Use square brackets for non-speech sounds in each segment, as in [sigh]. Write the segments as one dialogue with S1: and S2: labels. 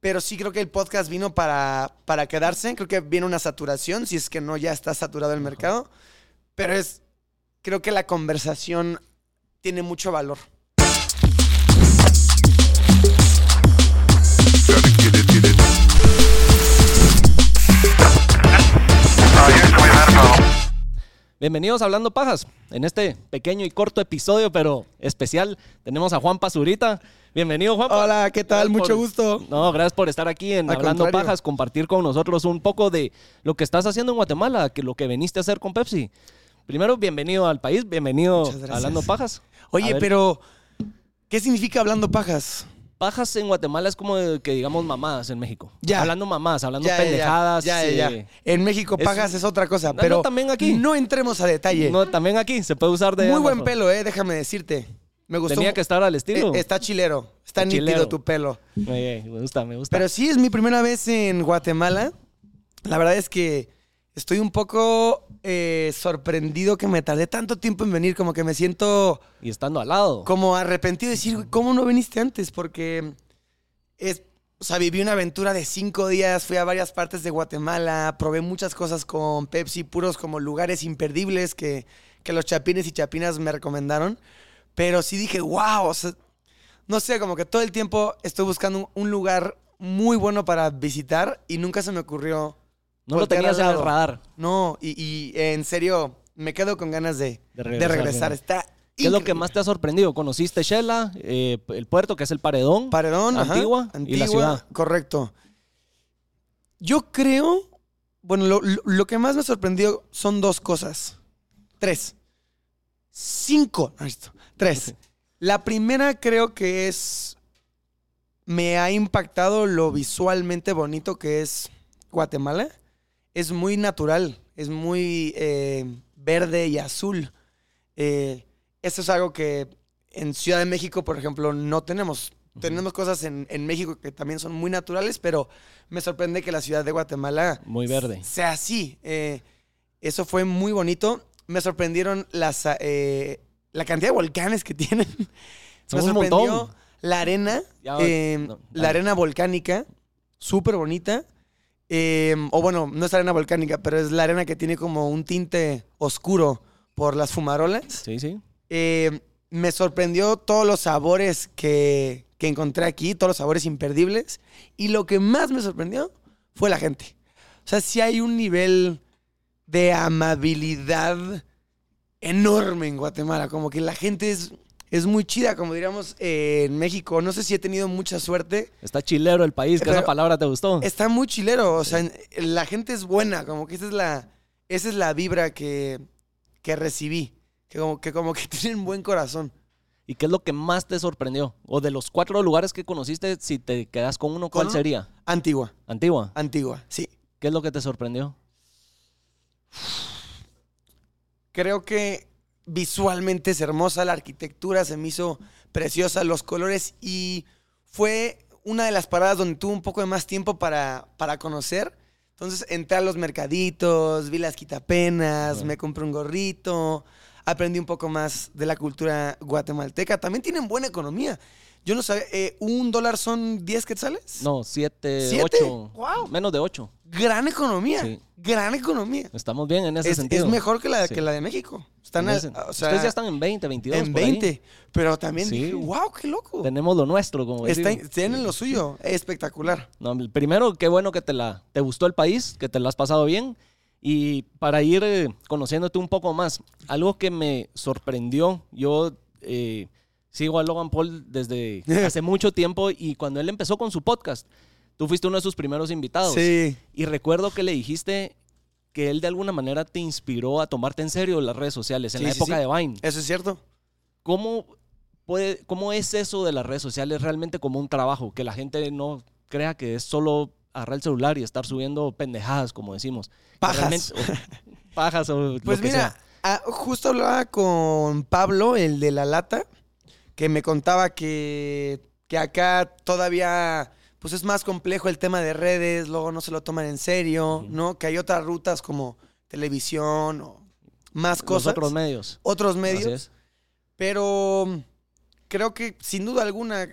S1: Pero sí creo que el podcast vino para, para quedarse. Creo que viene una saturación, si es que no ya está saturado el mercado. Pero es, creo que la conversación tiene mucho valor.
S2: Bienvenidos a Hablando Pajas. En este pequeño y corto episodio, pero especial, tenemos a Juan Pazurita. Bienvenido, Juan.
S1: Hola, ¿qué tal? Mucho gusto.
S2: No, gracias por estar aquí en
S1: Al
S2: Hablando
S1: contrario.
S2: Pajas, compartir con nosotros un poco de lo que estás haciendo en Guatemala, que lo que veniste a hacer con Pepsi. Primero, bienvenido al país, bienvenido
S1: Muchas
S2: a
S1: gracias.
S2: Hablando Pajas. A
S1: Oye,
S2: ver,
S1: pero ¿qué significa hablando pajas?
S2: Pajas en Guatemala es como de que digamos mamadas en México.
S1: Ya.
S2: Hablando mamadas, hablando
S1: Ya, ya, ya.
S2: pendejadas.
S1: Ya, ya, ya.
S2: eh,
S1: En México
S2: Es
S1: pajas
S2: un-
S1: es otra cosa,
S2: No,
S1: pero
S2: no, también aquí.
S1: no entremos a detalle.
S2: no, también aquí se puede usar de.
S1: Muy buen
S2: ambas,
S1: pelo, eh, déjame decirte. Me gustó.
S2: Tenía que estar al estilo.
S1: Eh, está chilero, está
S2: Está
S1: nítido
S2: chilero.
S1: tu pelo.
S2: Eh, me gusta, me gusta.
S1: Pero sí, es mi primera vez en Guatemala. La verdad es que estoy un poco eh, sorprendido que me tardé tanto tiempo en venir, como que me siento
S2: y estando al lado.
S1: como arrepentido de decir, "Güey, ¿cómo no viniste antes? Porque es, o sea, viví una aventura de cinco días, fui a varias partes de Guatemala, probé muchas cosas con Pepsi, puros como lugares imperdibles que, que los chapines y chapinas me recomendaron. Pero sí dije, wow, o sea, no sé, como que todo el tiempo estoy buscando un, un lugar muy bueno para visitar y nunca se me ocurrió.
S2: No lo
S1: voltear
S2: tenías
S1: al
S2: en el
S1: lado.
S2: radar.
S1: No, y, y, eh, en serio, me quedo con ganas de, de
S2: De regresar,
S1: regresar.
S2: ¿no?
S1: Está
S2: ¿Qué es lo
S1: increíble.
S2: que más te ha sorprendido? ¿Conociste Shela, eh, el puerto que es el Paredón?
S1: Paredón, ajá.
S2: Antigua y la ciudad.
S1: Correcto. Yo creo, bueno, lo, lo- lo que más me sorprendió son dos cosas. Tres. Cinco. no, esto, Tres. La primera creo que es, me ha impactado lo visualmente bonito que es Guatemala. Es muy natural, es muy eh, verde y azul. Eh, eso es algo que en Ciudad de México, por ejemplo, no tenemos. Tenemos cosas en, en México que también son muy naturales, pero me sorprende que la ciudad de Guatemala
S2: Muy verde.
S1: sea así. Eh, eso fue muy bonito. Me sorprendieron las, eh, la cantidad de volcanes que tienen. [laughs]
S2: Son
S1: me
S2: un
S1: sorprendió
S2: montón.
S1: la arena,
S2: Ya,
S1: eh,
S2: no, dale.
S1: la arena volcánica, súper bonita. Eh, o bueno, no es arena volcánica, pero es la arena que tiene como un tinte oscuro por las fumarolas.
S2: Sí, sí.
S1: Eh, me sorprendió todos los sabores que, que encontré aquí, todos los sabores imperdibles. Y lo que más me sorprendió fue la gente. O sea, sí hay un nivel de amabilidad enorme en Guatemala. Como que la gente es, es muy chida, como diríamos eh, en México. No sé si he tenido mucha suerte.
S2: Está chilero el país, que esa
S1: Pero-
S2: palabra te gustó.
S1: Está muy chilero, o sea, en- la gente es buena, como que esa es la, esa es la vibra que, que recibí. Que como, que como que [laughs] tienen buen corazón.
S2: ¿Y qué es lo que más te sorprendió? O de los cuatro lugares que conociste, si te quedas con uno, ¿cuál
S1: ¿Con? Ah.
S2: sería?
S1: Antigua,
S2: Antigua.
S1: antigua, sí.
S2: ¿Qué es lo que te sorprendió?
S1: Creo que visualmente es hermosa, la arquitectura se me hizo preciosa, los colores y fue una de las paradas donde tuve un poco de más tiempo para, para conocer. Entonces entré a los mercaditos, vi las quitapenas,
S2: Bueno.
S1: me compré un gorrito, aprendí un poco más de la cultura guatemalteca. También tienen buena economía. Yo no sabía, eh, ¿un dólar son 10 quetzales?
S2: No, siete,
S1: ¿Siete?
S2: ocho.
S1: ¡Guau!
S2: Menos de ocho.
S1: Gran economía,
S2: Sí.
S1: gran economía.
S2: Estamos bien en ese
S1: Es, es
S2: sentido.
S1: mejor que la,
S2: Sí.
S1: que la de México. Están
S2: En
S1: al-
S2: ese-
S1: o sea,
S2: Ustedes ya están en 20, 22.
S1: en
S2: por ahí.
S1: 20. Pero también
S2: Sí.
S1: dije, wow, qué loco.
S2: Tenemos lo nuestro, como
S1: Está-
S2: decimos.
S1: tienen lo suyo. Espectacular.
S2: No, hombre, primero, qué bueno que te, la, te gustó el país, que te lo has pasado bien. Y para ir eh, conociéndote un poco más, algo que me sorprendió, yo eh, sigo a Logan Paul
S1: [laughs]
S2: desde hace mucho tiempo y cuando él empezó con su podcast, tú fuiste uno de sus primeros invitados.
S1: Sí.
S2: Y recuerdo que le dijiste que él de alguna manera te inspiró a tomarte en serio las redes sociales en
S1: Sí,
S2: la
S1: sí,
S2: época
S1: sí.
S2: de Vine.
S1: Eso es cierto.
S2: ¿Cómo, puede, ¿Cómo es eso de las redes sociales realmente como un trabajo? Que la gente no crea que es solo agarrar el celular y estar subiendo pendejadas, como decimos. Que
S1: Pajas.
S2: realmente- o
S1: [laughs]
S2: pajas o
S1: Pues
S2: lo que
S1: mira,
S2: sea.
S1: ah, justo hablaba con Pablo, el de la lata, que me contaba que, que acá todavía pues es más complejo el tema de redes, luego no se lo toman en serio,
S2: Ujú.
S1: ¿no? Que hay otras rutas como televisión o más
S2: Los
S1: cosas.
S2: otros medios.
S1: otros
S2: Así
S1: medios.
S2: es.
S1: Pero mm, creo que, sin duda alguna, eh,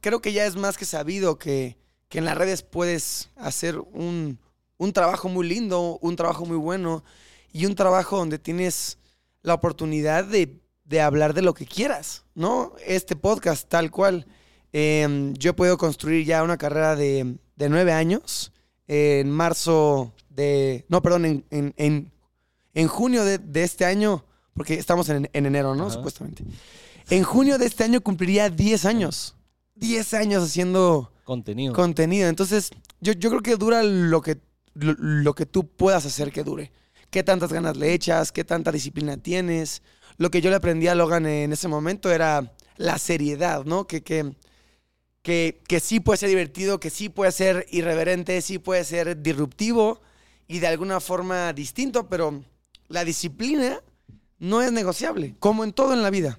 S1: creo que ya es más que sabido que, que que en las redes puedes hacer un, un trabajo muy lindo, un trabajo muy bueno y un trabajo donde tienes la oportunidad de, de hablar de lo que quieras, ¿no? Este podcast tal cual. Eh, yo he podido construir ya una carrera de, de nueve años. Eh, en marzo de... No, perdón, en, en, en, en junio de, de este año, porque estamos en, en enero, ¿no?
S3: Ajá.
S1: Supuestamente. En junio de este año cumpliría 10 años. 10 años haciendo
S3: Contenido.
S1: contenido. Entonces, yo, yo creo que dura lo que, lo, lo que tú puedas hacer que dure. Qué tantas ganas le echas, qué tanta disciplina tienes. Lo que yo le aprendí a Logan en ese momento era la seriedad, ¿no? Que, que, que, que sí puede ser divertido, que sí puede ser irreverente, sí puede ser disruptivo y de alguna forma distinto, pero la disciplina no es negociable, como en todo en la vida.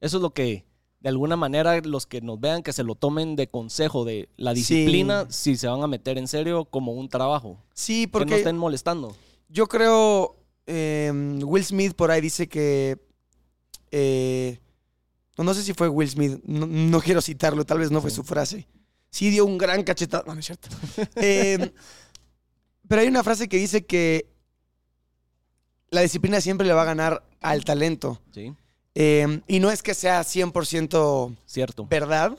S3: Eso es lo que, de alguna manera, los que nos vean que se lo tomen de consejo, de la disciplina, si se van a meter en serio como un trabajo.
S1: Sí,
S3: Que
S1: porque...
S3: no estén molestando.
S1: Yo creo. eh, Will Smith por ahí dice que. eh, no, no sé si fue Will Smith. No, no quiero citarlo, tal vez no fue
S3: Sí.
S1: su frase. Sí dio un gran cachetado. No, no es cierto. Eh, pero hay una frase que dice que la disciplina siempre le va a ganar al talento.
S3: Sí,
S1: Eh, y no es que sea 100%
S3: cierto.
S1: verdad,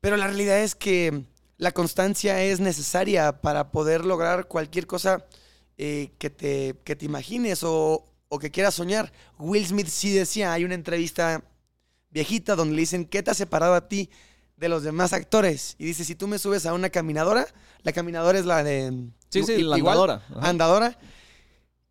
S1: pero la realidad es que la constancia es necesaria para poder lograr cualquier cosa eh, que, te, que te imagines o, o que quieras soñar. Will Smith sí decía, hay una entrevista viejita donde le dicen, ¿qué te ha separado a ti de los demás actores? Y dice, si tú me subes a una caminadora, la caminadora es la de...
S3: Sí, sí, la
S1: igual,
S3: andadora. Ajá.
S1: andadora.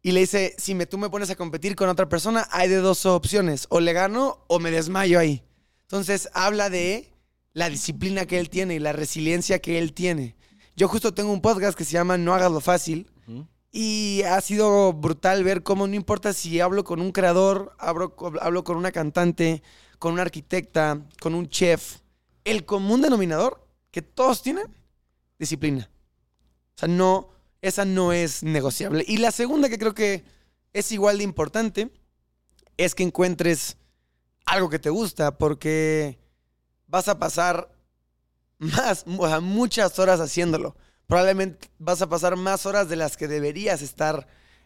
S1: Y le dice, si me, tú me pones a competir con otra persona, hay de dos opciones. O le gano o me desmayo ahí. Entonces habla de la disciplina que él tiene y la resiliencia que él tiene. Yo justo tengo un podcast que se llama No hagas lo fácil.
S3: Ujú.
S1: Y ha sido brutal ver cómo no importa si hablo con un creador, hablo, hablo con una cantante, con una arquitecta, con un chef. El común denominador que todos tienen, disciplina. O sea, no, esa no es negociable. Y la segunda que creo que es igual de importante es que encuentres algo que te gusta, porque vas a pasar más, [laughs] o sea, muchas horas haciéndolo. Probablemente vas a pasar más horas de las que deberías estar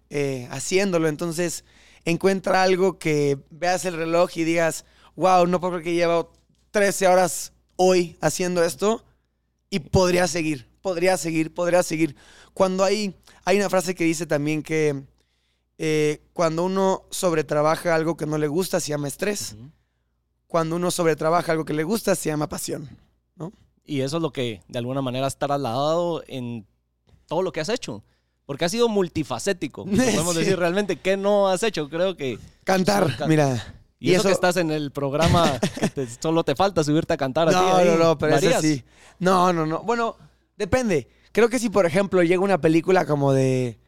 S1: eh, haciéndolo. Entonces, encuentra algo que veas el reloj y digas, wow, no puedo creer que llevo 13 horas hoy haciendo esto y podría seguir, podría seguir, podría seguir. Cuando hay, hay una frase que dice también que eh, cuando uno sobretrabaja algo que no le gusta se llama estrés.
S3: Ujú.
S1: Cuando uno sobretrabaja algo que le gusta se llama pasión.
S3: Y eso es lo que de alguna manera has trasladado en todo lo que has hecho. Porque has
S1: [laughs]
S3: sido multifacético. Podemos
S1: Sí.
S3: decir realmente qué no has hecho. Creo que.
S1: Cantar,
S3: Can-
S1: mira.
S3: Y, eso, que estás en el programa, que te- solo te falta subirte a cantar a ti.
S1: No,
S3: ahí,
S1: no, no, pero
S3: ¿lo
S1: eso
S3: harías?
S1: sí. No, no, no. Bueno, depende. Creo que si, por ejemplo, llega una película como de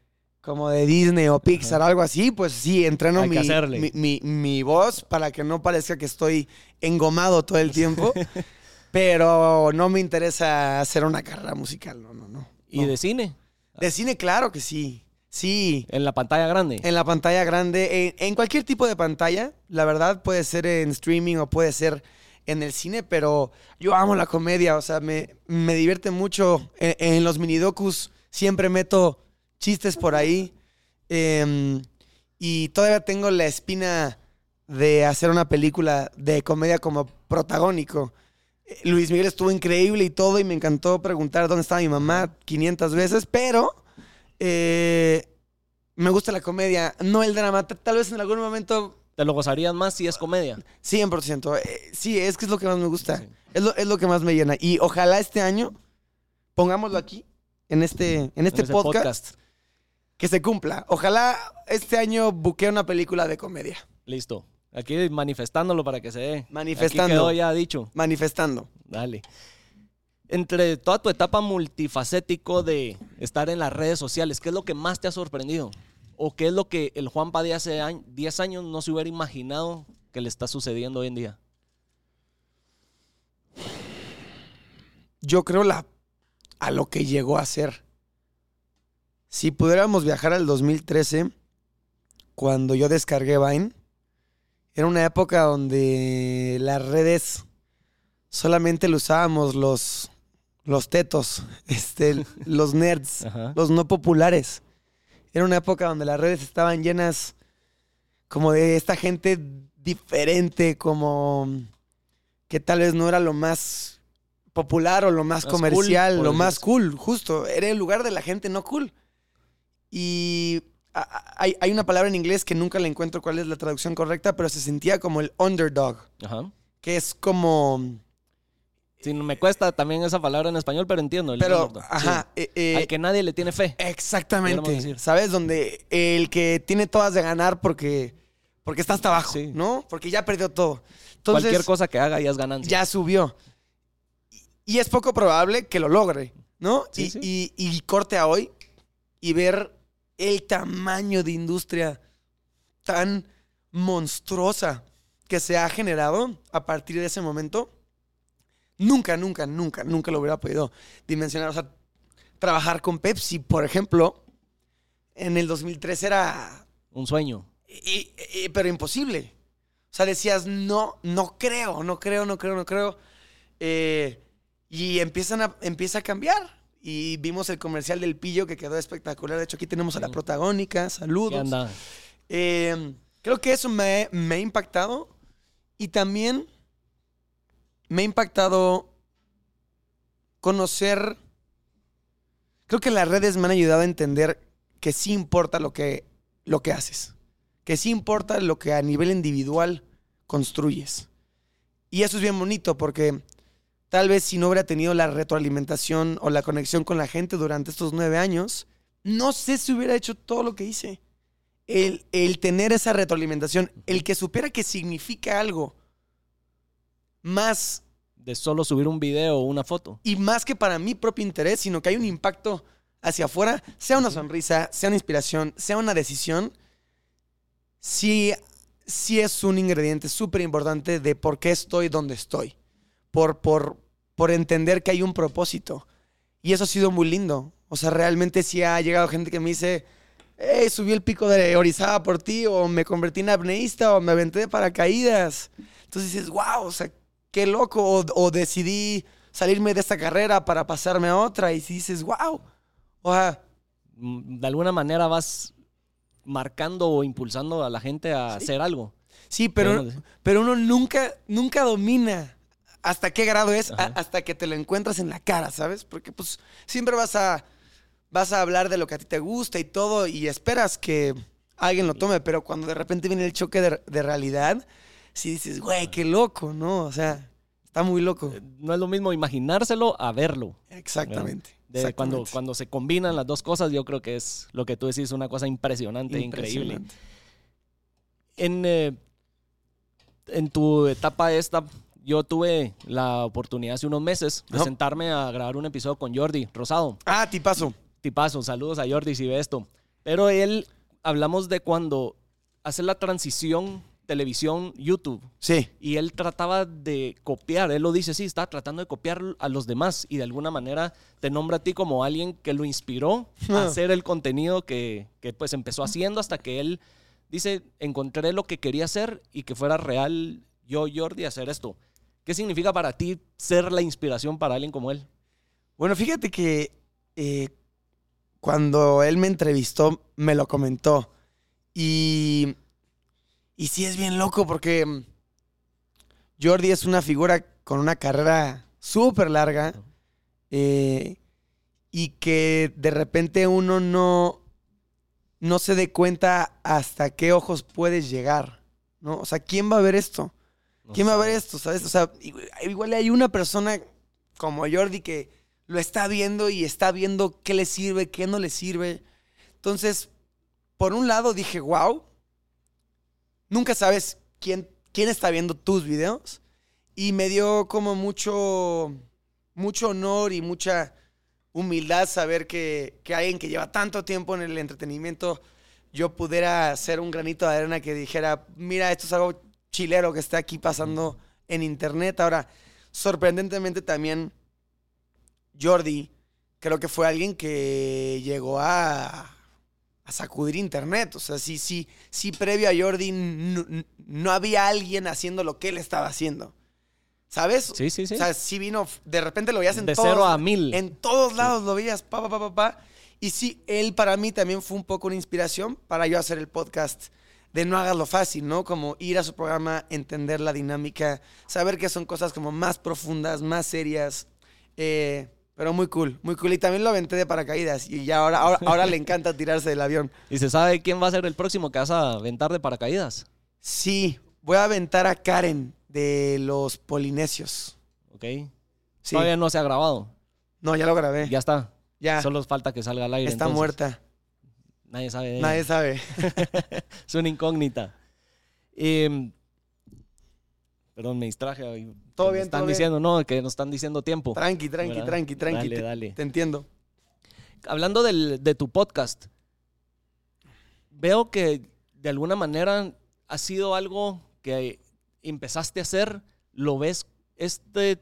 S1: como de Disney o Pixar, algo así, pues sí, entreno
S3: Hay que
S1: mi,
S3: hacerle.
S1: mi, mi- mi voz para que no parezca que estoy engomado todo el
S3: [laughs]
S1: tiempo. pero no me interesa hacer una carrera musical, no, no, no.
S3: Y
S1: No.
S3: de cine,
S1: De cine, claro que sí. Sí.
S3: en la pantalla grande.
S1: En la pantalla grande, en, en cualquier tipo de pantalla, la verdad puede ser en streaming o puede ser en el cine, pero yo amo la comedia, o sea, me, me divierte mucho. En, en los minidocus siempre meto chistes por ahí em, y todavía tengo la espina de hacer una película de comedia como protagónico. Eh, Luis Miguel estuvo increíble y todo y me encantó preguntar dónde estaba mi mamá 500 veces, pero... eh, me gusta la comedia, no el drama. Ta- Tal vez en algún momento,
S3: Te lo gozarías más si es comedia.
S1: 100%. Eh, sí, es que es lo que más me gusta.
S3: Sí.
S1: Es, lo, es lo que más me llena. Y ojalá este año, pongámoslo aquí, en este, en este
S3: en ese
S1: podcast, que se cumpla. Ojalá este año buquee una película de comedia.
S3: Listo. Aquí manifestándolo para que se dé.
S1: Manifestando.
S3: Aquí quedó ya dicho.
S1: Manifestando.
S3: Dale. Entre toda tu etapa multifacético de estar en las redes sociales, ¿qué es lo que más te ha sorprendido? ¿O qué es lo que el Juan de hace año- 10 años no se hubiera imaginado que le está sucediendo hoy en día?
S1: Yo creo la, a lo que llegó a ser. Si pudiéramos viajar al 2013, cuando yo descargué Vine, era una época donde las redes solamente lo usábamos los, los tetos, [laughs] este, los nerds,
S2: Ajá.
S1: los no populares. Era una época donde las redes estaban llenas como de esta gente diferente, como que tal vez no era lo más popular o lo más,
S2: Más cool,
S1: comercial,
S2: por
S1: lo
S2: decir
S1: más
S2: así.
S1: cool, justo. Era el lugar de la gente no cool. Y a- a- hay, hay una palabra en inglés que nunca le encuentro cuál es la traducción correcta, pero se sentía como el underdog,
S2: Ajá.
S1: que es como...
S2: Sí, me cuesta también esa palabra en español, pero entiendo. el
S1: Pero,
S2: underdog. Sí.
S1: ajá, eh, eh,
S2: Al que nadie le tiene fe. Podríamos
S1: Exactamente.
S2: decir.
S1: ¿Sabes? Donde el que tiene todas de ganar porque, porque está hasta abajo,
S2: Sí.
S1: ¿no? Porque ya perdió todo. Entonces,
S2: Cualquier cosa que haga ya es ganancia.
S1: ya subió. Y, y es poco probable que lo logre, ¿no?
S2: Sí,
S1: y,
S2: sí.
S1: y- y corte a hoy y ver el tamaño de industria tan monstruosa que se ha generado a partir de ese momento. Nunca, nunca, nunca, nunca lo hubiera podido dimensionar. O sea, trabajar con Pepsi, por ejemplo, en el 2003 era
S2: Un sueño.
S1: y- y- pero imposible. O sea, decías, no, no creo, no creo, no creo, no creo. Eh, y empiezan a, empieza a cambiar. Y vimos el comercial del pillo que quedó espectacular. De hecho, aquí tenemos a la
S2: Sí.
S1: protagónica.
S2: ¿Qué
S1: Saludos.
S2: anda?
S1: Eh, creo que eso me, me ha impactado. Y también me ha impactado conocer. Creo que las redes me han ayudado a entender que sí importa lo que, lo que haces. Que sí importa lo que a nivel individual construyes. Y eso es bien bonito porque tal vez si no hubiera tenido la retroalimentación o la conexión con la gente durante estos nueve años, no sé si hubiera hecho todo lo que hice el, el tener esa retroalimentación, el que supiera que significa algo más
S2: De solo subir un video o una foto.
S1: y más que para mi propio interés, sino que hay un impacto hacia afuera, sea una sonrisa, sea una inspiración, sea una decisión, sí, sí es un ingrediente súper importante de por qué estoy donde estoy, por, por, por entender que hay un propósito. Y eso ha sido muy lindo. O sea, realmente sí ha llegado gente que me dice, hey, subí el pico de Orizaba por ti, o me convertí en apneísta, o me aventé de paracaídas. Entonces dices, wow, o sea, qué loco, o, o decidí salirme de esta carrera para pasarme a otra, y si dices, wow, o sea,
S2: Mm, De alguna manera vas marcando o impulsando a la gente a hacer algo.
S1: sí, pero,
S2: Bueno, sí.
S1: pero uno nunca, nunca domina hasta qué grado es, a-
S2: Ajá.
S1: hasta que te lo encuentras en la cara, ¿sabes? Porque pues siempre vas a, vas a hablar de lo que a ti te gusta y todo, y esperas que alguien lo tome, pero cuando de repente viene el choque de, de realidad, si dices, güey, qué loco, ¿no? O sea, está muy loco.
S2: Eh, No es lo mismo imaginárselo a verlo.
S1: Exactamente.
S2: De Cuando,
S1: exactamente.
S2: cuando se combinan las dos cosas, yo creo que es lo que tú decís, una cosa impresionante, e increíble.
S1: Impresionante.
S2: En, eh, en tu etapa esta, yo tuve la oportunidad hace unos meses de
S1: Ajá.
S2: sentarme a grabar un episodio con Jordi Rosado.
S1: Ah, tipazo.
S2: Tipazo, saludos a Jordi si ve esto. Pero él, hablamos de cuando hace la transición televisión YouTube
S1: Sí.
S2: y él trataba de copiar, él lo dice, sí, está tratando de copiar a los demás y de alguna manera te nombra a ti como alguien que lo inspiró a
S1: [laughs] Ah.
S2: hacer el contenido que, que, pues empezó haciendo hasta que él dice, encontré lo que quería hacer y que fuera real yo, Jordi, hacer esto. ¿Qué significa para ti ser la inspiración para alguien como él?
S1: Bueno, fíjate que eh, cuando él me entrevistó, me lo comentó. Y, y sí es bien loco porque mm, Jordi es una figura con una carrera súper larga
S2: Ujú.
S1: eh, y que de repente uno no, no se dé cuenta hasta qué ojos puedes llegar. ¿no? O sea, ¿quién va a ver esto?
S2: No
S1: ¿Quién va a ver
S2: sé.
S1: esto? ¿Sabes? O sea, igual- igual hay una persona como Jordi que lo está viendo y está viendo qué le sirve, qué no le sirve. Entonces, por un lado dije, wow, nunca sabes quién, quién está viendo tus videos. Y me dio como mucho, mucho honor y mucha humildad saber que, que alguien que lleva tanto tiempo en el entretenimiento, yo pudiera hacer un granito de arena que dijera, mira, esto es algo chilero que está aquí pasando en internet. Ahora, sorprendentemente también, Jordi creo que fue alguien que llegó a, a sacudir internet. O sea, sí, sí, sí, previo a Jordi n- n- no había alguien haciendo lo que él estaba haciendo. ¿Sabes?
S2: Sí, sí, sí.
S1: O sea, sí vino, de repente lo veías en
S2: De
S1: todos-
S2: cero a mil.
S1: En todos lados lo veías, pa, pa, pa, pa, pa. Y sí, él para mí también fue un poco una inspiración para yo hacer el podcast de no hagas lo fácil, ¿no? Como ir a su programa, entender la dinámica, saber que son cosas como más profundas, más serias. eh, pero muy cool, muy cool. Y también lo aventé de paracaídas y ya ahora, ahora, ahora le encanta tirarse del avión.
S2: ¿Y se sabe quién va a ser el próximo que vas a aventar de paracaídas?
S1: Sí, voy a aventar a Karen de los Polinesios.
S2: ¿Ok?
S1: Sí.
S2: Todavía no se ha grabado.
S1: No, ya lo grabé.
S2: Ya está.
S1: Ya.
S2: Solo falta que salga al aire.
S1: Está
S2: entonces.
S1: muerta.
S2: Nadie sabe de ella.
S1: Nadie sabe.
S2: [laughs] es una incógnita. Eh, perdón, me distraje. ahí.
S1: Todo
S2: Que
S1: bien,
S2: Nos están
S1: todo bien.
S2: diciendo, no, que nos están diciendo tiempo.
S1: Tranqui, tranqui,
S2: ¿Verdad?
S1: tranqui, tranqui.
S2: Dale,
S1: te,
S2: dale.
S1: te entiendo.
S2: Hablando del- de tu podcast, veo que de alguna manera ha sido algo que empezaste a hacer, lo ves este,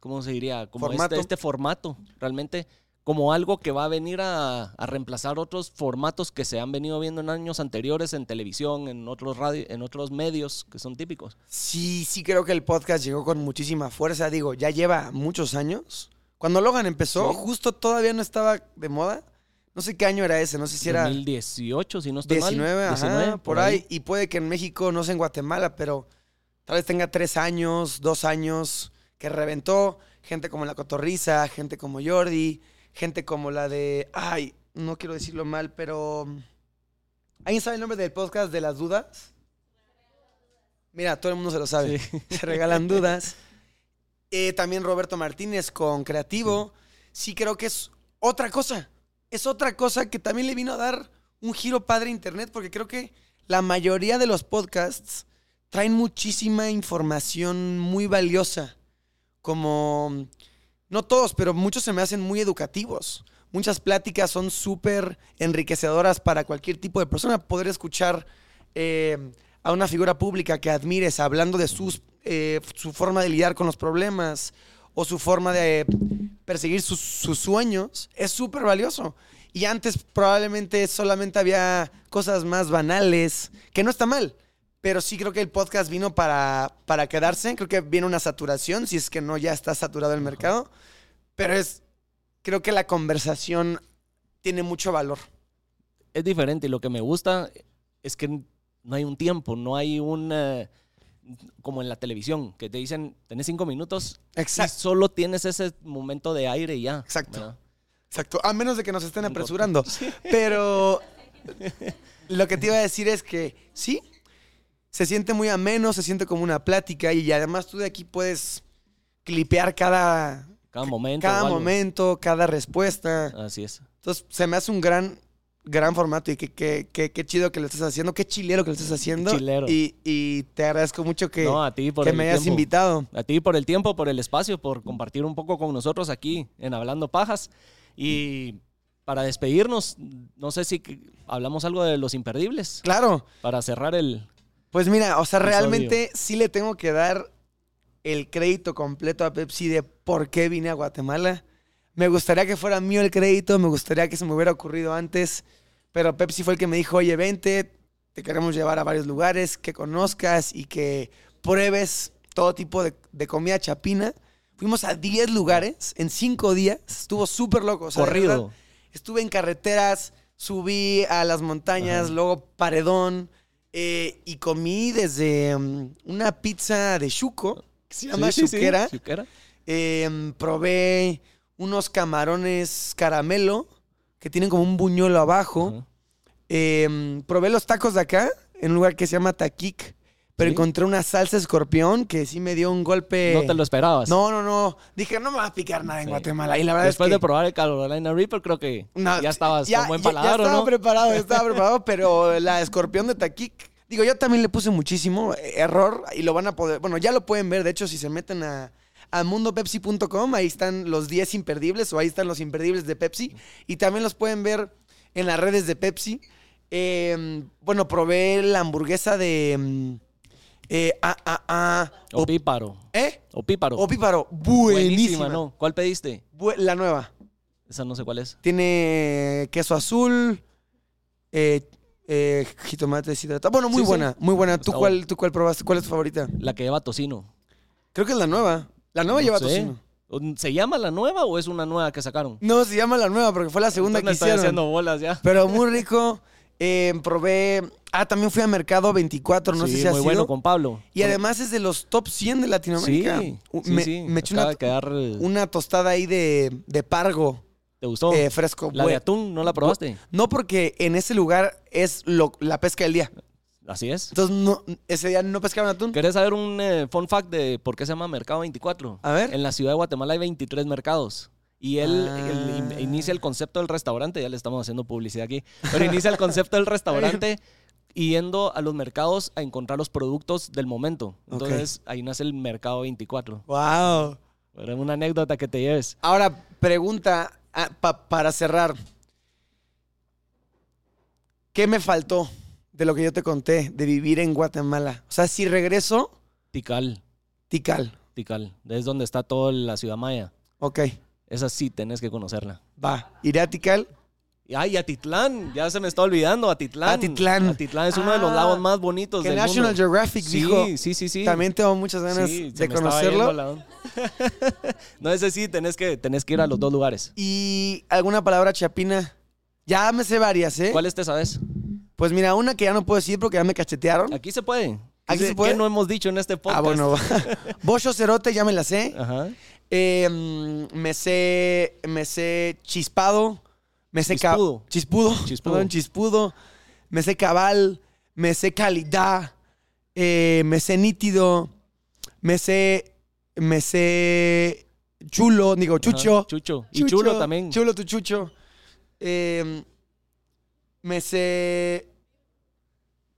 S2: ¿cómo se diría? Como
S1: Formato.
S2: Este, este formato, realmente como algo que va a venir a, a reemplazar otros formatos que se han venido viendo en años anteriores en televisión, en otros, radio, en otros medios que son típicos.
S1: Sí, sí creo que el podcast llegó con muchísima fuerza. Digo, ya lleva muchos años. Cuando Logan empezó,
S2: Sí.
S1: justo todavía no estaba de moda. No sé qué año era ese, no sé si era
S2: 2018, si no estoy
S1: 19,
S2: mal.
S1: ajá, por, ahí. Y puede que en México, no sé en Guatemala, pero tal vez tenga tres años, dos años, que reventó gente como la Cotorriza, gente como Jordi, gente como la de. Ay, no quiero decirlo mal, pero. ¿Alguien sabe el nombre del podcast de las dudas? Mira, todo el mundo se lo sabe.
S2: Sí.
S1: [laughs] Se regalan dudas. Eh, también Roberto Martínez con Creativo. Sí. creo que es otra cosa. Es otra cosa que también le vino a dar un giro padre a Internet, porque creo que la mayoría de los podcasts traen muchísima información muy valiosa. Como, no todos, pero muchos se me hacen muy educativos. Muchas pláticas son súper enriquecedoras para cualquier tipo de persona. Poder escuchar eh, a una figura pública que admires hablando de sus, eh, su forma de lidiar con los problemas o su forma de eh, perseguir sus, sus sueños es súper valioso. Y antes probablemente solamente había cosas más banales, que no está mal, pero sí creo que el podcast vino para, para quedarse. Creo que viene una saturación, si es que no ya está saturado el mercado. Pero es, creo que la conversación tiene mucho valor.
S2: es diferente y lo que me gusta es que no hay un tiempo, no hay un... eh, como en la televisión, que te dicen, tenés cinco minutos y
S1: Exacto.
S2: solo tienes ese momento de aire y ya.
S1: Exacto.
S2: ¿verdad?
S1: Exacto, a menos de que nos estén
S2: Un rato.
S1: apresurando. Pero lo que te iba a decir es que sí, se siente muy ameno, se siente como una plática y además tú de aquí puedes clipear cada,
S2: Cada momento.
S1: cada
S2: o algo.
S1: momento, cada respuesta.
S2: Así es.
S1: Entonces se me hace un gran, gran formato y qué que, que- qué chido que lo estás haciendo, qué chilero que lo estás haciendo.
S2: Chilero.
S1: Y, y te agradezco mucho que,
S2: no, a ti por
S1: que
S2: el
S1: me hayas
S2: tiempo.
S1: invitado.
S2: A ti por el tiempo, por el espacio, por compartir un poco con nosotros aquí en Hablando Pajas. Y para despedirnos, no sé si que- hablamos algo de los imperdibles.
S1: Claro.
S2: Para cerrar el...
S1: Pues mira, o sea,
S2: Episodio.
S1: realmente sí le tengo que dar el crédito completo a Pepsi de por qué vine a Guatemala. Me gustaría que fuera mío el crédito, me gustaría que se me hubiera ocurrido antes, pero Pepsi fue el que me dijo, oye, vente, te queremos llevar a varios lugares, que conozcas y que pruebes todo tipo de, de comida chapina. Fuimos a 10 lugares en 5 días, estuvo súper loco. o sea, de verdad,
S2: corrido.
S1: Estuve en carreteras, subí a las montañas,
S2: Ajá.
S1: luego paredón eh, y comí desde mm, una pizza de chuco, que se llama
S2: Sí, sí, sí,
S1: chuquera.
S2: Chuquera.
S1: Eh, probé unos camarones caramelo que tienen como un buñuelo abajo.
S2: Ajá.
S1: Eh, probé los tacos de acá en un lugar que se llama Taquic, pero
S2: Sí.
S1: encontré una salsa escorpión que sí me dio un golpe.
S2: No te lo esperabas.
S1: Eh, No, no, no. Dije, no me va a picar nada en
S2: Sí.
S1: Guatemala. Y la verdad
S2: Después
S1: es que...
S2: de probar el Carolina Reaper, creo que
S1: No,
S2: ya estabas
S1: ya-
S2: con buen
S1: ya- ya
S2: paladar, ¿o
S1: estaba
S2: no? [laughs]
S1: preparado, estaba preparado, pero la escorpión de Taquic. Digo, yo también le puse muchísimo eh, error y lo van a poder. Bueno, ya lo pueden ver. De hecho, si se meten a, a mundopepsi.com, ahí están los 10 imperdibles o ahí están los imperdibles de Pepsi. Y también los pueden ver en las redes de Pepsi. Eh, bueno, probé la hamburguesa de. mm, Eh, ah, ah, ah,
S2: O
S1: o-
S2: píparo.
S1: ¿Eh?
S2: O píparo.
S1: Opíparo. Buenísima.
S2: ¿no? ¿Cuál pediste?
S1: Bu- la nueva.
S2: Esa no sé cuál es.
S1: Tiene eh, queso azul, eh, eh, jitomate deshidratado. Bueno, muy
S2: Sí, sí.
S1: buena, muy buena. ¿Tú
S2: Está
S1: cuál, ¿Tú cuál probaste? ¿Cuál es tu favorita?
S2: La que lleva tocino.
S1: Creo que es la nueva. La nueva lleva
S2: Sí.
S1: tocino.
S2: ¿Se llama la nueva o es una nueva que sacaron?
S1: No, se llama la nueva porque fue la segunda
S2: Entonces me
S1: que
S2: estoy
S1: hicieron.
S2: haciendo bolas ya.
S1: Pero muy rico. Eh, probé. Ah, también fui a Mercado 24, no
S2: sí,
S1: sé si ha
S2: muy
S1: sido.
S2: bueno con Pablo.
S1: Y además es de los top 100 de
S2: Sí,
S1: Latinoamérica.
S2: sí,
S1: U-
S2: sí,
S1: me,
S2: sí.
S1: me eché
S2: Acaba
S1: una,
S2: de quedar, eh,
S1: una tostada ahí de, de pargo
S2: ¿Te gustó?
S1: eh, fresco.
S2: la de
S1: güey.
S2: atún, ¿no la probaste?
S1: No porque en ese lugar es lo- la pesca del día.
S2: Así es.
S1: Entonces no, ese día no pescaron atún.
S2: ¿Querés saber un eh, fun fact de por qué se llama Mercado 24?
S1: A ver.
S2: En la ciudad de Guatemala hay 23 mercados. Y él,
S1: Ah.
S2: él in- inicia el concepto del restaurante, ya le estamos haciendo publicidad aquí, pero inicia el concepto del restaurante yendo a los mercados a encontrar los productos del momento.
S1: Ok.
S2: Entonces ahí nace el Mercado 24.
S1: Wow.
S2: Era una anécdota que te lleves.
S1: Ahora, pregunta ah, pa- para cerrar. ¿Qué me faltó de lo que yo te conté de vivir en Guatemala? O sea, si regreso,
S2: Tikal,
S1: Tikal.
S2: Tikal, es donde está toda la ciudad maya.
S1: Ok,
S2: Esa sí tenés que conocerla.
S1: va. Iré a Tikal.
S2: Ay, Atitlán, ya se me está olvidando, Atitlán.
S1: Atitlán.
S2: Atitlán es uno de los
S1: Ah,
S2: lagos más bonitos
S1: Que
S2: del
S1: National
S2: mundo.
S1: Geographic
S2: sí,
S1: dijo.
S2: sí, sí, sí.
S1: También tengo muchas ganas
S2: Sí, se
S1: de
S2: me estaba yendo
S1: conocerlo.
S2: la onda. [laughs] no, ese sí, tenés que, tenés que ir a los dos lugares.
S1: Y alguna palabra chapina. Ya me sé varias, ¿eh?
S2: ¿Cuáles te sabes?
S1: Pues mira, una que ya no puedo decir porque ya me cachetearon.
S2: Aquí se puede.
S1: Aquí
S2: ¿Qué-
S1: se puede?
S2: ¿Qué no hemos dicho en este podcast?
S1: Ah,
S2: [laughs]
S1: bueno. Bocho Cerote, ya me la sé.
S2: Ajá.
S1: Eh, mm, me sé. Me sé chispado. Me sé ca-
S2: Chispudo.
S1: Chispudo. [laughs]
S2: Chispudo.
S1: perdón, chispudo. Me sé cabal. Me sé calidad. eh, me sé nítido. Me sé. Me sé. Chulo, digo,
S2: ajá.
S1: chucho.
S2: Chucho. Y chulo también.
S1: Chulo tu chucho. Eh, me sé.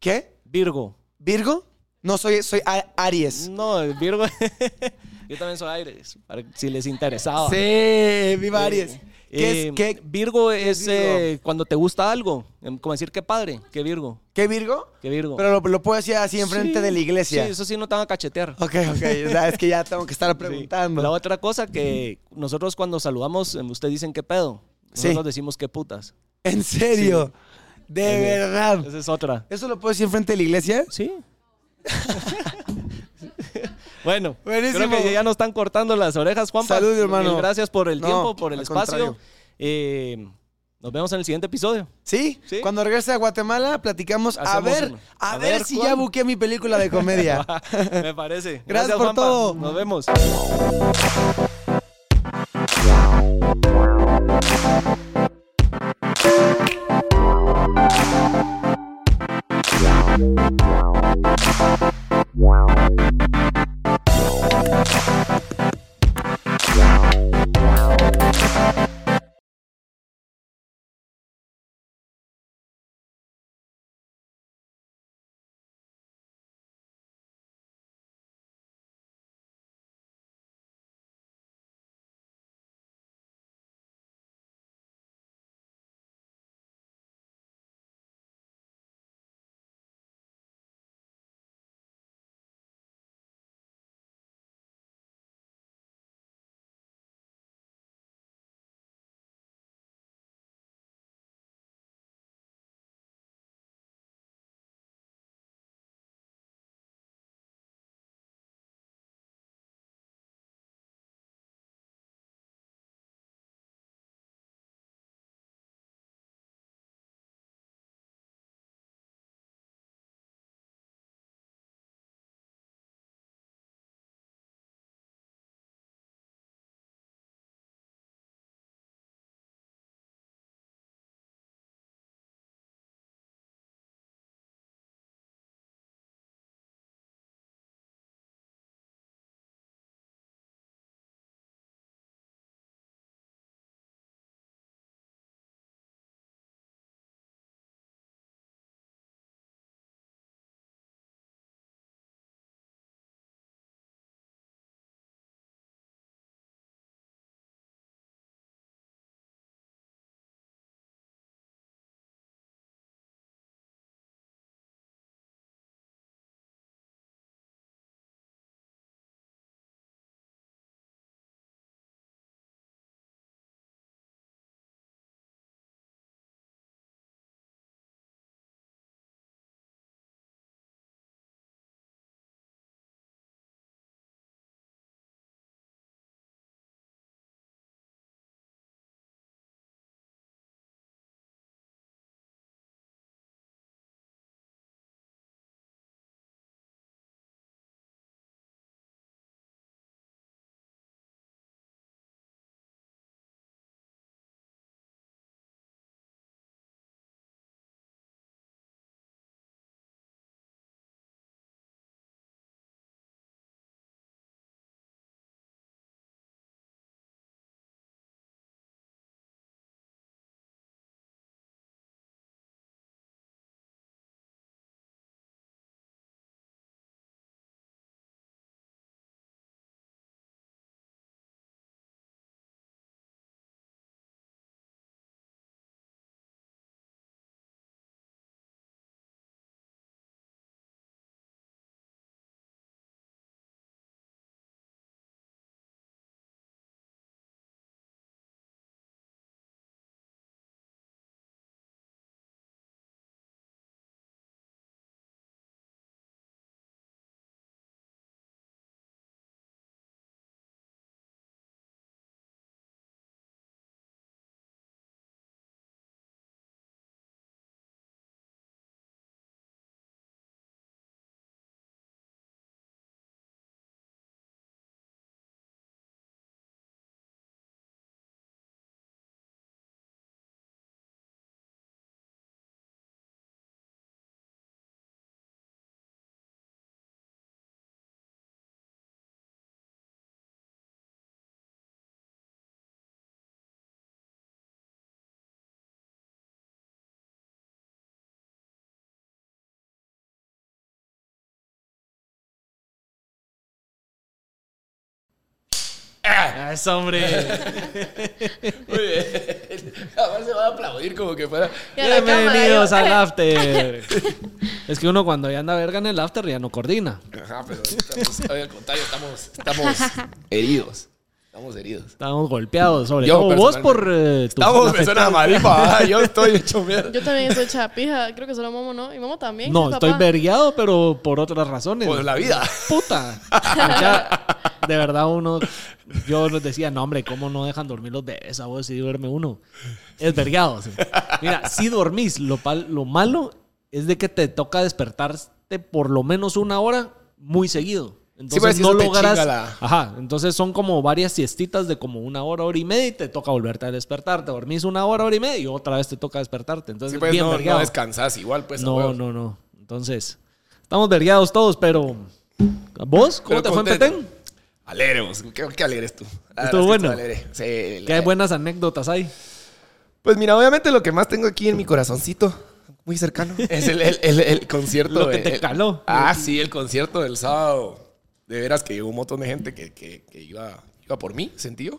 S1: ¿Qué?
S2: Virgo.
S1: ¿Virgo? No, soy, soy a- Aries.
S2: No, el Virgo. [laughs] Yo también soy Aires, para- si les interesaba.
S1: Sí, viva
S2: Eh,
S1: Aries. ¿Qué,
S2: eh,
S1: es, qué,
S2: Virgo es
S1: Virgo?
S2: eh, cuando te gusta algo. em, Como decir, qué padre, qué Virgo,
S1: qué Virgo?
S2: qué Virgo.
S1: Pero lo, lo puedo decir así enfrente
S2: Sí,
S1: de la iglesia.
S2: Sí, eso sí no te van a cachetear.
S1: Ok,
S2: [laughs]
S1: ok. o sea, es que ya tengo que estar preguntando.
S2: La otra cosa que nosotros cuando saludamos, eh, ustedes dicen qué pedo.
S1: Sí.
S2: Nosotros decimos qué putas.
S1: En serio. De
S2: Sí.
S1: verdad.
S2: Esa es otra.
S1: ¿Eso lo puedo decir enfrente de la iglesia?
S2: Sí. [laughs] bueno,
S1: Buenísimo.
S2: creo que ya nos están cortando las orejas, Juanpa.
S1: Salud, hermano.
S2: Mil gracias por el
S1: No,
S2: tiempo, por el
S1: al
S2: espacio.
S1: contrario.
S2: Eh, nos vemos en el siguiente
S1: [laughs]
S2: episodio.
S1: ¿Sí?
S2: Sí.
S1: Cuando regrese a Guatemala, platicamos. A
S2: Hacemos
S1: ver,
S2: uno.
S1: a,
S2: A
S1: ver,
S2: ver
S1: si
S2: cuál.
S1: ya buqué mi película de
S2: [laughs]
S1: comedia.
S2: Me parece. Gracias,
S1: por
S2: Juanpa.
S1: todo.
S2: Nos vemos. Ah,
S3: Eso,
S2: [laughs]
S3: hombre.
S4: [laughs] Muy bien. Ahora se va a aplaudir como que fuera.
S5: Y a la cámara,
S3: Bienvenidos
S5: yo,
S3: al
S2: [laughs]
S3: after.
S2: Es que uno cuando ya anda verga en el after ya no coordina.
S4: Ajá, pero estamos, al contrario, estamos, estamos heridos. Estamos heridos.
S2: Estábamos golpeados, sobre
S4: Yo,
S2: todo vos
S4: personalmente.
S2: por eh, tu
S4: Estamos
S2: zona
S4: personas maripa. ah, Yo estoy hecho mierda.
S5: [laughs] Yo también soy chapija. Creo que solo Momo, ¿no? Y Momo también.
S2: No,
S5: ¿sí,
S2: estoy
S5: papá?
S2: vergueado, pero por otras razones.
S4: Por la vida.
S2: Puta. O sea, de verdad uno, yo les decía, no hombre, ¿cómo no dejan dormir los bebés a vos si duerme uno? Es vergueado. sí. Mira, si dormís, lo, pal- lo malo es de que te toca despertarte por lo menos una hora muy seguido. Entonces
S4: pues,
S2: no
S4: eso te
S2: logras.
S4: chinga la-
S2: Ajá, entonces son como varias siestitas de como una hora, hora y media y te toca volverte a despertar. Te dormís una hora, hora y media y otra vez te toca despertarte. Entonces
S4: Sí, pues,
S2: bien
S4: no, no
S2: vergueado.
S4: descansas igual, pues. a
S2: No,
S4: huevos.
S2: no, no. Entonces, estamos vergueados todos, pero. ¿Vos? ¿Cómo
S4: Pero
S2: te fue en
S4: contento.
S2: Petén?
S4: Alegre, vos. Qué, qué alegre es tú. La
S2: Estuvo
S4: verdad
S2: bueno.
S4: es que estuvo alegre. Sí,
S2: ¿Qué
S4: la-
S2: buenas anécdotas hay?
S4: Pues mira, obviamente lo que más tengo aquí en mi corazoncito,
S2: [laughs]
S4: muy cercano, es el, el- el- el concierto.
S2: Lo que
S4: de-
S2: te
S4: el-
S2: caló.
S4: Ah, sí, el concierto del sábado. De veras que llegó un montón de gente que, que- que iba, iba por mí, sentido.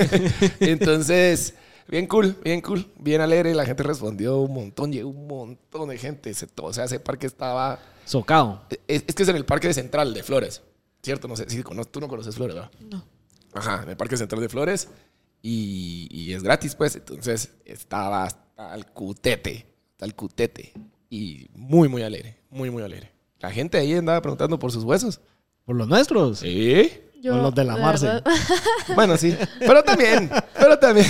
S4: [laughs] Entonces, bien cool, bien cool, bien alegre. La gente respondió un montón, llegó un montón de gente. Se, to- o sea, ese parque estaba...
S2: Socao.
S4: Es, es que es en el Parque Central de Flores, ¿cierto? No sé, sí, cono- tú no conoces Flores, ¿verdad? No. Ajá, en el Parque Central de Flores y, y es gratis, pues. Entonces estaba hasta el cutete, hasta el cutete. Y muy, muy alegre, muy, muy alegre. La gente ahí andaba preguntando por sus huesos.
S2: ¿Por los nuestros?
S4: Sí.
S5: Yo,
S2: Con los de la Marce.
S5: verdad, [laughs]
S4: Bueno, sí. Pero también, pero también.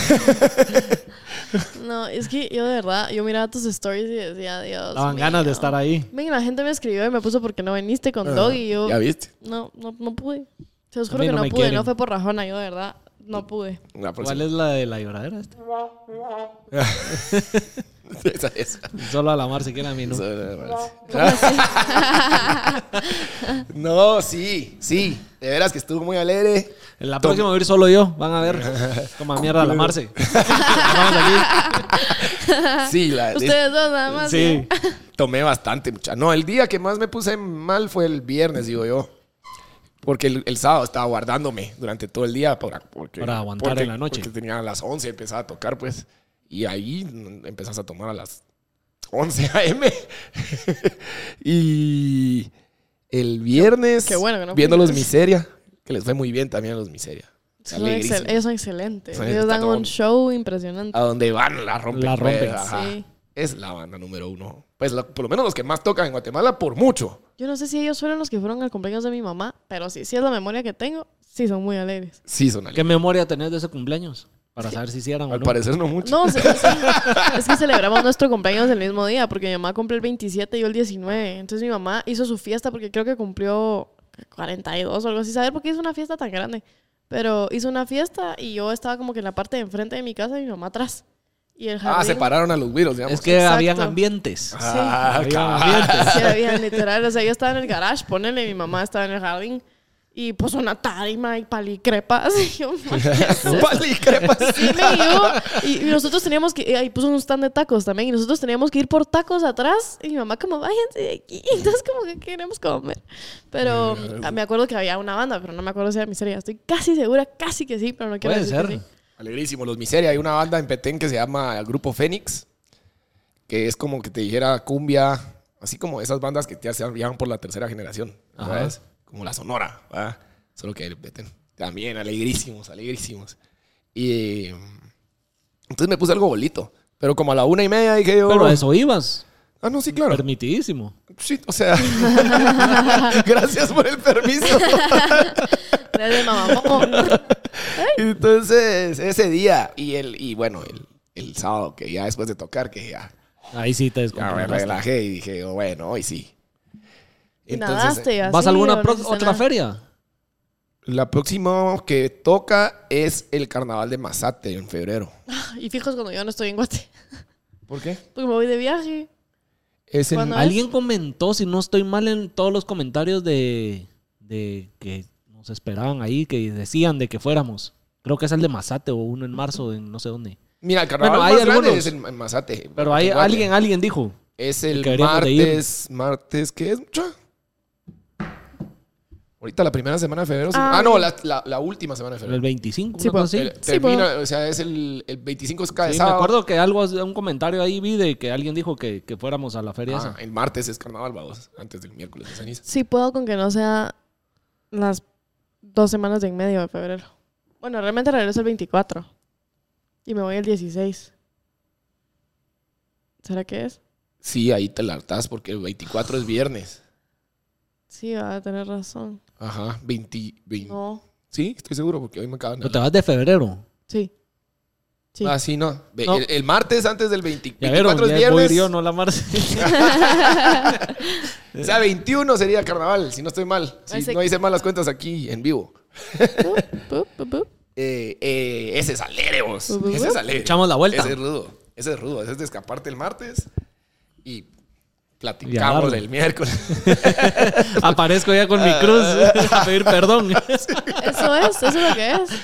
S5: No, es que yo de verdad, yo miraba tus stories y decía, Dios.
S2: Daban ganas de
S5: mío".
S2: estar ahí.
S5: Ven, la gente me escribió y me puso porque no viniste con Dog y yo.
S4: Ah, ¿Ya viste?
S5: No, no, no pude. Se los
S2: A
S5: juro
S2: mí
S5: que
S2: no
S5: no
S2: me
S5: pude,
S2: quieren.
S5: no fue por rajona, yo de verdad no pude.
S4: La próxima.
S2: ¿Cuál es la de la lloradera? esta?
S4: [laughs] Esa, esa.
S2: Solo a la Mar se quiere a mí,
S4: [laughs]
S2: ¿no?
S4: Eso me parece. [laughs] No, sí, sí. De veras que estuvo muy alegre.
S2: En la próxima voy a ir solo yo, van a
S4: [laughs]
S2: ver. Como a mierda a la Marce.
S4: Ah, Sí, la,
S5: Ustedes dos nada más.
S2: Sí.
S4: Tomé bastante, mucha. No, el día que más me puse mal fue el viernes, digo yo. Porque el, el sábado estaba guardándome durante todo el día para, porque,
S2: Para aguantar
S4: porque-
S2: en la noche.
S4: Porque tenía a las 11, empezaba a tocar, pues. Y ahí mm, empezás a tomar a las [laughs] 11 a.m. y el viernes,
S5: Qué bueno que no
S4: viendo
S5: fui.
S4: los Miseria, que les fue muy bien también a los Miseria.
S5: Son
S4: Alegrísimo.
S5: excel- ellos son excelentes.
S4: Son
S5: ellos dan un
S4: estatón.
S5: show impresionante.
S4: A donde van, la rompen.
S2: La rompen.
S4: pues, ajá.
S5: Sí.
S4: Es la banda número uno. Pues la- por lo menos los que más tocan en Guatemala, por mucho.
S5: Yo no sé si ellos fueron los que fueron al cumpleaños de mi mamá, pero sí, si es la memoria que tengo, sí son muy alegres.
S4: Sí, son alegres.
S2: ¿Qué memoria tenés de ese cumpleaños? Para saber si hicieran o
S4: Al
S2: no.
S4: parecer no mucho.
S5: No, sí, sí. es que celebramos nuestro cumpleaños el mismo día, porque mi mamá cumple el 27 y yo el 19. Entonces mi mamá hizo su fiesta porque creo que cumplió 42 o algo así, saber por qué hizo una fiesta tan grande. Pero hizo una fiesta y yo estaba como que en la parte de enfrente de mi casa y mi mamá atrás. Y el jardín.
S4: ah,
S5: [laughs]
S4: separaron a los güiros, digamos.
S2: Es que
S5: Exacto.
S2: habían ambientes.
S5: Sí.
S4: Ah, cabal.
S5: Sí, había, literal. O sea, yo estaba en el garage, ponele, mi mamá estaba en el jardín. Y puso una tarima y palicrepas. [laughs] Y yo, "Ma, ¿qué es
S4: [laughs]
S5: esto?".
S4: Pali, crepas.
S5: Sí, me llegó. Y, y nosotros teníamos que. eh, Ahí puso un stand de tacos también. Y nosotros teníamos que ir por tacos atrás. Y mi mamá, como, váyanse de aquí. [laughs] Entonces, como que queremos comer. Pero ah, me acuerdo que había una banda, pero no me acuerdo si era miseria. Estoy casi segura, casi que sí, pero no quiero
S2: Puede
S5: decir
S2: ser.
S5: que sí.
S4: Alegrísimo, los Miseria. Hay una banda en Petén que se llama el Grupo Fénix, que es como que te dijera cumbia, así como esas bandas que ya se viajan por la tercera generación,
S2: Ajá.
S4: ¿sabes? Como la Sonora, ¿verdad? Solo que de Petén. También alegrísimos, alegrísimos. Y eh, entonces me puse algo bolito, pero como a la una y media dije yo...
S2: Pero a eso ibas.
S4: Ah, no, sí, claro.
S2: Permitidísimo.
S4: Sí, o sea, [laughs] gracias por el permiso.
S2: [laughs]
S5: Desde mamá. "Oh".
S4: [laughs] Entonces, ese día y el y bueno, el, el sábado que ya después de tocar que ya,
S2: Ahí sí te
S4: ya me
S2: descontrolaste.
S4: relajé y dije, oh, bueno, hoy sí.
S5: Y
S4: Entonces,
S5: nadaste, así,
S2: ¿Vas a
S5: o
S2: alguna
S5: no
S2: pro-
S5: hiciste
S2: otra
S5: nada?
S2: feria?
S4: la próxima que toca es el carnaval de Mazate en febrero.
S5: Y fijos cuando yo no estoy en Guate. [laughs]
S4: ¿Por qué?
S5: Porque me voy de viaje.
S4: Es en-
S5: Cuando- ¿No
S2: Alguien comentó, si no estoy mal, en todos los comentarios de, de que nos esperaban ahí, que decían de que fuéramos. Creo que es el de Mazate o uno en marzo, en no sé dónde.
S4: Mira, el carnaval
S2: Bueno, hay
S4: más grande
S2: algunos.
S4: es en, en Mazate.
S2: Pero hay
S4: Guatemala.
S2: alguien, alguien dijo.
S4: es
S2: que
S4: el
S2: deberíamos de ir.
S4: martes, martes ¿qué es? mucha? Ahorita la primera semana de febrero. sí.
S5: Ah.
S4: Ah, no, la, la- la última semana de
S2: Pero el
S4: febrero.
S2: 25,
S5: Sí,
S2: una cosa
S5: pues.
S2: así.
S4: El-
S5: Sí,
S4: termina,
S5: puedo.
S4: o sea, es el, el 25 es cada
S2: Sí, me
S4: sábado.
S2: acuerdo que algo, un comentario ahí vi de que alguien dijo que, que fuéramos a la feria
S4: Ah,
S2: esa.
S4: el martes es carnaval, vamos, antes del miércoles de ceniza.
S5: Sí puedo con que no sea las dos semanas de en medio de febrero. Bueno, realmente regreso el 24. Y me voy el 16. ¿Será que es?
S4: Sí, ahí te la hartás porque el 24 es viernes.
S5: Sí, va a tener razón.
S4: Ajá, 20, 20.
S5: No.
S4: Sí, estoy seguro porque hoy me acaban de...
S2: Pero te vas de febrero.
S5: Sí. Sí.
S4: Ah, sí, no. Ve-
S2: No.
S4: El, el martes antes del 20
S2: Ya
S4: 24
S2: vieron,
S4: es
S2: ya voy a ir
S4: viernes.
S2: yo, no la Marce. [laughs]
S4: O sea, 21 sería carnaval, si no estoy mal. Si
S5: Ese-
S4: no hice malas cuentas aquí en vivo.
S5: Pup, pup, pup.
S4: Eh, eh, ese es alegre, vos.
S5: Uh, uh, uh.
S4: Ese es alegre.
S2: Echamos la vuelta.
S4: Ese es rudo. Ese es rudo. Ese es de escaparte el martes y
S2: Y a
S4: platicamos
S2: darle.
S4: el miércoles.
S2: Aparezco ya con
S4: Ah.
S2: mi cruz [laughs] a pedir
S4: [laughs]
S2: perdón.
S5: Eso es, eso es lo que es.
S2: [laughs]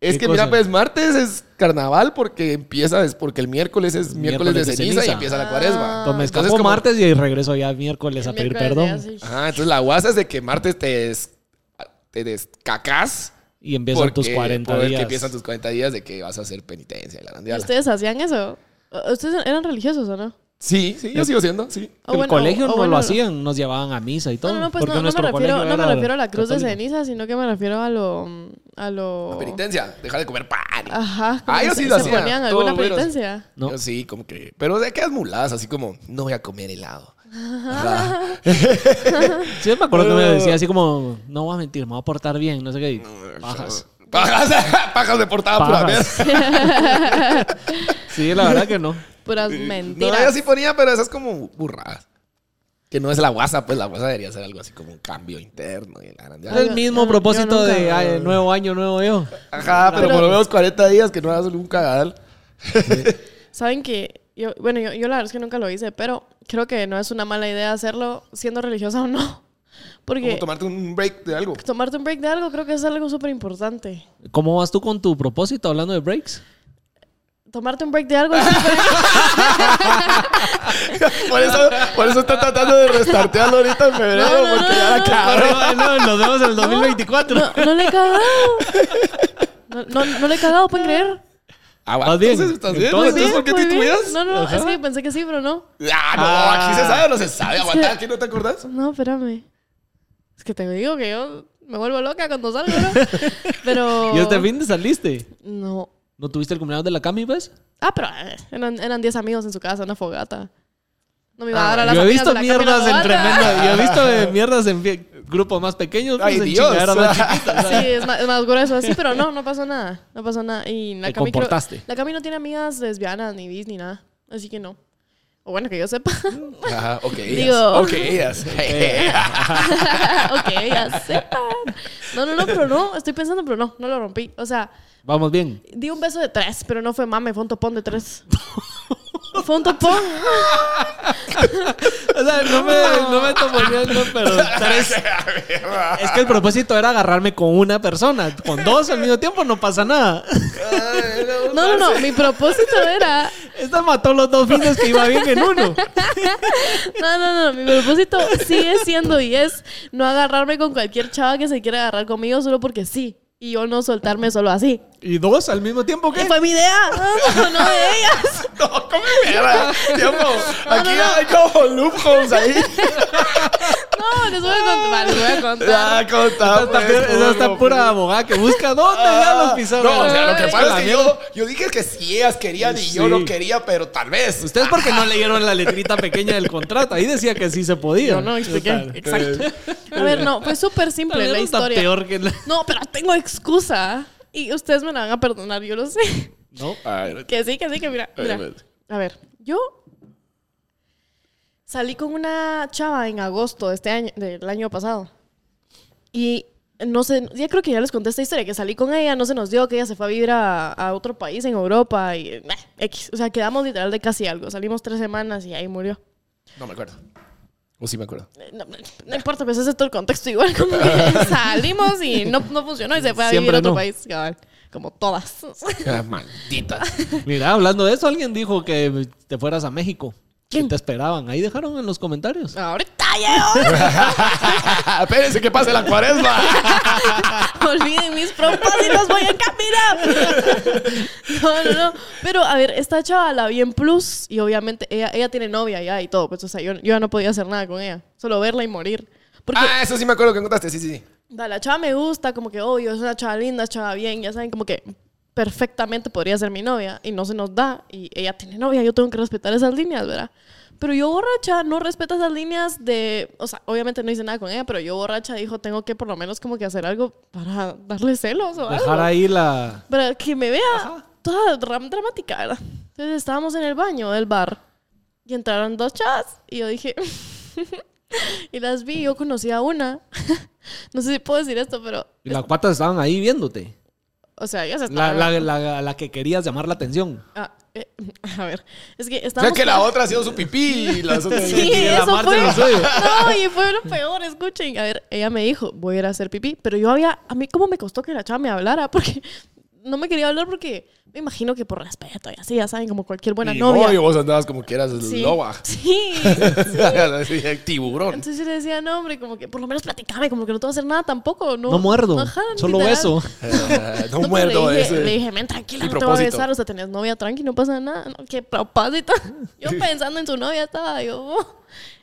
S4: Es
S2: ¿Qué
S4: que mira,
S2: cosa?
S4: pues martes es carnaval porque empieza, es porque el miércoles es
S2: Miércoles
S4: miércoles, de
S2: de
S4: ceniza, y
S2: ceniza.
S4: empieza la
S5: Ah.
S4: cuaresma.
S2: Entonces me
S4: Entonces,
S2: escapó
S4: como-
S2: martes y regreso ya miércoles a
S5: El
S2: pedir
S5: miércoles
S2: perdón.
S5: ya, sí.
S4: Ajá, entonces la guasa es de que martes te, des- te descacás.
S2: Y empiezan tus
S4: porque-
S2: 40
S4: porque
S2: días.
S4: empiezan tus 40 días de que vas a hacer penitencia. y La
S5: ¿Y
S4: grandiala.
S5: ¿Ustedes hacían eso? ¿Ustedes eran religiosos o no?
S4: Sí, sí, yo sigo siendo, sí.
S5: O
S2: el
S5: bueno,
S2: colegio
S5: o
S2: no
S5: bueno,
S2: lo hacían, nos llevaban a misa y todo.
S5: No, no, no, pues
S2: porque
S5: no, no me
S2: nuestro
S5: refiero,
S2: colegio
S5: no me
S2: era
S5: refiero a la cruz de
S2: católico.
S5: ceniza, sino que me refiero a lo... A lo...
S4: La penitencia, dejar de comer pan.
S5: Ajá. como
S4: Ah, yo
S5: que
S4: sí
S5: se-
S4: lo
S5: ¿Se
S4: hacía,
S5: ponían
S4: todo
S5: alguna
S4: güeros.
S5: penitencia?
S2: No.
S4: Yo sí, como que. Pero de quedas muladas, así como, no voy a comer helado. Ajá.
S2: Sí, me acuerdo que me decía así como, no voy a mentir, me voy a portar bien, no sé qué. y Bajas.
S4: Pajas, [laughs] pajas de portada pura
S2: Pajas. Sí, la verdad que no.
S5: Puras
S4: mierda.
S5: mentiras.
S4: eh, No, yo sí ponía, pero esas como burradas. Que no es la guasa, pues la guasa debería ser algo así como un cambio interno y la
S2: Es
S4: grande.
S2: el mismo
S5: yo no-
S2: propósito
S5: yo
S2: de
S5: nunca-
S2: ay, nuevo año, nuevo yo.
S4: Ajá, pero, por lo menos 40 días que no hagas ningún cagadal.
S5: Saben que yo, bueno, yo, yo la verdad es que nunca lo hice, pero creo que no es una mala idea hacerlo siendo religiosa o no. [laughs]
S4: Como
S5: Porque
S4: tomarte un break de algo.
S5: tomarte un break de algo creo que es algo súper importante.
S2: ¿Cómo vas tú con tu propósito hablando de
S5: [laughs]
S2: breaks?
S5: Tomarte un break
S4: [laughs]
S5: de algo es súper-
S4: Por eso, por eso está tratando de restartearlo ahorita en febrero,
S5: No, no,
S4: porque
S5: no,
S4: ya la
S5: no,
S4: cabrón.
S2: Bueno, nos vemos en el 2024.
S5: no, no le he cagado. No, no, no le he cagado, ¿pueden
S4: [laughs]
S5: creer?
S4: Ah, va,
S2: Más bien.
S4: Entonces, ¿estás bien?
S2: Entonces,
S4: Entonces, ¿por qué
S5: muy bien.
S4: titubeas?
S5: No, no, es que pensé que sí, pero no.
S4: Ah, no,
S2: Ah.
S4: aquí se sabe o no se sabe. Aguanta,
S5: que-
S4: aquí no te acordás.
S5: No, espérame. Es que te digo que yo me vuelvo loca cuando salgo,
S4: [laughs]
S5: ¿no? Pero...
S2: ¿Y este fin de saliste?
S5: No.
S2: ¿No tuviste el cumpleaños de la Cami, pues? ves?
S5: Ah, pero eh, eran eran 10 amigos en su casa, una fogata. No me iba a dar a las
S2: Ah, Yo he
S5: amigas
S2: visto
S5: de la Cami
S2: mierdas
S5: una
S2: en
S5: [laughs] fogata.
S2: tremendo. Yo he visto eh, mierdas en fie- grupos más pequeños. pues,
S4: Ay,
S2: en
S4: Dios.
S2: chingaderas más chiquitas.
S5: [laughs] Sí, es más, es más grueso así, pero no, no pasó nada. No pasó nada. Y la
S2: Te
S5: Cami creo-
S2: comportaste.
S5: la Cami no tiene amigas lesbianas, ni bis, ni nada. Así que no. O bueno, que
S2: [laughs]
S5: yo sepa. [laughs]
S4: Ajá, ok.
S5: Digo-
S4: Digo. Ok, ellas. [laughs]
S5: ok, ya sepa. No, no, no, pero no. Estoy pensando, pero no, no lo rompí. O sea,
S2: Vamos bien.
S5: di un beso de tres, pero no fue mame, fue un topón de
S2: [laughs]
S5: tres. fue un topón.
S2: O sea, no me, no me tomo riendo, pero
S4: [laughs]
S2: tres. Es que el propósito era agarrarme con una persona. Con dos al mismo tiempo no pasa
S4: [laughs]
S2: nada.
S5: No, no, no. Mi propósito era
S2: Esta mató los dos fines que iba bien en uno.
S5: No, no, no. Mi propósito sigue siendo y es no agarrarme con cualquier chava que se quiera agarrar conmigo solo porque sí. Y yo no soltarme solo así.
S2: Y dos al mismo tiempo
S5: Y
S2: que.
S5: fue mi idea. No, no, no de ellas.
S4: [laughs] No, come mierda.
S2: [laughs]
S4: Tiempo. Aquí
S5: no, no.
S4: hay como loopholes ahí.
S5: No, les voy a contar. Les voy a
S4: Ya,
S5: contar.
S4: contá.
S2: Esa
S4: pues, cómo
S2: está
S4: no,
S2: pura abogada que busca dónde ya los
S4: pues.
S2: pisaron.
S4: No, o sea, lo que
S5: Ay,
S4: pasa
S2: la
S4: es que yo, yo dije que si ellas querían y yo
S2: Sí.
S4: no quería, pero tal vez.
S2: Ustedes porque no leyeron la letrita pequeña del contrato. Ahí decía que sí se podía.
S5: Yo no expliqué. Exacto. A ver, no. Fue súper simple
S2: También
S5: la
S2: está
S5: historia.
S2: peor que la-
S5: No, pero tengo excusa. Y ustedes me la van a perdonar, yo lo sé.
S2: No.
S4: A ver,
S5: Que sí, que sí, que mira.
S4: A
S5: mira.
S4: ver,
S5: A ver, yo salí con una chava en agosto de este año, del año pasado. Y no sé, ya creo que ya les conté esta historia, que salí con ella, no se nos dio, que ella se fue a vivir a, a otro país en Europa y eh, X. O sea, quedamos literal de casi algo. Salimos tres semanas y ahí murió.
S4: no me acuerdo. O sí me acuerdo.
S5: Eh, No, no importa, pues ese es todo el contexto igual. Como
S2: [laughs]
S5: que salimos y no, no funcionó y se fue a vivir
S2: Siempre
S5: a otro
S2: no.
S5: país. cabal, Como todas.
S4: Ah, [laughs] maldita.
S2: Mira, hablando de eso, alguien dijo que te fueras a México.
S5: ¿Quién?
S2: Que te esperaban. Ahí dejaron en los comentarios.
S5: [laughs] Ahorita caballeros.
S4: Espérense que pase la cuaresma. [laughs]
S5: [laughs] Olviden mis propósitos, voy en camino. [laughs] No, no, no. Pero a ver, esta chava la vi en Plus y obviamente ella, ella tiene novia ya y todo. Pues, o sea, yo, yo ya no podía hacer nada con ella. Solo verla y morir. Porque
S4: ah, eso sí me acuerdo que contaste. Sí, sí, sí.
S5: da, la chava me gusta, como que, obvio, es una chava linda, chava bien, ya saben, como que perfectamente podría ser mi novia y no se nos da. Y ella tiene novia, yo tengo que respetar esas líneas, ¿verdad? Pero yo borracha no respeto esas líneas de, o sea, obviamente no hice nada con ella, pero yo borracha dijo, tengo que por lo menos como que hacer algo para darle celos o
S2: Dejar
S5: algo.
S2: ahí la.
S5: Para que me vea toda dram- dramática, ¿verdad? Entonces estábamos en el baño del bar y entraron dos chavas y yo dije, [laughs] y las vi, yo conocí a una. [laughs] no sé si puedo decir esto, pero,
S2: Y las cuatas estaban ahí viéndote.
S5: o sea, ellas
S2: La,
S5: estaban...
S2: la, la, la que querías llamar la atención.
S5: Ah, eh, [laughs] a ver, es que
S4: O sea,
S5: estábamos...
S4: que la otra ha sido su pipí y las otras.
S5: Sí,
S2: que la
S5: eso
S2: Marta
S5: fue.
S2: lo suyo.
S5: [laughs] No, y fue lo peor, escuchen. A ver, ella me dijo, voy a ir a hacer pipí, pero yo había, a mí cómo me costó que la chava me hablara, porque [laughs] no me quería hablar porque me imagino que por respeto y así, ya saben, como cualquier buena
S4: y
S5: novia.
S4: obvio, vos andabas como quieras,
S5: sí,
S4: loba.
S5: [laughs]
S2: [laughs]
S5: sí.
S4: [laughs] Sí, el tiburón.
S5: Entonces yo le decía, no, hombre, como que por lo menos platicame, como que no te voy a hacer nada tampoco. No,
S2: No, muerdo.
S5: Ajá,
S2: solo
S5: literal.
S2: beso.
S4: [laughs] Ah, no,
S5: No, pero
S4: muerdo
S5: le dije,
S4: ese.
S5: le dije, men, tranquila,
S4: Mi
S5: no te voy a
S4: propósito.
S5: besar. O sea, tenés novia tranqui, no pasa nada. ¿no?
S2: [laughs]
S5: Qué propósito. Yo pensando en su novia estaba yo. [laughs] oh.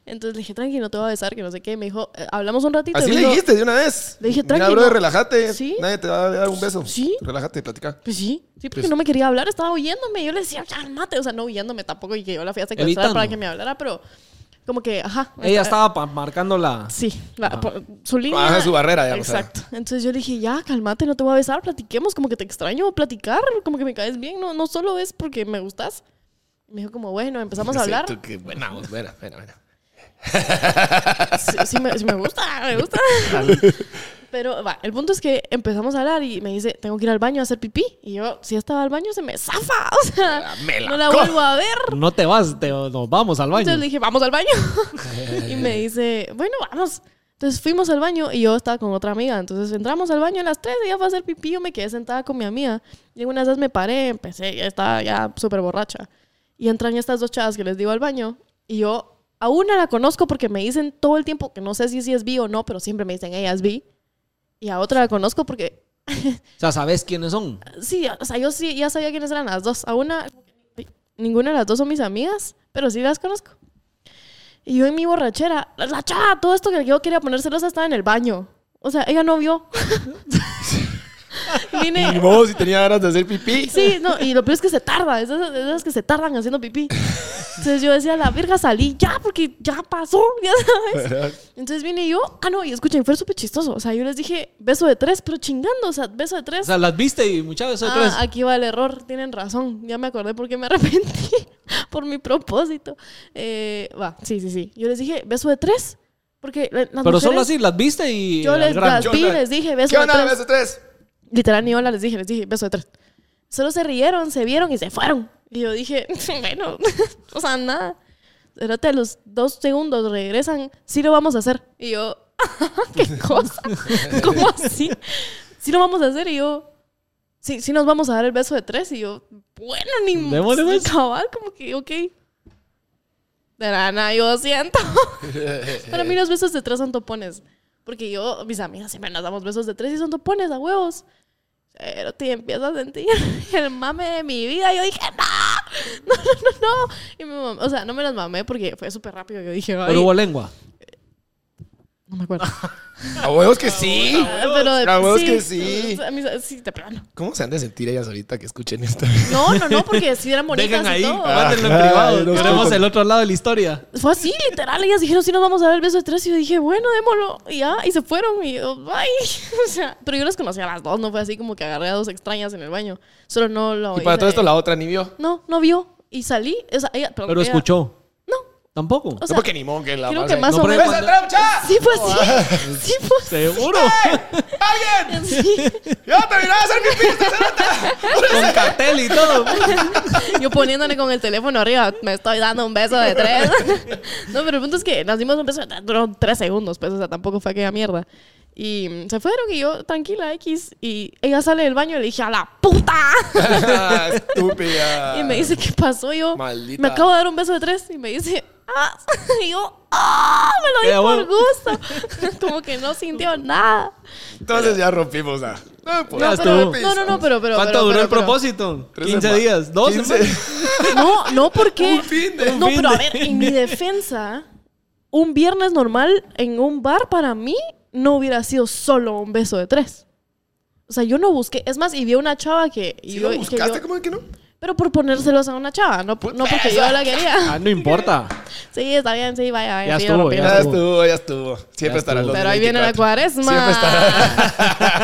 S5: Entonces le dije, tranqui, no te voy a besar, que no sé qué. Me dijo, eh, hablamos un ratito.
S4: Así
S5: y me
S4: le
S5: dijo,
S4: dijiste de una vez.
S5: Le dije,
S4: Mira,
S5: tranqui,
S4: brother,
S5: no.
S4: relájate.
S5: Sí.
S4: Nadie te va a dar un beso.
S5: Sí.
S4: Relájate, platica.
S5: Pues sí, sí, porque
S4: Pues-
S5: no me quería hablar, estaba huyéndome. Yo le decía, cálmate. O sea, no huyéndome tampoco y que yo la fui a secuestrar
S2: Evitando.
S5: para que me hablara, pero como que, ajá.
S2: Ella
S5: estaba-
S2: estaba pa- marcando la.
S5: Sí, la- por- su línea.
S4: Ajá, Ah. su barrera, ya, o sea.
S5: Exacto. Entonces yo le dije, ya, cálmate, no te voy a besar, platiquemos, como que te extraño, platicar, como que me caes bien, no, no solo es porque me gustas. Me dijo como, bueno, empezamos a
S4: Sí,
S5: hablar. [laughs]
S4: tú, qué buena voz, buena, buena, buena.
S5: Sí, sí me, sí me gusta, me
S4: [laughs]
S5: gusta. Pero va, el punto es que empezamos a hablar y me dice, tengo que ir al baño a hacer pipí. Y yo, si estaba al baño, se me zafa. O sea,
S4: Me la
S5: no la
S4: co-
S5: [laughs] vuelvo a ver.
S2: No te vas, te, nos vamos al baño.
S5: Entonces le dije, vamos al baño.
S2: [laughs]
S5: [laughs] y me dice, bueno, vamos. Entonces fuimos al baño y yo estaba con otra amiga. Entonces entramos al baño a las 3, ella fue a hacer pipí, yo me quedé sentada con mi amiga. Y en una de esas me paré, empecé, ya estaba ya súper borracha. Y entran estas dos chavas que les digo al baño y yo a una la conozco porque me dicen todo el tiempo que no sé si, si es bi o no, pero siempre me dicen, ella es bi. Y a otra la conozco porque,
S2: O sea, ¿sabes quiénes son?
S5: sí, o sea, yo sí, ya sabía quiénes eran las dos. A una, ninguna de las dos son mis amigas, pero sí las conozco. Y yo en mi borrachera, la- la chava, todo esto que yo quería poner celosa estaba en el baño. O sea, ella no vio.
S4: Y
S5: Vine.
S4: vos, si tenía ganas de hacer pipí.
S5: Sí, no, y lo peor es que se tarda, es de esas, de esas que se tardan haciendo pipí. Entonces yo decía, la verga, salí ya, porque ya pasó, ya sabes. Entonces vine yo, ah, no, y escuchen, fue súper chistoso. O sea, yo les dije, beso de tres, pero chingando, o sea, beso de
S2: O
S5: tres.
S2: sea, las viste y muchas veces
S5: Ah,
S2: otras-
S5: aquí va el error, tienen razón. Ya me acordé porque me [laughs] arrepentí por mi propósito. Eh, Va, sí, sí, sí. Yo les dije, beso de tres. Porque la- las
S2: Pero
S5: mujeres-
S2: solo así, las viste y.
S5: Yo
S2: al
S5: les,
S2: grano.
S5: las vi,
S4: onda?
S5: les dije, beso
S4: ¿Qué
S5: de
S4: onda?
S5: tres.
S4: Beso tres.
S5: Literal, ni hola, les dije, les dije, beso de tres. Solo se rieron, se vieron y se fueron. Y yo dije, [laughs] bueno, o sea, nada. Espérate, a los dos segundos regresan, sí lo vamos a hacer. Y yo, [laughs] ¿qué cosa? ¿Cómo así? Sí lo vamos a hacer. Y yo, sí, sí nos vamos a dar el beso de tres. Y yo, bueno, ni
S2: Démosle, pues.
S5: cabal, como que, ok. De nada, yo siento. Para mí los besos de tres son topones. Porque yo, mis amigas siempre nos damos besos de tres y son topones a huevos. Pero te empiezo a sentir [laughs] el mame de mi vida. Yo dije, no, no, no, no, no. Y me mam- o sea, no me las mamé porque fue súper rápido. Yo dije, ay,
S2: Pero hubo lengua.
S5: no me [laughs] acuerdo.
S4: [laughs] A huevos que sí.
S5: Ah, Pero de-
S4: La huevos
S5: sí,
S4: que sí.
S5: a mí- sí, de plano.
S4: ¿Cómo se han de sentir ellas ahorita que escuchen esto?
S5: No, no, no, porque si eran bonitas
S2: Dejen
S5: y
S2: ahí,
S5: todo.
S2: mándenlo en
S4: Ajá,
S2: privado.
S4: ahí nos
S2: Queremos
S4: cuentan.
S2: el otro lado de la historia.
S5: Fue así, literal. Ellas dijeron, sí, nos vamos a dar el beso de tres. Y yo dije, bueno, démoslo. Y ya, y se fueron. Y yo, bye. [laughs] O sea, pero yo las conocía a las dos. No fue así como que agarré a dos extrañas en el baño. Solo no lo
S4: Y para todo
S5: hice.
S4: esto la otra ni vio.
S5: No, no vio. Y salí. o sea, ella-
S2: Pero
S5: ella-
S2: escuchó.
S5: No, [laughs]
S2: Tampoco.
S5: o
S4: no
S5: sea,
S4: porque ni modo que la
S5: creo
S4: vas
S5: que
S4: a-
S5: más
S2: No,
S5: o
S2: pero
S5: menos.
S4: ¡Esa trampa!
S5: Sí, pues sí. Sí, pues
S2: Seguro.
S4: ¡Alguien!
S5: sí.
S4: ¡Ya te miraba hacer pipí! esta
S2: Con cartel y todo.
S5: Yo poniéndole con el teléfono arriba, me estoy dando un beso de tres. No, pero el punto es que nos dimos un beso de tres, duró tres segundos, pues, o sea, tampoco fue aquella mierda. Y mm, se fueron y yo, tranquila, X. Y ella sale del baño y le dije, ¡a la puta!
S4: cerda! Estúpida. [laughs]
S5: Y me dice, ¿qué pasó? Y yo,
S4: Maldita.
S5: me acabo de dar un beso de tres. Y me dice, ¡ah, ah, [laughs] y yo, ah, me
S3: Ya,
S5: lo
S3: bueno.
S5: di por gusto. [laughs] Como que no sintió nada.
S4: Entonces ya rompimos a. No, pues,
S5: No, pero,
S3: estuvo.
S5: no, no, no, pero, pero.
S3: ¿Cuánto
S5: pero,
S3: duró
S5: pero,
S3: el
S5: pero-
S3: propósito?
S4: tres
S3: 15
S4: sema-
S3: días, dos
S4: 15.
S3: semanas.
S5: No, no, porque.
S4: Un fin de-
S5: No,
S3: un fin
S5: pero a
S3: de-
S5: ver, en mi defensa, un viernes normal en un bar para mí no hubiera sido solo un beso de tres. O sea, yo no busqué. Es más, y vi a una chava que. y
S4: Si
S5: yo-
S4: lo
S5: que
S4: buscaste,
S5: yo-
S4: ¿cómo es que no?
S5: Pero por ponérselos a una chava, no, por- no porque yo la quería.
S2: Ah, no importa.
S5: Sí, está bien, sí, vaya, vaya.
S2: Ya
S5: sí,
S2: estuvo,
S5: rompí.
S2: ya
S4: Ya estuvo, ya estuvo. Siempre estará el
S5: Pero ahí viene la
S4: 2024.
S5: cuaresma.
S4: Siempre estará.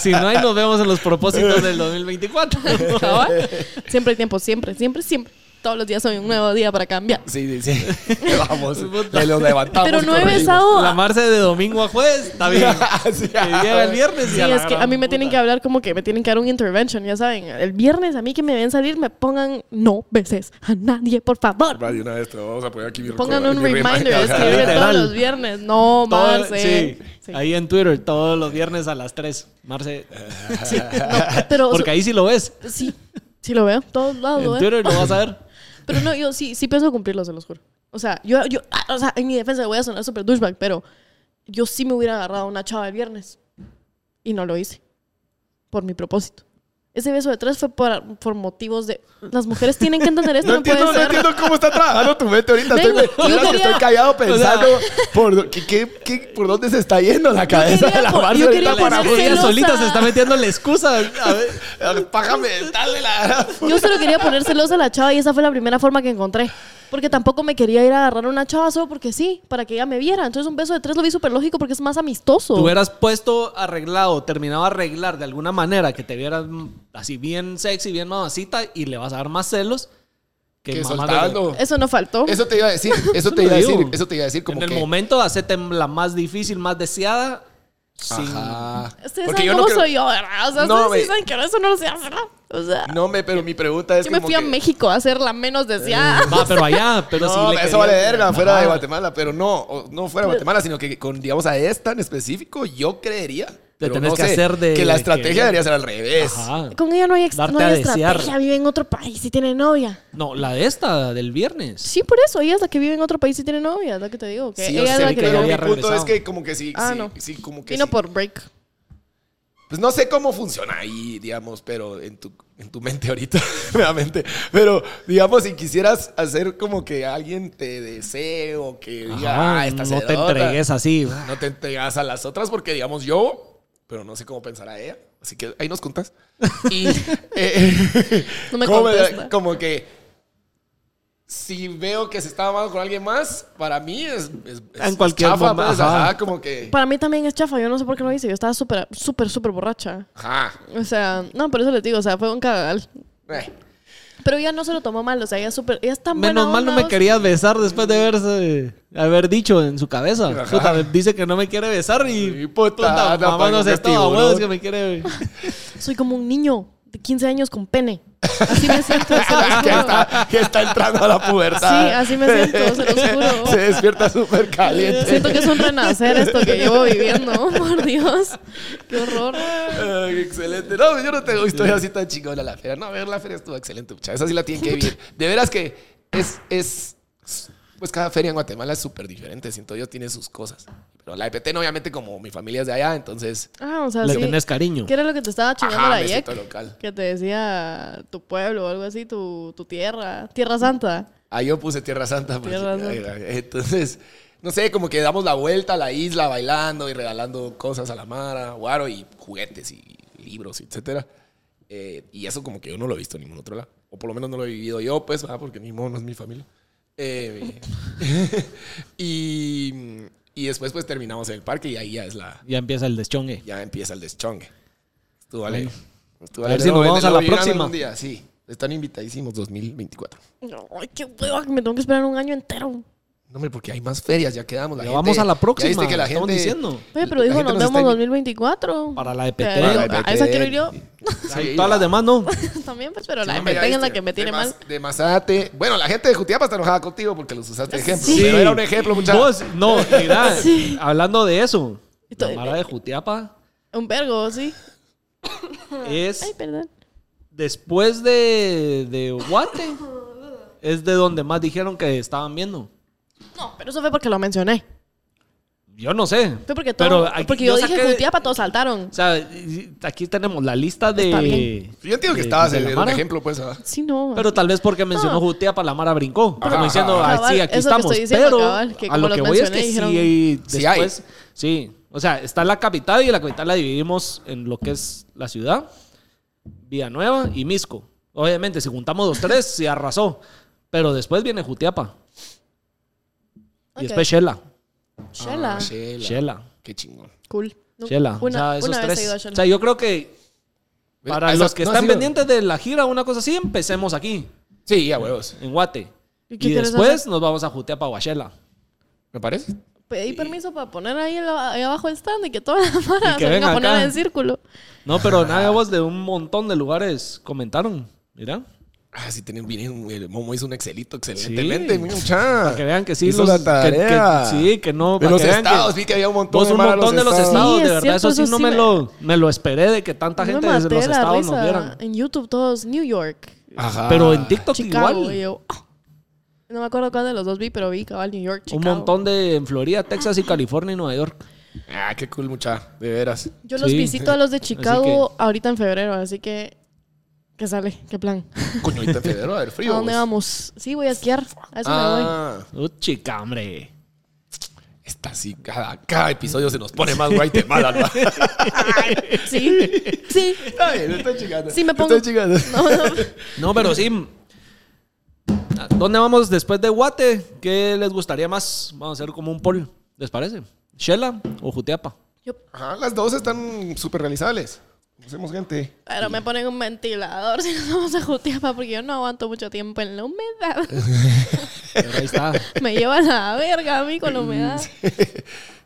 S2: Si no, ahí nos vemos en los propósitos del 2024.
S5: [laughs] Cabal. Siempre hay tiempo, siempre, siempre, siempre. Todos los días soy un nuevo día para cambiar.
S4: Sí, sí, sí.
S5: [laughs]
S4: Vamos. Le lo levantamos.
S5: Pero no he
S4: corregimos.
S5: besado.
S2: La marce de domingo a jueves, está
S3: [laughs]
S2: bien.
S4: [laughs] Sí, ah,
S2: Que llega el viernes y
S5: Sí,
S2: a la
S5: es que a
S2: gran
S5: mí me tienen que
S2: puta.
S5: hablar como que me tienen que dar un intervention, ya saben. El viernes a mí que me ven salir me pongan no beses a nadie, por favor.
S4: Va, de una vez te lo vamos a poner aquí mi
S5: Pongan un
S4: mi
S5: reminder,
S4: [laughs]
S5: escribe
S4: Ajá.
S5: todos los viernes. No,
S2: Todo-
S5: Marce.
S2: sí,
S5: Sí.
S2: ahí en Twitter, todos los viernes a las 3. Marce,
S5: Sí, no, pero
S2: porque ahí sí lo ves.
S5: sí, sí lo veo, todos lados ¿eh? lo
S2: En
S5: veo.
S2: Twitter lo vas a ver.
S5: Pero no, yo sí, sí pienso cumplirlo, se los juro. O sea, yo, yo ah, o sea, en mi defensa voy a sonar súper douchebag, pero yo sí me hubiera agarrado a una chava el viernes. Y no lo hice. Por mi propósito. Ese beso de tres fue por, por motivos de... Las mujeres tienen que entender esto,
S4: No
S5: no,
S4: entiendo,
S5: puede
S4: no
S5: ser...
S4: entiendo cómo está trabajando tu mente ahorita.
S5: Ven,
S4: Estoy,
S5: yo
S4: mira que
S5: quería-
S4: estoy callado pensando por, do- qué- qué- qué- por dónde se está yendo la cabeza
S5: quería
S4: de la
S5: po-
S4: Marcia
S5: yo
S4: ahorita
S5: quería
S4: para
S5: poner
S4: mí.
S2: Ella
S5: celosa.
S2: solita se está metiendo la excusa.
S5: [laughs]
S2: A ver,
S4: Paja mental de la.
S5: Yo solo quería poner celosa a la chava y esa fue la primera forma que encontré. Porque tampoco me quería ir a agarrar a una chava solo porque sí, para que ella me viera. Entonces un beso de tres lo vi súper lógico porque es más amistoso.
S2: tú hubieras puesto arreglado, terminado de arreglar de alguna manera que te vieras mm, así bien sexy, bien mamacita y le vas a dar más celos que,
S4: Que
S2: mamá de-
S4: soltando.
S5: Eso no faltó.
S4: Eso te iba a decir, eso te
S2: lo
S4: iba a
S2: digo.
S4: decir, eso te iba a decir como
S2: en el
S4: que.
S2: momento, hacete la más difícil, más deseada. sin-
S4: Ajá.
S5: Ustedes
S4: Porque
S5: saben
S4: yo
S5: cómo
S4: no creo-
S5: soy yo, ¿verdad? O sea,
S4: No,
S5: ustedes sí
S4: me-
S5: saben que eso no lo sé hacer. O sea,
S4: No, me, pero mi pregunta es
S5: yo me
S4: como
S5: fui a
S4: que- Eh,
S5: México a hacer la menos deseada.
S2: eh, Va, pero allá, pero si
S4: [laughs] No,
S2: le
S4: eso
S2: querías-
S4: vale verga, fuera
S2: Ajá. Pues,
S4: de Guatemala, pero no, o- no fuera de Guatemala, sino que con, digamos, a esta en específico, yo creería. pero
S2: tenés
S4: no
S2: que
S4: sé,
S2: hacer de-
S4: Que la estrategia
S2: que-
S4: debería ser al revés.
S2: Ajá.
S5: Con ella no hay, ex-
S2: Darte
S5: no
S2: a
S5: hay
S2: desear.
S5: estrategia, vive en otro país y tiene novia.
S2: No, la de esta, del viernes.
S5: Sí, por eso, ella es la que vive en otro país y tiene novia, es lo que te digo. Que
S4: Sí, yo
S5: ella es
S4: sé,
S5: la que
S2: que
S4: pero
S2: ya
S4: mi
S2: había
S4: punto es
S2: regresado.
S4: que como que sí,
S5: Ah,
S4: sí,
S5: no.
S4: sí, como que
S5: vino
S4: sí.
S5: por break.
S4: Pues no sé cómo funciona ahí, digamos, pero en tu, en tu mente ahorita, [laughs] nuevamente. Pero, digamos, si quisieras hacer como que alguien te desee o que diga,
S2: Ajá,
S4: ah, esta
S2: no te
S4: sedota",
S2: entregues así.
S4: No te entregas a las otras porque, digamos, yo, pero no sé cómo pensará ella. Así que ahí nos contás.
S5: [laughs]
S4: Y. eh,
S5: No me
S4: como,
S5: contesta.
S4: como que. Si veo que se está amando con alguien más, para mí es. es- es
S2: cualquier
S4: chafa,
S2: momento,
S4: pues,
S2: ajá.
S4: ajá, como que.
S5: Para mí también es chafa, yo no sé por qué lo hice, yo estaba súper, súper, súper borracha.
S4: Ajá.
S5: O sea, no, por eso les digo, o sea, fue un cagadal.
S4: Eh. [laughs]
S5: Pero ella no se lo tomó mal, o sea, ella es súper, ella está
S2: Menos mal no me querías besar después de haberse, haber dicho en su cabeza.
S4: Ajá.
S2: Puta, dice que no me quiere besar y,
S4: Y puta,
S2: puta,
S4: anda
S2: mamá no sé
S4: pa'l
S2: todo,
S4: castigo,
S2: huevos
S4: ¿no?
S2: que me quiere.
S5: Soy como un niño de 15 años
S4: [laughs]
S5: con pene. Así me siento. se los
S4: que,
S5: juro.
S4: está, que está entrando a la pubertad.
S5: Sí, así me siento,
S4: [laughs]
S5: se los juro.
S4: Se despierta súper caliente.
S5: Siento que es un renacer esto
S4: [laughs]
S5: que llevo viviendo, por Dios. Qué horror.
S4: Ay, excelente. No, yo no tengo historia así tan chingona la feria. No, a ver, la feria estuvo excelente, mucha. Esa sí la tienen que vivir. De veras que es, es. Pues cada feria en Guatemala es súper diferente. Siento yo, tiene sus cosas. Pero la EPT, obviamente, como mi familia es de allá, entonces.
S5: Ah, o sea,
S2: Le
S5: sí.
S2: tenés cariño.
S5: ¿Qué era lo que te estaba chingando
S4: Ajá,
S5: la
S4: me siento
S5: IEC?
S4: local.
S5: Que te decía tu pueblo o algo así, tu, tu tierra, Tierra Santa.
S4: Ah, yo puse Tierra Santa. pues, porque-
S5: Tierra Santa.
S4: Entonces, no sé, como que damos la vuelta a la isla bailando y regalando cosas a la Mara, Guaro y juguetes y libros, etcétera. Eh, y eso como que yo no lo he visto en ningún otro lado. O por lo menos no lo he vivido yo, pues, ¿verdad? porque mi mono no es mi familia. Eh, [laughs] y, y después pues terminamos en el parque y ahí ya es la...
S2: Ya empieza el deschongue.
S4: Ya empieza el deschongue. Estuvo alegre. Estuvo
S2: A ver
S4: alegre.
S2: si nos
S4: Luego-
S2: vamos a la
S4: luego llegan
S2: próxima.
S4: algún día, sí. Están invitadísimos 2024.
S5: Ay, qué hueva, que me tengo que esperar un año entero.
S4: No, hombre, porque hay más ferias, ya quedamos. La
S2: Ya
S4: gente-
S2: vamos a la
S4: ya
S2: próxima,
S4: viste que la
S2: estamos
S4: gente,
S2: diciendo.
S5: Oye, pero
S4: la
S5: dijo,
S4: gente
S5: nos
S4: está
S5: vemos
S4: invi-
S5: 2024.
S2: Para la EPT.
S5: Te digo,
S4: Para la
S5: A esa quiero ir yo
S4: Sí,
S2: Todas
S4: va.
S2: las demás no.
S5: [laughs] también, pues, pero
S4: Sí,
S5: la
S4: hombre, ya
S5: EPT es la
S4: viste,
S5: que me
S4: de
S5: tiene
S4: Mas-
S5: mal.
S4: De Mazate. Bueno, la gente de Jutiapa está enojada contigo porque los usaste de ejemplo.
S2: Sí.
S4: Pero era un ejemplo, muchachos.
S2: Vos, no, mira,
S5: [laughs] Sí.
S2: hablando de eso, la
S5: Estoy-
S2: Mara de Jutiapa
S5: Un vergo, sí. Ah. Ay,
S2: es
S5: perdón.
S2: después de, de Guate, es de donde más dijeron que estaban viendo.
S5: No, pero eso fue porque lo mencioné.
S2: Yo no sé.
S5: Fue porque,
S2: Pero
S5: todo,
S2: aquí-
S5: porque yo,
S2: yo
S5: dije
S2: saqué-
S5: Jutiapa, todos saltaron.
S2: O sea, y- aquí tenemos la lista
S5: Está
S2: de.
S5: bien.
S4: Yo entiendo que
S2: de-
S4: estabas
S2: de
S4: en
S2: la
S4: un
S2: Mara,
S4: ejemplo, pues. ah.
S5: Sí, no.
S2: Pero tal vez porque mencionó
S5: No.
S2: Jutea para la Mara brincó.
S4: Ajá,
S2: como diciendo,
S4: ajá.
S2: ah, sí, aquí
S5: Ah. Eso es lo que
S2: estamos.
S5: estoy diciendo,
S2: pero
S5: cabal, que
S2: a lo
S5: como
S2: que
S5: los
S2: voy es que
S5: mencioné, dijeron-
S2: sí,
S4: Sí hay.
S2: después. Sí, O sea, está la capital y la capital la dividimos en lo que es la ciudad, Villanueva y Misco. Obviamente, si juntamos los tres, se arrasó. Pero después viene Jutiapa. Y
S5: Ok.
S2: después Shela.
S5: Shela.
S4: Ah, Shela.
S2: Shela.
S4: Qué chingón.
S5: Cool. No,
S2: Shela.
S5: Una,
S2: o sea, esos
S5: una vez
S2: tres.
S5: he ido a
S2: o
S5: Shela.
S2: sea, yo creo que
S4: Ah,
S2: para
S4: esa-
S2: los que
S4: no,
S2: están
S4: sí,
S2: pendientes de la gira, una cosa así, empecemos aquí,
S4: Sí, a huevos.
S2: en Guate.
S5: ¿Y qué
S2: Y
S5: quieres
S2: después
S5: hacer?
S2: nos vamos a Jutiapa o a Shela.
S4: ¿Me parece?
S5: Pedí permiso para poner ahí, el- ahí abajo el stand y que toda
S2: [laughs]
S5: la mara
S2: que
S5: se venga
S2: venga
S5: a poner
S2: acá.
S5: en círculo.
S2: No, pero nada, vos de un montón de lugares comentaron. Mira.
S4: Ah, sí, tienen, vienen, el Momo hizo un Excelito excelentemente, mucha.
S2: Para que vean que sí.
S4: hizo
S2: los-
S4: la
S2: que-
S4: tarea.
S2: Que, sí, que no.
S4: De
S2: para
S4: los
S2: que vean que-
S4: estados, vi que había un montón
S2: Vos un
S4: malos
S2: montón de los estados,
S5: Sí,
S2: de
S5: es
S2: verdad,
S5: cierto,
S2: eso sí
S5: eso
S2: no
S5: sí
S2: me,
S5: me-
S2: lo, me lo esperé de que tanta
S5: Yo
S2: gente
S5: me
S2: desde
S5: maté
S2: los
S5: de la
S2: estados nos
S5: risa.
S2: vieran.
S5: En YouTube todos, New York,
S4: Ajá.
S2: Pero en TikTok
S5: Chicago.
S2: igual.
S5: y yo, ah. No me acuerdo cuál de los dos vi, pero vi cabal New York, Chicago.
S2: Un montón de en Florida, Texas y California y Nueva York.
S4: Ah, qué cool, mucha. De veras.
S5: Yo los
S2: Sí.
S5: visito a los de
S2: [laughs] Así
S5: Chicago ahorita en febrero, así que... ¿Qué sale? ¿Qué plan?
S4: Coño, ahorita en febrero va a haber
S5: ¿A
S4: frío.
S5: dónde
S4: vos.
S5: vamos? Sí, voy a esquiar. A eso me voy.
S4: Ah,
S2: Uh, chica, hombre.
S4: está así. Cada, cada episodio se nos pone más Guatemala.
S5: [laughs]
S4: ¿no?
S2: [laughs]
S5: Sí, sí.
S4: Está bien, estoy chingando.
S5: Sí, me
S4: Estoy
S5: pongo.
S4: chingando.
S5: No, no.
S2: No, pero sí. ¿A ¿Dónde vamos después de Guate? ¿Qué les gustaría más? Vamos a hacer como un poll, ¿les parece? ¿Shela o Jutiapa?
S5: Yo-
S4: Ajá, las dos están súper realizables. Conocemos gente. [laughs]
S5: pero me ponen un ventilador [laughs] si nos vamos a Jutiapa porque yo no aguanto mucho tiempo en la humedad. [laughs]
S2: Pero ahí está.
S5: Me llevan a la verga a mí con la humedad.
S4: Mm.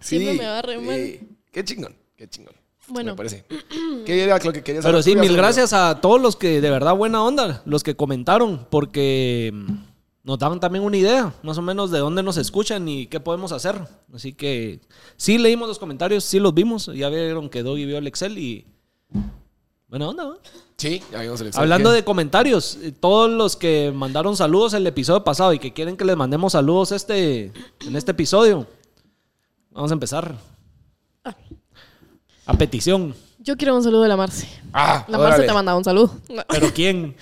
S5: Siempre
S4: Sí,
S5: me va re mal.
S4: Qué chingón, qué chingón.
S5: Bueno.
S4: Me parece. ¿Qué era lo que querías
S2: Pero
S4: hablar?
S2: sí,
S4: Tú ya
S2: mil
S4: se me olvidó.
S2: gracias a todos los que de verdad buena onda, los que comentaron, porque mm, nos daban también una idea, más o menos de dónde nos escuchan y qué podemos hacer. Así que sí leímos los comentarios, sí los vimos, ya vieron que Doggy vio el Excel y buena onda. ¿no?
S4: Sí, ya vimos el examen.
S2: Hablando de comentarios, eh, todos los que mandaron saludos el episodio pasado y que quieren que les mandemos saludos este en este episodio, vamos a empezar. A petición.
S5: Yo quiero un saludo de la Marce.
S4: Ah,
S5: La Marce
S4: órale.
S5: te manda un saludo. No.
S2: ¿Pero quién?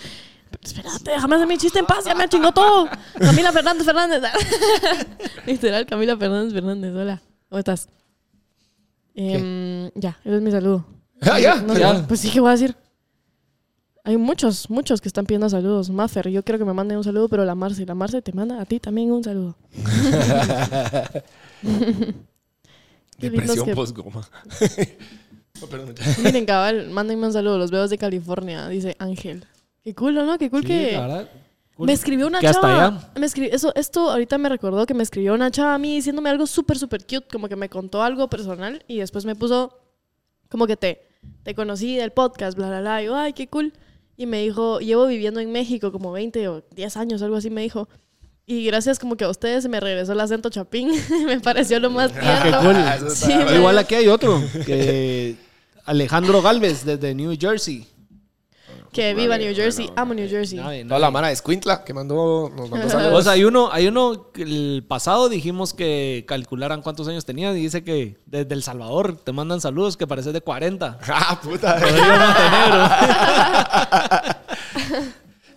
S5: Espérate, déjame hacer mi chiste en paz, ya me chingó todo. Camila Fernández Fernández. [laughs] Literal, Camila Fernández Fernández, hola. ¿Cómo estás? Em, ya, ese es mi saludo.
S4: [laughs] Ah, ya.
S5: No,
S2: Ya.
S5: Pues sí, ¿qué voy a decir? Hay muchos, muchos que están pidiendo saludos. Maffer, yo quiero que me manden un saludo, pero la Marce, la Marce te manda a ti también
S2: [laughs]
S5: un saludo. Qué lindos
S4: Depresión
S5: que-
S4: posgoma. [laughs] No, perdón.
S5: Miren, cabal, mándenme un saludo. Los veo de California, dice Ángel. Qué culo, ¿no? Qué cool que.
S2: la verdad, cool.
S5: Me escribió una
S2: Que hasta
S5: chava.
S2: allá.
S5: Me escribió, eso, esto ahorita me recordó que me escribió una chava a mí diciéndome algo súper, súper cute, como que me contó algo personal y después me puso como que te, te conocí del podcast, bla, bla, bla. Y yo, ay, qué cool. Y me dijo, llevo viviendo en México como 20 o 10 años, algo así me dijo. Y gracias como que a ustedes me regresó el acento chapín. [laughs] me pareció lo más tierno.
S4: Ah, eso está-
S5: Sí,
S2: Ah, Igual aquí hay otro, que Alejandro Galvez desde New Jersey.
S5: Que viva
S4: Vale,
S5: New Jersey.
S4: bueno,
S5: Amo New Jersey.
S2: Nave,
S4: No,
S2: nave.
S4: la mara de Escuintla que mandó, nos
S5: [laughs]
S4: mandó
S2: O
S4: saludos. [laughs]
S2: sea, hay uno, hay uno que el pasado dijimos que calcularan cuántos años tenían y dice que desde El Salvador te mandan saludos que pareces de 40.
S4: ah, puta.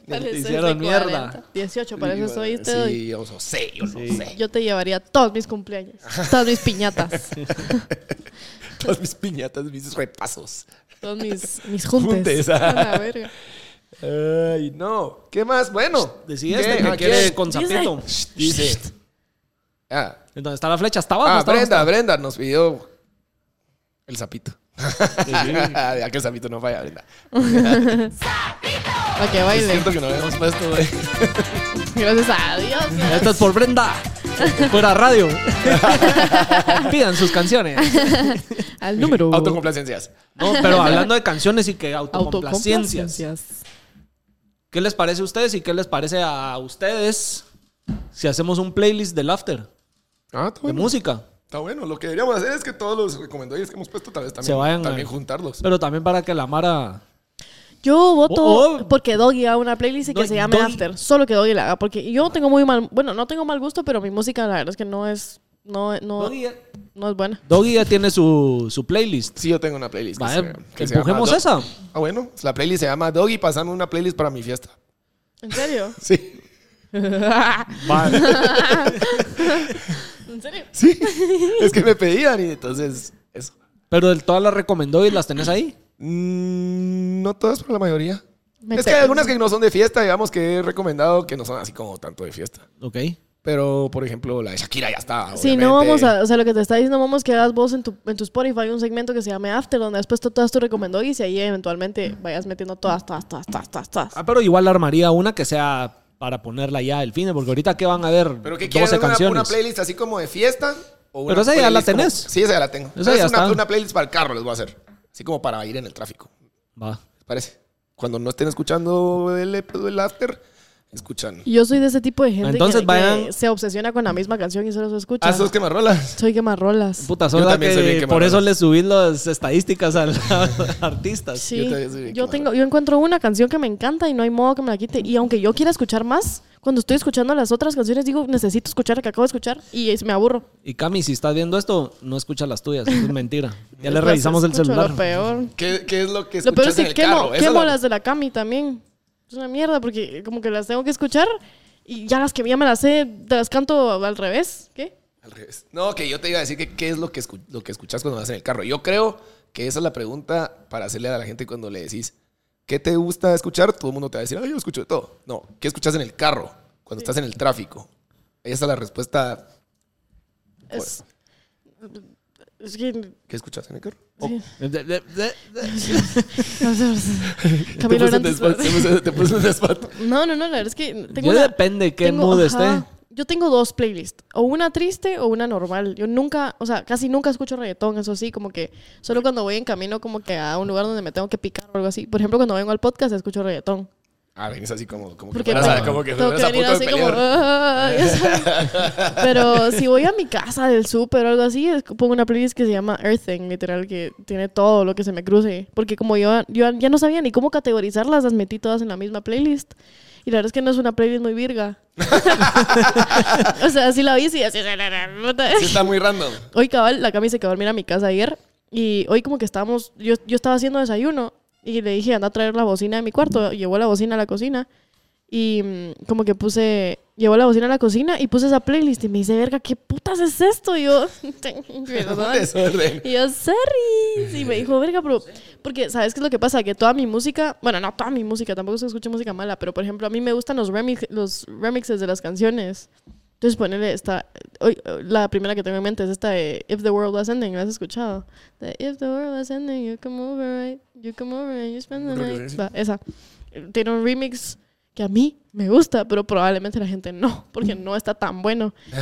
S5: Pareces de
S2: hicieron mierda.
S5: 40. 18, para eso soy. Te
S4: eh,
S5: doy.
S4: Sí, yo no sé, yo no sé. [laughs]
S5: Yo te llevaría todos mis cumpleaños, todas mis piñatas,
S4: Todas mis piñatas, mis repasos.
S5: todos mis, mis juntes.
S4: Juntes,
S5: A
S4: ah.
S5: la verga.
S4: Ay, no. ¿Qué más? Bueno.
S2: Decía
S4: ¿Qué?
S2: este que
S4: Ah,
S2: quiere
S4: ¿qué?
S2: con
S5: Dice-
S2: sapito.
S4: Dice. Ah,
S2: Entonces está la flecha, hasta abajo.
S4: ah,
S2: hasta abajo,
S4: Brenda,
S2: hasta-
S4: Brenda nos pidió el sapito. [laughs] ya que el sapito no falla, Brenda.
S5: Para que
S4: Es
S5: baile.
S4: cierto que no habíamos puesto, eh. güey.
S5: Gracias a Dios.
S2: Esto es por Brenda. Fuera radio. Pidan sus canciones.
S5: Al número.
S4: Autocomplacencias.
S2: No, pero hablando de canciones y que autocomplacencias.
S5: Autocomplacencias.
S2: ¿Qué les parece a ustedes y qué les parece a ustedes si hacemos un playlist del after?
S4: Ah, está
S2: de
S4: bueno.
S2: música.
S4: Está bueno. Lo que deberíamos hacer es que todos los recomendadores que hemos puesto, tal vez también,
S2: Se vayan,
S4: también
S2: eh.
S4: juntarlos.
S2: Pero también para que la Mara
S5: Yo voto
S2: Oh, oh.
S5: porque Doggy haga una playlist y que
S2: No,
S5: se llame
S2: Doggy-
S5: After. Solo que Doggy la haga. Porque yo tengo muy mal. Bueno, no tengo mal gusto, pero mi música, la verdad es que no es. No, no,
S2: Doggy ya,
S5: no es buena.
S2: Doggy ya tiene su, su playlist.
S4: Sí, yo tengo una playlist. que
S2: Vaya,
S4: se- que se llama
S2: empujemos
S4: Do-
S2: esa.
S4: Ah, bueno. La playlist se llama Doggy, pasame una playlist para mi fiesta.
S5: ¿En serio?
S4: Sí.
S5: ¿En serio?
S4: Sí. [laughs] es que me pedían y entonces eso.
S2: Pero él todas las recomendó y las tenés ahí.
S4: Mm, no todas, pero la mayoría.
S5: [laughs] Me
S4: es que
S5: pe-
S4: hay algunas que no son de fiesta, digamos que he recomendado que no son así como tanto de fiesta.
S2: Ok.
S4: Pero, por ejemplo, la de Shakira ya está.
S5: Sí, no vamos
S4: obviamente.
S5: a. O sea, lo que te está diciendo, vamos que hagas vos en tu, en tu Spotify un segmento que se llame After, donde después tú todas tú recomendó y si ahí eventualmente vayas metiendo todas, todas, todas, todas, todas. todas.
S2: Ah, pero igual armaría una que sea para ponerla ya al fin, porque ahorita que van a ver
S4: ¿Pero qué
S2: 12
S4: quieres? Una,
S2: canciones.
S4: una playlist así como de fiesta? o una
S2: Pero esa ya la
S4: playlist como-
S2: tenés.
S4: Sí, esa ya la tengo.
S2: Esa
S4: Esa
S2: ya
S4: es una,
S2: está.
S4: una playlist para el carro, les voy a hacer. Así como para ir en el tráfico.
S2: Va.
S4: ¿Les parece? Cuando no estén escuchando el, ep- el after, escuchan.
S5: Yo soy de ese tipo de gente
S2: Entonces
S5: que,
S2: vayan-
S5: que se obsesiona con la misma canción y solo se escucha.
S4: Ah, sos quemarrolas.
S5: Soy quemarrolas.
S2: Puta,
S4: Yo
S2: son la
S4: también soy bien
S2: que por
S4: quemador.
S2: eso le subí las estadísticas [laughs] a los artistas.
S5: Sí,
S4: también soy bien
S5: yo
S4: quemador.
S5: tengo, yo encuentro una canción que me encanta y no hay modo que me la quite. Y aunque yo quiera escuchar más, cuando estoy escuchando las otras canciones digo, necesito escuchar la que acabo de escuchar y es- me aburro.
S2: Y Cami, si estás viendo esto, no escucha las tuyas. eso es
S5: [laughs]
S2: mentira. Ya le
S5: Después
S2: revisamos el
S5: escucho
S2: celular.
S5: Lo peor.
S4: ¿Qué, qué es lo que
S5: Lo
S4: escuchas
S5: peor es
S4: en
S5: que
S4: el
S5: quemo,
S4: carro? Eso
S5: quemo
S4: es lo-
S5: las de la Cami también. Es una mierda porque como que las tengo que escuchar y ya las que ya me las sé, te las canto al revés. ¿Qué?
S4: Al revés. No, que yo te iba a decir que qué es lo que, escu- lo que escuchas cuando vas en el carro. Yo creo que esa es la pregunta para hacerle a la gente cuando le decís, ¿qué te gusta escuchar? Todo el mundo te va a decir, ay, yo escucho de todo. No, ¿qué escuchas en el carro? Cuando estás en el tráfico. Esa es la respuesta.
S5: Es, es que
S4: ¿Qué escuchas en el carro?
S5: Oh.
S2: De- de- de- de-
S5: Camilo
S4: te,
S5: Hernández.
S4: puse un despacho, te puse- te puse un despacho.
S5: No, no, no, la verdad es que tengo
S2: Yo
S5: una-
S2: depende qué
S5: tengo-
S2: mood
S5: ajá.
S2: esté.
S5: Yo tengo dos playlists, o una triste o una normal. Yo nunca, o sea, casi nunca escucho reggaetón, eso sí, como que solo cuando voy en camino como que a un lugar donde me tengo que picar o algo así. Por ejemplo, cuando vengo al podcast escucho reggaetón.
S4: Ah, venís así como, como que
S5: Porque
S4: fueras a,
S5: tengo-
S4: como que
S5: tengo
S4: fueras a
S5: venir
S4: punto de
S5: así como,
S4: pelear.
S5: "Ah", ya
S4: [laughs]
S5: sabes. Pero si voy a mi casa del súper o algo así, es- pongo una playlist que se llama Earthing, literal, que tiene todo lo que se me cruce. Porque como yo, yo ya no sabía ni cómo categorizarlas, las metí todas en la misma playlist. Y la verdad es que no es una playlist muy virga. [laughs] o sea, si la vi, sí, así.
S4: Sí, está muy random.
S5: Hoy cabal, la Cami se quedó a dormir a mi casa ayer y hoy como que estábamos, yo, yo estaba haciendo desayuno y le dije, anda a traer la bocina de mi cuarto. Llevó la bocina a la cocina y mm, como que puse, llevó la bocina a la cocina y puse esa playlist y me dice, verga, ¿qué putas es esto? Y yo, [laughs]
S4: Un
S5: [laughs]
S4: [laughs]
S5: perdón.
S4: desorden.
S5: [laughs] Y yo, sorry. Y me dijo, verga, pero. Porque, ¿sabes qué es lo que pasa? Que toda mi música. Bueno, no toda mi música, tampoco se escucha música mala, pero por ejemplo, a mí me gustan los, remix, los remixes de las canciones. Entonces, ponele esta. hoy, la primera que tengo en mente es esta de If the World Was Ending, ¿la has escuchado? De If the World Was Ending, you come over, right? You come over and you spend the
S4: Creo que
S5: night.
S4: sí.
S5: Va, esa. Tiene un remix que a mí me gusta, pero probablemente la gente no, porque no está tan bueno. [laughs]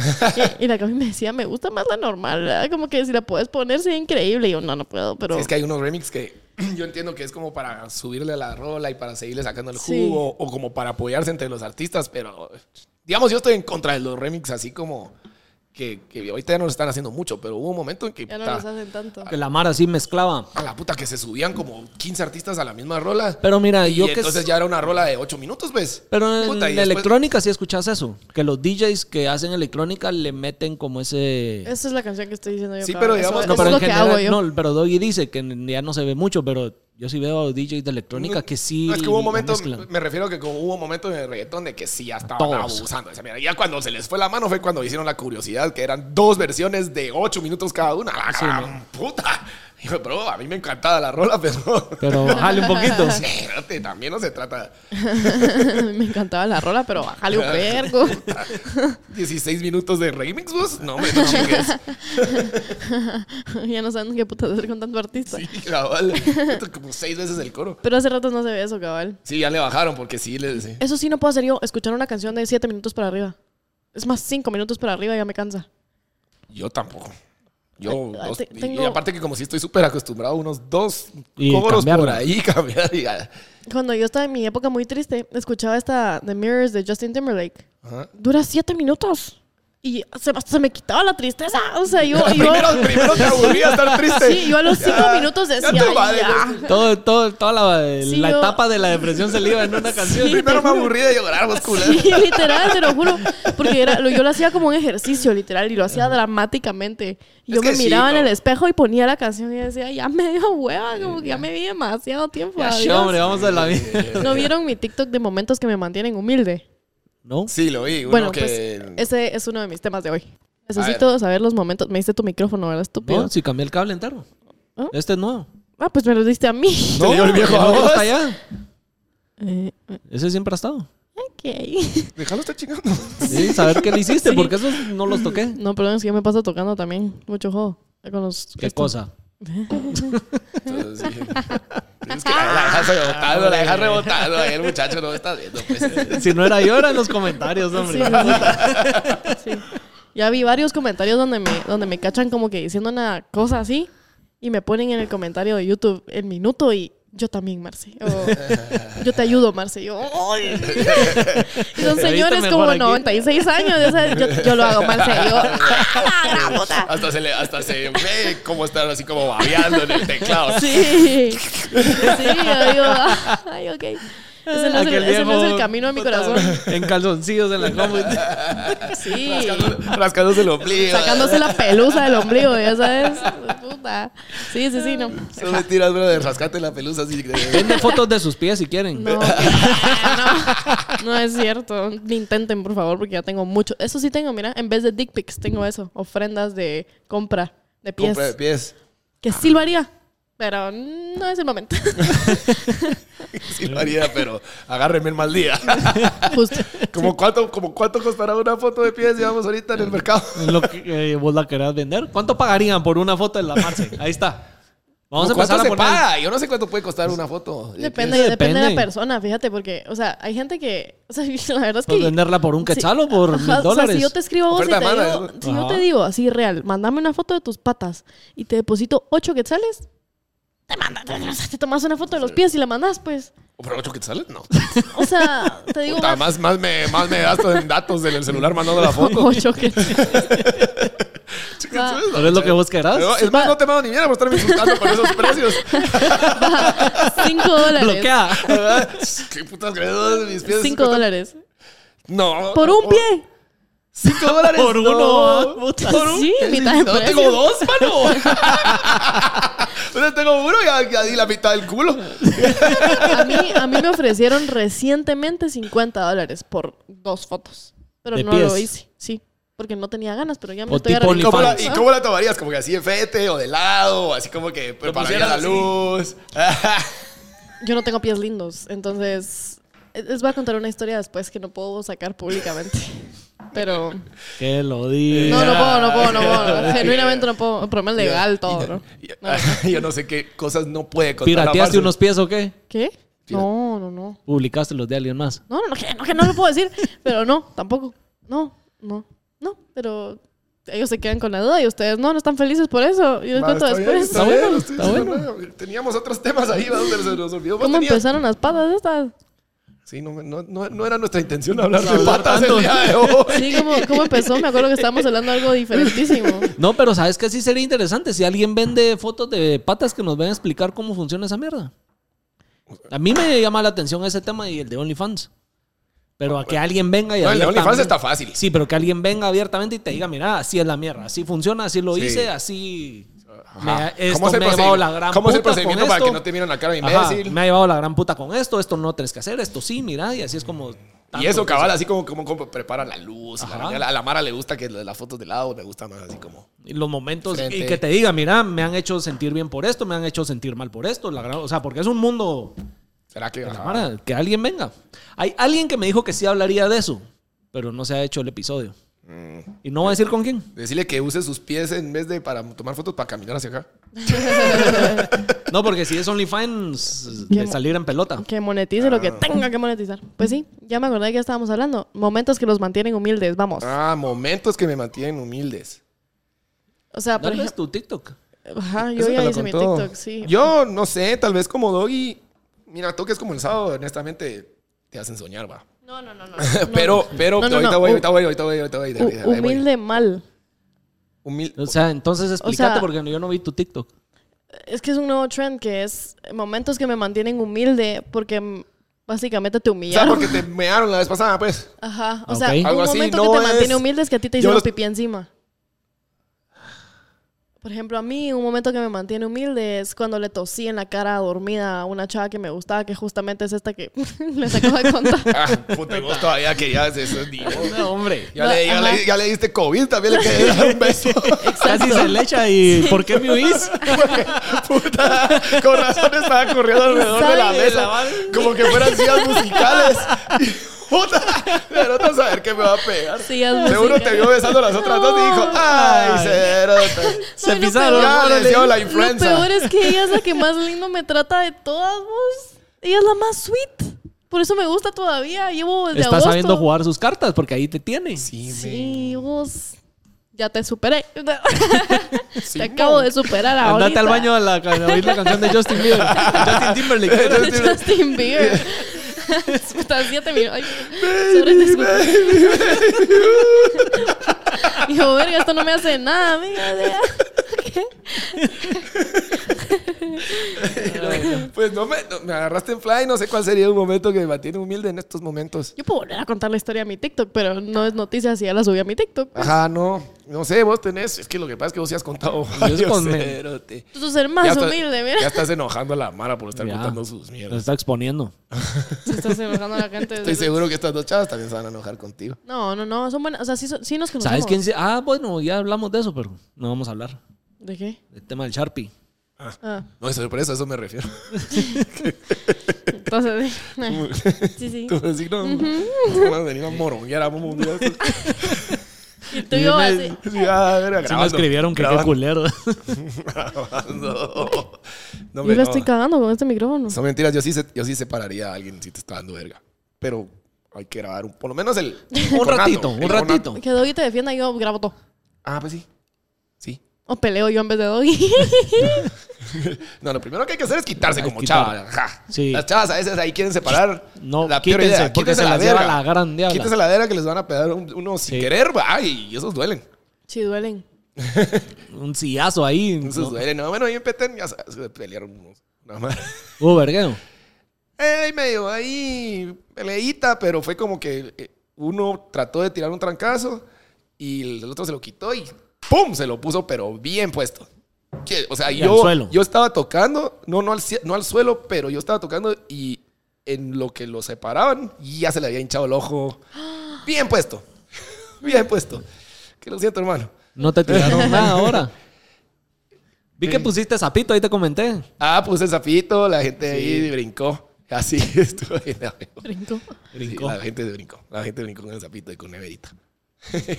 S5: Y, y la que a mí me decía, me gusta más la normal, ¿verdad? como que si la puedes poner sería increíble. Y yo, no, no puedo, pero...
S4: Sí, es que hay unos remix que [clears throat] yo entiendo que es como para subirle a la rola y para seguirle sacando el
S5: Sí.
S4: jugo o como para apoyarse entre los artistas, pero digamos, yo estoy en contra de los remix así como que, que ahorita ya no lo están haciendo mucho, pero hubo un momento en que
S5: ya no
S4: puta,
S5: los hacen tanto.
S2: Que la Mara sí mezclaba.
S4: a la puta que se subían como 15 artistas a la misma rola.
S2: Pero mira,
S4: y
S2: yo que...
S4: entonces ya era una rola de 8 minutos, ¿ves?
S2: Pero en
S4: Puta, y
S2: la
S4: después-
S2: electrónica sí escuchas eso. Que los DJs que hacen electrónica le meten como ese...
S5: Esa es la canción que estoy diciendo yo.
S4: Sí,
S5: cabrón.
S4: pero
S5: Eso-
S4: digamos-
S5: eso
S2: no, pero
S5: es lo
S2: en
S5: que
S2: general,
S5: hago yo.
S2: no, pero Doggy dice que n- ya no se ve mucho, pero yo sí veo a los DJs de electrónica que sí
S4: No, es que hubo un
S2: la
S4: momento,
S2: mezclan.
S4: me refiero que como hubo un momento en el reggaetón de que sí ya estaban
S2: todos.
S4: abusando de esa mierda. Ya cuando se les fue la mano fue cuando hicieron la curiosidad, que eran dos versiones de ocho minutos cada una. ¡La gran puta! Y yo, bro, a mí me encantaba la rola, pero. [laughs]
S2: Pero bájale un poquito.
S4: Sí, [laughs] espérate, también no se trata.
S5: [laughs] me encantaba la rola, pero
S4: [laughs]
S5: bájale un vergo. [laughs]
S4: 16 minutos de remix, vos. No me no chingues.
S2: [laughs]
S5: ya no saben qué puta hacer con tanto artista.
S4: Sí, cabal. Esto como seis veces el coro.
S5: Pero hace rato no se ve eso, cabal.
S4: Sí, ya le bajaron porque sí les. sí.
S5: Eso sí no puedo hacer yo, escuchar una canción de 7 minutos para arriba. Es más, 5 minutos para arriba ya me cansa.
S4: Yo tampoco. Yo,
S5: Ay,
S4: dos-
S5: te-
S4: y- y
S5: tengo-
S4: aparte que como si estoy súper acostumbrado a unos dos
S2: Y
S4: coros por
S2: cambiarla.
S4: ahí, [laughs] cambiar y ya.
S5: Cuando yo estaba en mi época muy triste, escuchaba esta The Mirrors de Justin Timberlake.
S4: Ajá.
S5: Dura siete minutos. Y se, hasta se me quitaba la tristeza. O
S4: [laughs]
S5: sea, yo. yo
S4: primero,
S5: [laughs]
S4: primero te aburría estar triste.
S5: sí, yo a los cinco
S4: Ya,
S5: minutos
S4: ya
S5: decía.
S4: te vale,
S5: [laughs] "Ya".
S4: güey.
S2: Todo, todo, toda la,
S5: Sí,
S2: la
S5: yo-
S2: etapa de la depresión se le iba en una canción.
S5: Sí,
S4: Primero
S5: te
S4: me
S5: juro.
S4: aburrí de llorar, vos culero.
S5: Sí, literal, te lo juro. Porque era, lo- yo lo hacía como un ejercicio, literal, y lo hacía dramáticamente. Y
S4: Es
S5: Yo
S4: que
S5: me
S4: sí,
S5: miraba en
S4: ¿no?
S5: el espejo y ponía la canción y decía, ya me dio hueva, como que
S4: Eh.
S5: ya me vi demasiado tiempo.
S2: Ya,
S5: [laughs] adiós".
S2: sí, hombre, vamos a la vida.
S5: ¿No vieron mi TikTok de momentos que me mantienen humilde?
S2: ¿No?
S4: Sí, lo vi. Uno
S5: Bueno,
S4: que...
S5: pues ese es uno de mis temas de hoy. Necesito saber los momentos. Me diste tu micrófono, ¿verdad, estúpido?
S2: No, si cambié el cable entero.
S5: ¿Ah?
S2: Este es nuevo.
S5: Ah, pues me lo diste a mí.
S4: Se le dio el viejo
S2: el
S4: a
S2: otro
S4: vos.
S2: está allá.
S5: Eh,
S2: Ese siempre ha estado.
S5: [laughs] ok. [laughs]
S4: Déjalo estar chingando.
S2: Sí, saber qué le hiciste,
S5: Sí.
S2: porque esos no los toqué.
S5: No, perdón, es que yo me paso tocando también. Mucho juego. Con los,
S2: ¿Qué
S5: esto.
S2: cosa?
S4: Entonces, sí. Es
S5: [laughs]
S4: que la dejas rebotando, la dejas rebotando. Ahí el muchacho no está viendo,
S5: [laughs]
S4: pues.
S2: Si no era yo, era en los comentarios,
S5: Sí,
S2: hombre.
S5: sí, sí. Sí. Ya vi varios comentarios donde me, donde me cachan como que diciendo una cosa así y me ponen en el comentario de YouTube el minuto y yo también, Marce. O, yo te ayudo, Marce. Yo, "Ay". Y son
S2: Te viste
S5: señores
S2: mejor
S5: como
S2: aquí.
S5: 96 años. o sea, yo, yo lo hago, Marce. Yo, "Ah, la gran puta".
S4: Hasta se, le, hasta se ve cómo están así como babeando en el teclado.
S5: Sí. Sí, yo digo, ay, ok. Ese no, es el,
S2: Aquel
S5: ese no es el
S2: viejo,
S5: camino a mi
S2: puta, [laughs]
S5: corazón.
S2: En calzoncillos en la [laughs] cama.
S5: Sí.
S4: Rascándose- Rascándose el ombligo.
S5: Sacándose la pelusa del ombligo, ya sabes. Puta. Sí, sí, sí, no.
S4: Son mentiras, brother. Rascate la pelusa así. de-
S2: Venden fotos de sus pies si quieren.
S4: [laughs]
S5: No, no, no es cierto. Ni intenten, por favor, porque ya tengo mucho. Eso sí tengo, mira, en vez de dick pics tengo eso. Ofrendas de compra de pies.
S4: Compra de pies.
S5: Que sí lo haría, pero no es
S4: [laughs]
S5: el momento.
S4: Sí lo haría, pero agárrenme el mal
S2: [laughs]
S4: día.
S5: Justo.
S4: ¿Como cuánto, como cuánto costará una foto de pies, digamos, ahorita en el mercado?
S2: Lo que eh, vos la querás vender. ¿Cuánto pagarían por una foto de la Marce? Ahí está. Vamos a
S4: ¿Cuánto
S2: empezar a
S4: se
S2: poner.
S4: paga? Yo no sé cuánto puede costar una foto. de
S5: Depende,
S2: pies.
S5: depende de la
S2: Depende.
S5: persona, fíjate, porque, o sea, hay gente que, o sea, [laughs] la verdad es que...
S2: ¿Puedes venderla por un quetzal o por
S5: Ajá,
S2: mil
S5: O sea,
S2: dólares?
S5: si yo te escribo a vos y
S4: Oferta
S5: te
S4: de demanda,
S5: digo,
S4: ¿no?
S5: si yo
S2: Ajá.
S5: te digo así real, mandame una foto de tus patas y te deposito 8 quetzales, te manda, te, te tomas una foto de los pies y la mandas, pues.
S4: ¿O ¿Por ocho quetzales? No.
S5: O sea, te digo
S4: Puta,
S5: más,
S4: más, más, me, más me gasto en datos del celular mandando la
S5: [laughs]
S4: foto.
S5: 8 quetzales. Ah.
S2: Pero es lo que vos querás.
S4: Pero, es
S5: Va.
S4: más, no te mando ni mierda por estarme insultando con esos precios. [laughs]
S5: 5 dólares.
S2: Bloquea. [laughs]
S4: ¿Qué putas crees? Mis pies.
S5: 5 dólares.
S4: No.
S5: Por un pie.
S4: ¿Cinco
S2: [laughs]
S4: dólares?
S2: Por
S4: No.
S2: uno. puta.
S5: Sí, mitad de
S4: No,
S5: precio.
S4: tengo dos, mano. O sea, tengo uno y ya, ya di la mitad del culo.
S5: A mí, a mí me ofrecieron recientemente 50 dólares por dos fotos. Pero
S2: De
S5: no lo
S2: pies.
S5: hice, sí. Porque no tenía ganas, pero ya me
S2: O tipo
S5: estoy
S4: ¿Y
S5: arrepintiendo.
S4: cómo, la,
S2: fans.
S4: ¿Y cómo la tomarías? ¿Como que así de fete o de lado? ¿Así como que prepararía
S2: pusieras
S4: la
S2: así.
S4: luz? Ah,
S5: Yo no tengo pies lindos, entonces eh, les voy a contar una historia después que no puedo sacar públicamente. Pero
S2: Que lo diga.
S5: no, no puedo, no puedo, no
S4: [laughs]
S5: puedo. Genuinamente no puedo. Problema legal, todo, ¿no?
S4: Yo- [laughs] Yo no sé qué cosas no puede contar. la
S2: ¿Pirateaste
S4: Marce.
S2: unos pies o qué?
S5: ¿Qué? No, no, no.
S2: Publicaste los de alguien más.
S5: No, no, no, que no, que no lo puedo decir. Pero no, tampoco. No, no, no. Pero ellos se quedan con la duda y ustedes no, no están felices por eso. Yo les
S4: Va,
S5: cuento
S4: está bien,
S5: después.
S4: está bien,
S2: bueno,
S4: estoy
S2: está
S4: diciendo nada. Teníamos otros temas ahí, ¿verdad? Se nos olvidó. Vos
S5: ¿Cómo
S4: tenías-
S5: empezaron las patas estas?
S4: Sí, no, no, no, no era nuestra intención hablar de patas el día de
S5: [laughs]
S4: hoy.
S5: Sí, ¿cómo, ¿cómo empezó? Me acuerdo que estábamos hablando de algo diferentísimo.
S2: No, pero sabes que sí sería interesante si alguien vende fotos de patas que nos ven a explicar cómo funciona esa mierda. A mí me llama la atención ese tema y el de OnlyFans. Pero a que alguien venga y
S4: No, el de
S2: abiertamente-
S4: OnlyFans está fácil.
S2: Sí, pero que alguien venga abiertamente y te diga, mira, así es la mierda, así funciona, así lo
S4: Sí.
S2: hice, así...
S4: Ajá.
S2: Me, esto
S4: ¿Cómo es el
S2: me ha llevado
S4: procedi-
S2: la gran
S4: ¿Cómo es el
S2: puta con
S4: procedimiento para
S2: esto?
S4: que no te miren la cara de
S2: Ajá,
S4: imbécil?
S2: me ha llevado la gran puta con esto, esto no tienes que hacer, esto sí, mira, y así es como...
S4: Y
S2: tanto,
S4: eso,
S2: pues,
S4: cabal, así como, como, como prepara la luz. y la
S2: Ajá.
S4: mañana. a la Mara le gusta que las fotos de lado, me gusta más así como.
S2: y los momentos y
S4: Frente.
S2: que te diga, mira, me han hecho sentir bien por esto, me han hecho sentir mal por esto, la gran- o sea, porque es un mundo
S4: ¿Será que.?
S2: de la
S4: ajá.
S2: mara, que alguien venga. Hay alguien que me dijo que sí hablaría de eso, pero no se ha hecho el episodio.
S4: Mm.
S2: Y no va a decir con quién.
S4: Decirle que use sus pies en vez de para tomar fotos para caminar hacia acá.
S2: No, porque si es OnlyFans,
S5: Qué
S2: de
S5: mo-
S2: salir en pelota.
S5: Que monetice lo
S4: Ah.
S5: que tenga que monetizar. Pues sí, ya me acordé de que estábamos hablando. Momentos que los mantienen humildes, vamos.
S4: Ah, momentos que me mantienen humildes.
S5: O sea, por
S2: Dale pues es
S5: ejemplo,
S2: tu TikTok.
S5: ajá, yo
S4: Eso me
S5: ya
S4: lo
S5: hice mi
S4: contó.
S5: TikTok, sí.
S4: Yo no sé, tal vez como Doggy. Mira, toques como el sábado, honestamente. te hacen soñar, va.
S5: No, no, no,
S4: [laughs]
S5: no.
S4: pero, pero,
S5: No, no,
S4: ahorita
S5: no.
S4: voy,
S5: Hu-
S4: ahorita voy, ahorita voy, ahorita voy. ahí
S5: Hu-
S4: voy.
S5: humilde mal.
S4: Humilde.
S2: O sea, entonces explícate
S5: sea-
S2: porque yo no vi tu TikTok.
S5: Es que es un nuevo trend que es momentos que me mantienen humilde porque mm, básicamente te
S4: O sea,
S5: humillaron.
S4: porque te mearon la vez pasada, pues.
S5: Ajá. O
S2: Ah,
S5: sea,
S2: ok.
S5: un
S4: Algo así,
S5: momento
S4: no
S5: que te
S4: es-
S5: mantiene humilde es que a ti te
S4: Yo
S5: hicieron
S4: los-
S5: pipí encima. Por ejemplo, a mí un momento que me mantiene humilde es cuando le tosí en la cara dormida a una chava que me gustaba, que justamente es esta que [laughs] les acabo de contar.
S4: [laughs] Ah, puta, y vos todavía querías eso, niño.
S2: No, hombre.
S4: Ya,
S5: No,
S4: le, ya,
S5: ajá.
S4: le, ya le diste COVID, también le querías dar [laughs] un beso.
S2: Casi se le echa y ¿por qué me
S5: [laughs]
S2: huís?
S4: Puta, con razón estaba corriendo alrededor de la
S5: ¿Sabe?
S4: mesa. Como que fueran sillas musicales. Puta, pero no saber qué me va a pegar.
S5: [laughs] Sí, es
S4: Seguro
S5: música.
S4: te vio besando a las otras dos y dijo, ay, cero.
S2: Se
S5: Ay, lo
S2: pisaron.
S5: peor-
S4: Ya le dio la influenza.
S5: Lo peor es que ella es la que más lindo me trata de todas, vos. Ella es la más sweet. Por eso me gusta todavía. Llevo desde
S2: Está
S5: agosto.
S2: sabiendo jugar sus cartas porque ahí te tiene.
S4: Sí,
S5: Sí, vos. Ya te superé. [laughs]
S4: men,
S5: te
S4: Simón.
S5: acabo de superar ahorita.
S2: Andate al
S5: [laughs]
S2: baño a, la, a oír la canción
S4: [laughs]
S2: de Justin Bieber. Justin Timberlake.
S5: Justin Bieber. Puta, siete minutos. Sobre este te Dijo, verga, esto no me hace nada, amiga.
S4: Pues no me, no, me agarraste en fly, no sé cuál sería un momento que me mantiene humilde en estos momentos.
S5: Yo puedo volver a contar la historia a mi TikTok, pero no es noticia si ya la subí a mi TikTok.
S4: Ajá, no, no sé, vos tenés, es que lo que pasa es que vos sí has contado varios,
S2: con-
S4: cerote.
S5: Tú sos el más
S4: está-
S5: Ah, humilde,
S4: ya
S5: mira.
S4: estás enojando a la Mara por estar
S2: Ya.
S4: contando sus
S2: Lo
S4: mierdas.
S2: está exponiendo.
S5: Te estás enojando a la gente.
S4: Estoy seguro que estas dos chavas también se van a enojar contigo.
S5: No, no, no. Son buenas. O sea, sí, son- sí nos conocemos.
S2: ¿Sabes quién? se- Ah, bueno, ya hablamos de eso, pero no vamos a hablar.
S5: ¿De qué?
S2: El tema del Sharpie.
S5: Ah,
S4: No, eso, por eso, a eso me refiero.
S5: entonces. [laughs] sí, sí.
S4: Tú decís, no, no, no, venir a moronguear a un día.
S5: [laughs] Y tú y yo así.
S4: Sí, ah, a ver,
S2: Sí me
S4: grabando,
S2: escribieron que qué
S4: grabando, [laughs]
S2: culero.
S4: grabando. No,
S5: Yo
S4: hombre, no.
S5: la estoy cagando con este micrófono.
S4: Son mentiras, yo sí, se- yo sí separaría a alguien si te está dando verga. Pero hay que grabar un, por lo menos
S5: [laughs]
S4: el.
S2: un
S4: conato,
S2: ratito,
S4: el
S2: un
S4: conato.
S2: ratito.
S5: Que Doggy te defienda, yo grabo todo.
S4: Ah, pues sí. Sí.
S5: O peleo yo en vez de [laughs] Doggy.
S4: No, lo primero que hay que hacer es quitarse
S2: Ah,
S4: como
S2: quitar.
S4: chava. ajá.
S2: Sí.
S4: Las chavas a veces ahí quieren separar.
S2: No,
S4: la peor
S2: quítense,
S4: idea.
S2: porque
S4: Quítense
S2: se
S4: la
S2: las lleva
S4: verga.
S2: la gran diabla.
S4: Quítense la verga que les van a pegar un- uno sin
S2: Sí.
S4: querer, va. Y esos duelen.
S5: sí, duelen.
S2: Un sillazo ahí.
S4: Esos
S2: ¿no?
S4: duelen. No, bueno, ahí en Petén ya sabes, se pelearon unos. Nada más.
S2: Uh, vergueo.
S4: Ey, medio ahí peleita, pero fue como que eh, uno trató de tirar un trancazo y el otro se lo quitó y ¡pum! Se lo puso, pero bien puesto. Que, O sea,
S2: Y
S4: yo,
S2: al suelo.
S4: yo estaba tocando, no, no, al, cie- no al suelo, pero yo estaba tocando y en lo que lo separaban ya se le había hinchado
S2: [gasps]
S4: el ojo. Bien puesto. [laughs] Bien puesto. Que lo siento, hermano.
S2: No te
S4: [laughs]
S2: tiraron nada ahora. Vi que pusiste sapito, ahí te comenté.
S4: Ah, puse el zapito, la gente ahí brincó. Así [laughs] estuve.
S5: Brinco.
S2: Brincó.
S4: Sí, la gente se brincó. La gente brincó con el zapito y con neverita. [laughs]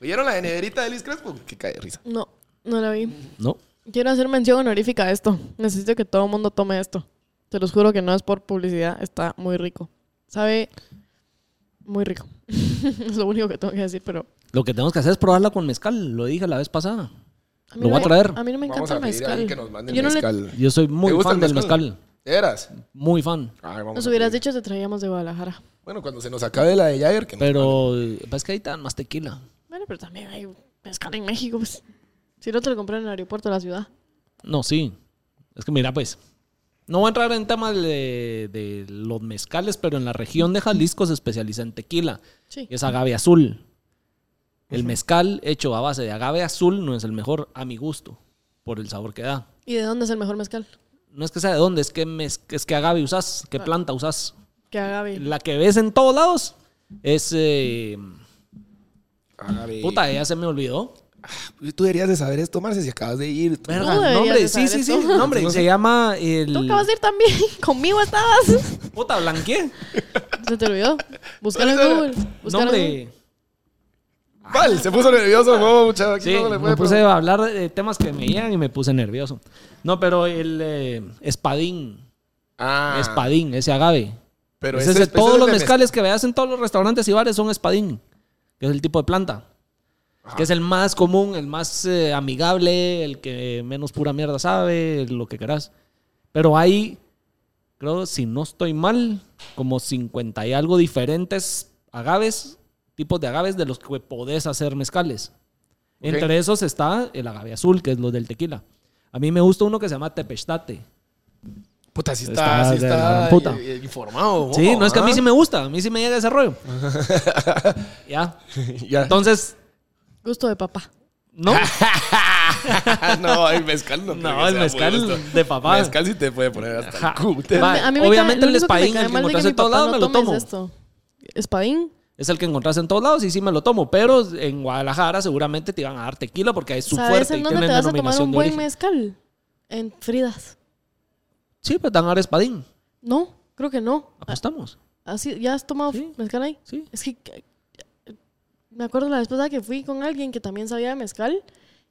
S4: ¿Oyeron la de neverita de Liz Crespo? Que cae de risa.
S5: No, no la vi.
S2: No.
S5: Quiero hacer mención honorífica a esto. Necesito que todo el mundo tome esto. Te los juro que no es por publicidad. Está muy rico. Sabe muy rico. [laughs] es lo único que tengo que decir, pero...
S2: Lo que tenemos que hacer es probarla con mezcal. Lo dije la vez pasada.
S5: a
S2: Lo
S5: mí no
S2: voy a
S5: me-
S2: traer.
S5: A mí no me
S4: Vamos
S5: encanta
S4: a
S5: el
S4: pedir
S5: mezcal.
S4: ahí que nos manden
S5: Yo no le-
S4: mezcal.
S2: Yo soy muy
S4: ¿Te gusta
S2: fan
S4: el
S2: del
S4: mezcal?
S2: mezcal.
S4: ¿Eras?
S2: Muy fan.
S4: Ay, vamos
S5: Nos
S4: a
S5: hubieras
S4: pedir.
S5: dicho te traíamos de Guadalajara.
S4: Bueno, cuando se nos acabe la de Jair, que nos-
S2: Pero eh, es que ahí te dan más tequila.
S5: Bueno, pero también hay mezcal en México, pues. Si no te lo compré en el aeropuerto de la ciudad.
S2: No, sí. Es que mira, pues. No voy a entrar en temas de, de los mezcales, pero en la región de Jalisco se especializa en tequila.
S5: Sí.
S2: que es agave azul. El mezcal hecho a base de agave azul no es el mejor a mi gusto, por el sabor que da.
S5: ¿Y de dónde es el mejor mezcal?
S2: No es que sea de dónde, es que, mez- es que agave usas, qué
S5: Ah.
S2: planta usas.
S5: Que agave.
S2: La que ves en todos lados es... eh,
S4: Árabe.
S2: puta, eh. ella se me olvidó.
S4: Tú deberías de saber esto, Marce, si acabas de ir. Tú-
S2: Verga,
S5: deberías
S2: nombre,
S5: de
S2: sí,
S5: saber
S2: sí, sí,
S5: esto.
S2: nombre. Se llama el...
S5: Tú acabas de ir también. [laughs] Conmigo estabas. Se
S2: Puta, blanqué.
S5: te olvidó. Búscalo en Google. Búscalo en Google.
S2: Nombre.
S4: [laughs] Vale, se puso nervioso, no, muchacho. aquí
S2: Sí,
S4: no le puede
S2: me puse
S4: preguntar.
S2: a hablar de temas que me llegan y me puse nervioso. No, pero el eh, espadín,
S4: Ah,
S2: espadín, ese agave.
S4: Pero
S2: Ese
S4: ese-
S2: es
S4: ese
S2: todos
S4: es
S2: los
S4: de mez-
S2: mezcales que veas en todos los restaurantes y bares son espadín, que es el tipo de planta. Que es el más común, el más eh, amigable, el que menos pura mierda sabe, lo que querás. Pero hay creo, si no estoy mal, como 50 y algo diferentes agaves, tipos de agaves de los que podés hacer mezcales.
S4: Ok.
S2: Entre esos está el agave azul, que es lo del tequila. A mí me gusta uno que se llama tepestate.
S4: Puta, sí
S2: Está
S4: está, sí
S2: de la
S4: está
S2: gran puta.
S4: eh, informado.
S2: Sí, no es que a mí
S4: [laughs] ¿ah?
S2: sí me gusta, a mí sí me llega ese
S4: [laughs]
S2: rollo. ya.
S4: Ya.
S2: Entonces,
S5: Gusto de papá.
S2: no.
S4: [laughs] no, el mezcal no. creo
S2: No,
S4: que
S2: el
S4: sea
S2: mezcal
S4: muy gusto.
S2: de papá.
S4: Mezcal sí te puede poner hasta el
S2: Ajá.
S4: cu, te-
S2: Va,
S5: A mí me
S2: obviamente el
S5: cae- lo único que me
S2: espadín
S5: cae
S2: que
S5: mal es
S2: encontrás en
S5: mi
S2: todos
S5: papá
S2: lados
S5: no
S2: me lo
S5: tomes
S2: tomo.
S5: esto. ¿Espadín?
S2: Es el que encontrás en todos lados y sí me lo tomo. Pero en Guadalajara seguramente te iban a dar tequila porque es su
S5: ¿Sabes
S2: fuerte
S5: en
S2: y
S5: dónde
S2: tiene
S5: te vas a tomar
S2: denominación
S5: un
S2: de
S5: buen
S2: origen.
S5: mezcal? En Fridas.
S2: Sí, pues dan a dar espadín.
S5: No, creo que no. Ah,
S2: Apostamos.
S5: Así, ¿Ya has tomado
S2: Sí.
S5: mezcal ahí?
S2: Sí.
S5: Es que eh, me acuerdo la vez pasada que fui con alguien que también sabía de mezcal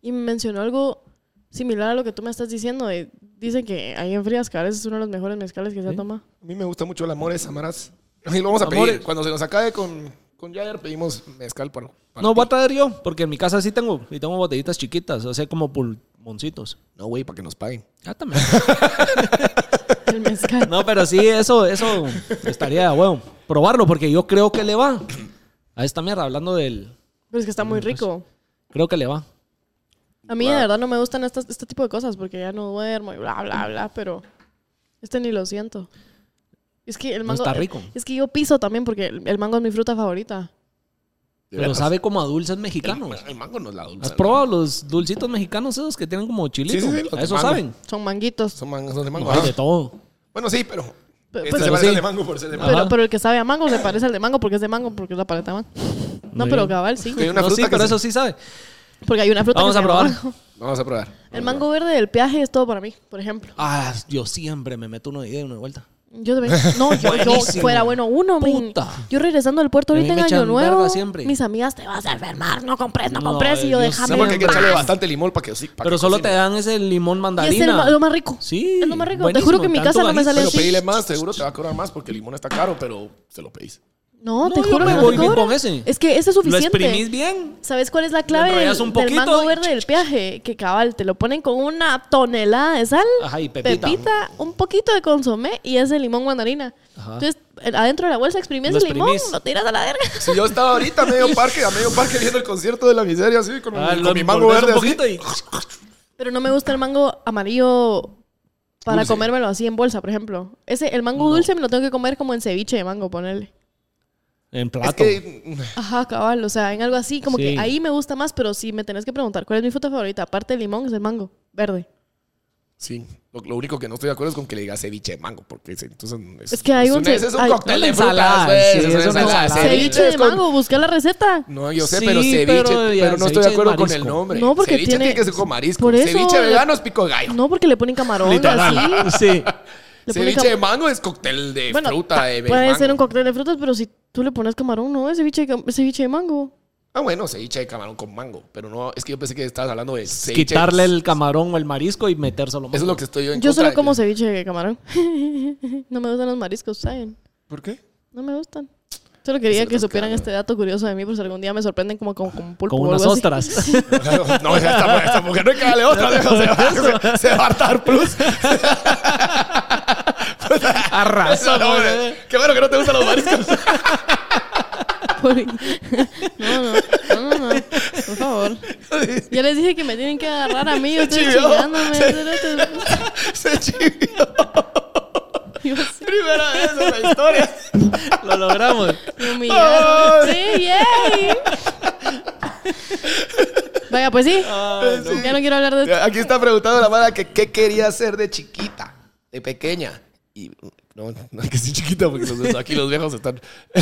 S5: y me mencionó algo similar a lo que tú me estás diciendo. De, dicen que ahí en Fridas Cabales es uno de los mejores mezcales que se ha
S2: Sí.
S5: tomado.
S4: A mí me gusta mucho el amor de Samaras. Y lo vamos a
S2: Amores.
S4: pedir. Cuando se nos acabe con, con Jair, pedimos mezcal para. para
S2: No,
S4: ti.
S2: voy a traer yo, porque en mi casa sí tengo. Y tengo botellitas chiquitas, o sea, como pulmoncitos.
S4: No, güey, para que nos paguen.
S2: Ah,
S4: [laughs]
S2: también.
S5: El
S2: [laughs]
S5: mezcal.
S2: No, pero sí, eso, eso estaría de huevo. Probarlo, porque yo creo que le va. A esta mierda, hablando del.
S5: Pero es que está muy
S2: Pues,
S5: rico.
S2: Creo que le va.
S5: A mí de verdad no me gustan estas, este tipo de cosas porque ya no duermo y bla, bla,
S2: Mm.
S5: bla, pero este ni lo siento. Es que el
S2: No
S5: mango...
S2: está rico.
S5: Es que yo piso también porque el el mango es mi fruta favorita.
S4: De
S2: Pero
S4: veras.
S2: sabe como a dulces mexicanos.
S4: pues, El, el mango no es la dulce.
S2: ¿Has probado los dulcitos mexicanos esos que tienen como chilito?
S4: Sí, sí, sí, los de
S2: Eso
S4: mango.
S2: saben.
S5: Son manguitos.
S4: Son mangos, son de mango.
S2: Hay
S4: ajá.
S2: de todo.
S4: Bueno, sí, pero.
S5: Pe-
S4: Este
S5: pues-
S4: se
S2: pero
S4: parece al
S2: sí.
S4: de mango por ser
S2: [laughs]
S4: de mango.
S5: Pero,
S2: Ajá.
S5: pero el que sabe a mango se parece al de mango porque es de mango, porque es la paleta de mango. No,
S2: Muy
S5: pero
S2: bien.
S5: cabal, sí.
S4: Que hay una
S2: no,
S4: fruta
S2: sí,
S4: que
S2: pero
S4: se-
S2: eso sí sabe.
S5: Porque hay una fruta
S2: Vamos
S5: que
S2: a
S5: se llama
S2: probar.
S5: mango.
S4: Vamos a probar.
S5: El mango verde del peaje es todo para mí, por ejemplo.
S2: Ah, yo siempre me meto una idea y una vuelta.
S5: Yo también. No, yo, yo
S2: Buenísimo.
S5: fuera bueno uno, men.
S2: Puta.
S5: Yo regresando al puerto
S2: A mí
S5: ahorita en
S2: me
S5: Año
S2: echan verga
S5: Nuevo,
S2: siempre.
S5: mis amigas te vas a enfermar, no compres, no,
S2: No,
S5: compres y yo
S2: yo
S5: déjame.
S4: No,
S2: sé
S4: porque hay que
S5: en
S4: echarle
S5: paz".
S4: bastante limón para que sí. para
S2: Pero
S4: que
S2: solo
S4: cocine.
S2: te dan ese limón
S5: Y es el
S2: mandarina.
S5: ma- lo más rico.
S2: Sí.
S5: Es lo más rico. Te
S2: buenísimo,
S5: juro que en mi
S2: tanto
S5: casa no me
S2: gajito.
S5: sale
S4: Pero
S5: así.
S4: pedirle más, seguro te va a cobrar más porque el limón está caro, pero se lo pedís.
S5: No,
S2: No,
S5: te
S2: yo
S5: juro
S2: me
S5: que no
S2: voy
S5: te
S2: bien
S5: cobra.
S2: con ese.
S5: Es que ese es
S2: Lo
S5: suficiente.
S2: exprimís bien.
S5: ¿Sabes cuál es la clave
S2: Le
S5: del,
S2: enrollas un
S5: del
S2: poquito
S5: mango
S2: y-
S5: verde del peaje? Que cabal, te lo ponen con una tonelada de sal,
S2: Ajá, y pepita.
S5: pepita, un poquito de consomé y ese limón mandarina.
S2: Ajá.
S5: Entonces, el- adentro de la bolsa exprimís
S2: Lo
S5: el limón,
S2: exprimís.
S5: lo tiras a la verga. [laughs]
S4: Si yo estaba ahorita a medio parque, a medio parque viendo el concierto de la miseria así, con,
S2: Ah,
S4: mi,
S2: lo
S4: con mi mango
S2: envolves
S4: verde
S2: un
S4: así.
S2: poquito y-
S5: Pero no me gusta el mango amarillo para
S4: Dulce.
S5: comérmelo así en bolsa, por ejemplo. Ese, el mango dulce me lo tengo que comer como en ceviche de mango, ponerle.
S2: En
S4: Es
S2: plato.
S4: que mm,
S5: Ajá, cabal, o sea, en algo así, como
S2: Sí.
S5: que ahí me gusta más, pero si me tenés que preguntar cuál es mi fruta favorita, aparte del limón, es el mango verde.
S4: Sí, lo, lo único que no estoy de acuerdo es con que le digas ceviche de mango, porque ese- entonces
S5: Es que hay
S4: es
S5: un ce-
S4: ese es un
S5: hay-
S4: cóctel
S2: una
S4: de frutas, pues,
S2: ensalada,
S4: güey,
S2: sí,
S4: esa
S2: es una ensalada.
S5: Ceviche de
S4: es con-
S5: mango, busca la receta.
S4: No, yo sé,
S2: Sí,
S4: pero ceviche,
S2: pero
S4: pero,
S2: ya,
S4: no estoy
S2: ceviche
S4: de
S2: es
S4: acuerdo con el
S2: marisco.
S4: nombre.
S5: No, porque
S4: ceviche tiene,
S5: tiene-
S4: que ser con marisco.
S5: Por eso-
S4: ceviche vegano es pico de gallo.
S5: No, porque le ponen camarón
S2: Literal.
S5: así.
S2: [laughs] Sí.
S4: [laughs]
S5: Le ponen
S4: ceviche de
S5: cam-
S4: mango es cóctel de
S5: Bueno,
S4: fruta,
S5: ta-
S4: de de
S5: puede
S4: mango.
S5: ser un cóctel de frutas, pero si tú le pones camarón, no, es ceviche, de cam- es ceviche de mango.
S4: Ah, bueno, ceviche de camarón con mango, pero no, es que yo pensé que estabas hablando de ceviche.
S2: Quitarle el camarón o el marisco y metérselo más.
S4: Eso es lo que estoy yo en
S5: Yo
S4: contra
S5: solo
S4: de-
S5: como ceviche de camarón. [laughs] no me gustan los mariscos, ¿saben?
S4: ¿Por qué?
S5: No me gustan. Solo quería
S4: Se
S5: que
S4: los
S5: supieran
S4: cago.
S5: este dato curioso de mí, por si algún día me sorprenden como con, con pulpo.
S2: Con
S5: o
S2: unas
S5: algo así.
S2: ostras. [laughs]
S5: [laughs]
S4: No, ya está, pues, ya está, porque no hay que darle otra, viejo, se va, [laughs] se, se va a hartar plus.
S2: Arrasó.
S4: No, hombre,
S2: güey.
S4: Qué bueno que no te gustan los mariscos. [laughs]
S5: [laughs] Por- no, no, no, no, no. Por
S4: [laughs]
S5: favor. Ya les dije que me tienen que agarrar a mí. Ustedes
S4: chivió.
S5: chingándome. cerotes.
S4: Se chivió.
S5: [laughs] Yo sí
S4: Primera vez en la historia.
S2: Lo logramos.
S5: me humillaron. Sí, yay. [laughs] Vaya, pues sí. Ya no quiero hablar de esto.
S4: Aquí está preguntando la mala que qué quería ser de chiquita, de pequeña. Y no, no hay que ser chiquita porque los- aquí los viejos están. [laughs]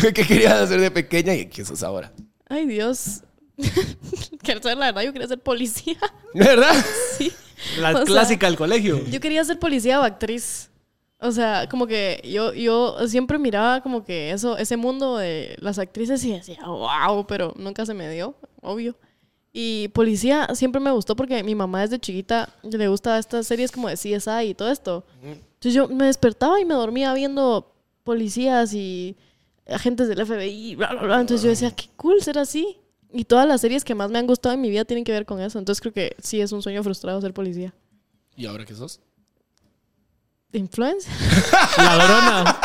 S4: ¿Qué querías hacer de pequeña y qué sos ahora?
S5: Ay, [laughs] Dios. Quiero saber la verdad. Yo quería ser policía.
S4: ¿Verdad?
S5: Sí. O
S2: La
S5: sea,
S2: clásica del colegio.
S5: Yo quería ser policía o actriz. O sea, como que yo, yo siempre miraba como que eso, ese mundo de las actrices y decía, wow, pero nunca se me dio, obvio. Y policía siempre me gustó porque mi mamá desde chiquita le gusta estas series como de CSI y todo esto. Entonces yo me despertaba y me dormía viendo policías y agentes del FBI, bla, bla, bla. Entonces yo decía, qué cool ser así. Y todas las series que más me han gustado en mi vida tienen que ver con eso. Entonces creo que sí es un sueño frustrado ser policía.
S4: ¿Y ahora qué sos?
S5: ¿Influencer?
S2: Ladrona.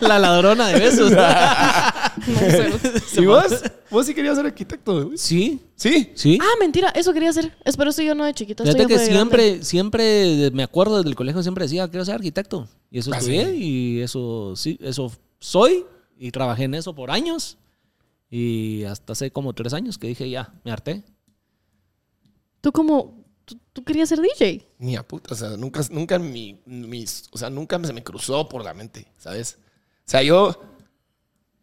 S2: [laughs] la ladrona de
S4: [laughs]
S2: besos.
S5: No
S2: [laughs]
S5: sé.
S4: ¿Y vos? ¿Vos sí querías ser arquitecto? güey?
S2: Sí,
S4: Sí.
S2: sí.
S5: Ah, mentira, eso quería hacer. Es- Pero eso yo no de chiquita. esto
S2: Fíjate
S5: ya
S2: que
S5: fue de
S2: siempre,
S5: grande.
S2: siempre me acuerdo desde el colegio, siempre decía, quiero ser arquitecto. Y eso
S4: Ah,
S2: estudié y eso sí, eso soy y trabajé en eso por años. Y hasta hace como tres años que dije, ya, me harté.
S5: Tú como... Tú, tú querías ser DJ.
S4: [laughs] Ni a puta. O sea, nunca, nunca, mi, mis, o sea, nunca se me cruzó por la mente, ¿sabes? O sea, yo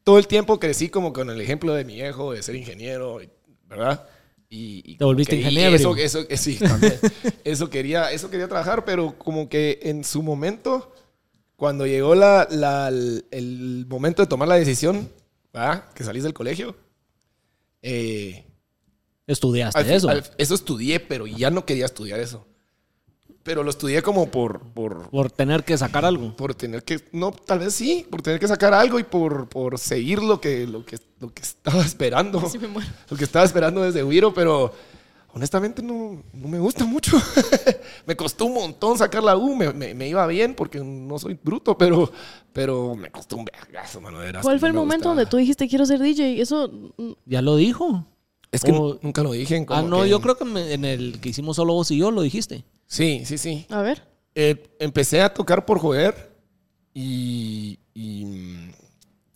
S4: todo el tiempo crecí como con el ejemplo de mi viejo de ser ingeniero, ¿verdad? Y, y
S2: Te volviste
S4: como que- y
S2: ingeniero.
S4: Eso, eso,
S2: [laughs]
S4: eh, sí, también. eso, quería, eso quería trabajar, pero como que en su momento, cuando llegó la, la- el, el momento de tomar la decisión, ¿verdad? Que salís del colegio. Eh,
S2: Estudiaste
S4: al fin-
S2: eso.
S4: al- eso estudié, pero ya no quería estudiar eso. Pero lo estudié como por, por,
S2: por tener que sacar algo.
S4: por tener que, no, tal vez sí, por tener que sacar algo y por, por seguir lo que, lo, que, lo que estaba [laughs] esperando.
S5: Sí, me muero.
S4: Lo que estaba esperando desde Wiro, pero honestamente no, no me gusta mucho. [laughs] me costó un montón sacar la U, me, me- me iba bien porque no soy bruto, pero, pero me costó un vergazo, mano. de veras
S5: ¿Cuál
S4: que
S5: fue el
S4: no me
S5: momento
S4: gustaba.
S5: donde tú dijiste quiero ser DJ? Eso... mm,
S2: Ya lo dijo.
S4: Es que
S2: o-
S4: nunca lo dije.
S2: Ah,
S4: como
S2: no,
S4: que-
S2: yo creo que me- en el que hicimos solo vos y yo lo dijiste.
S4: Sí, sí, sí.
S5: A ver.
S4: Eh, empecé a tocar por joder y, y, mm,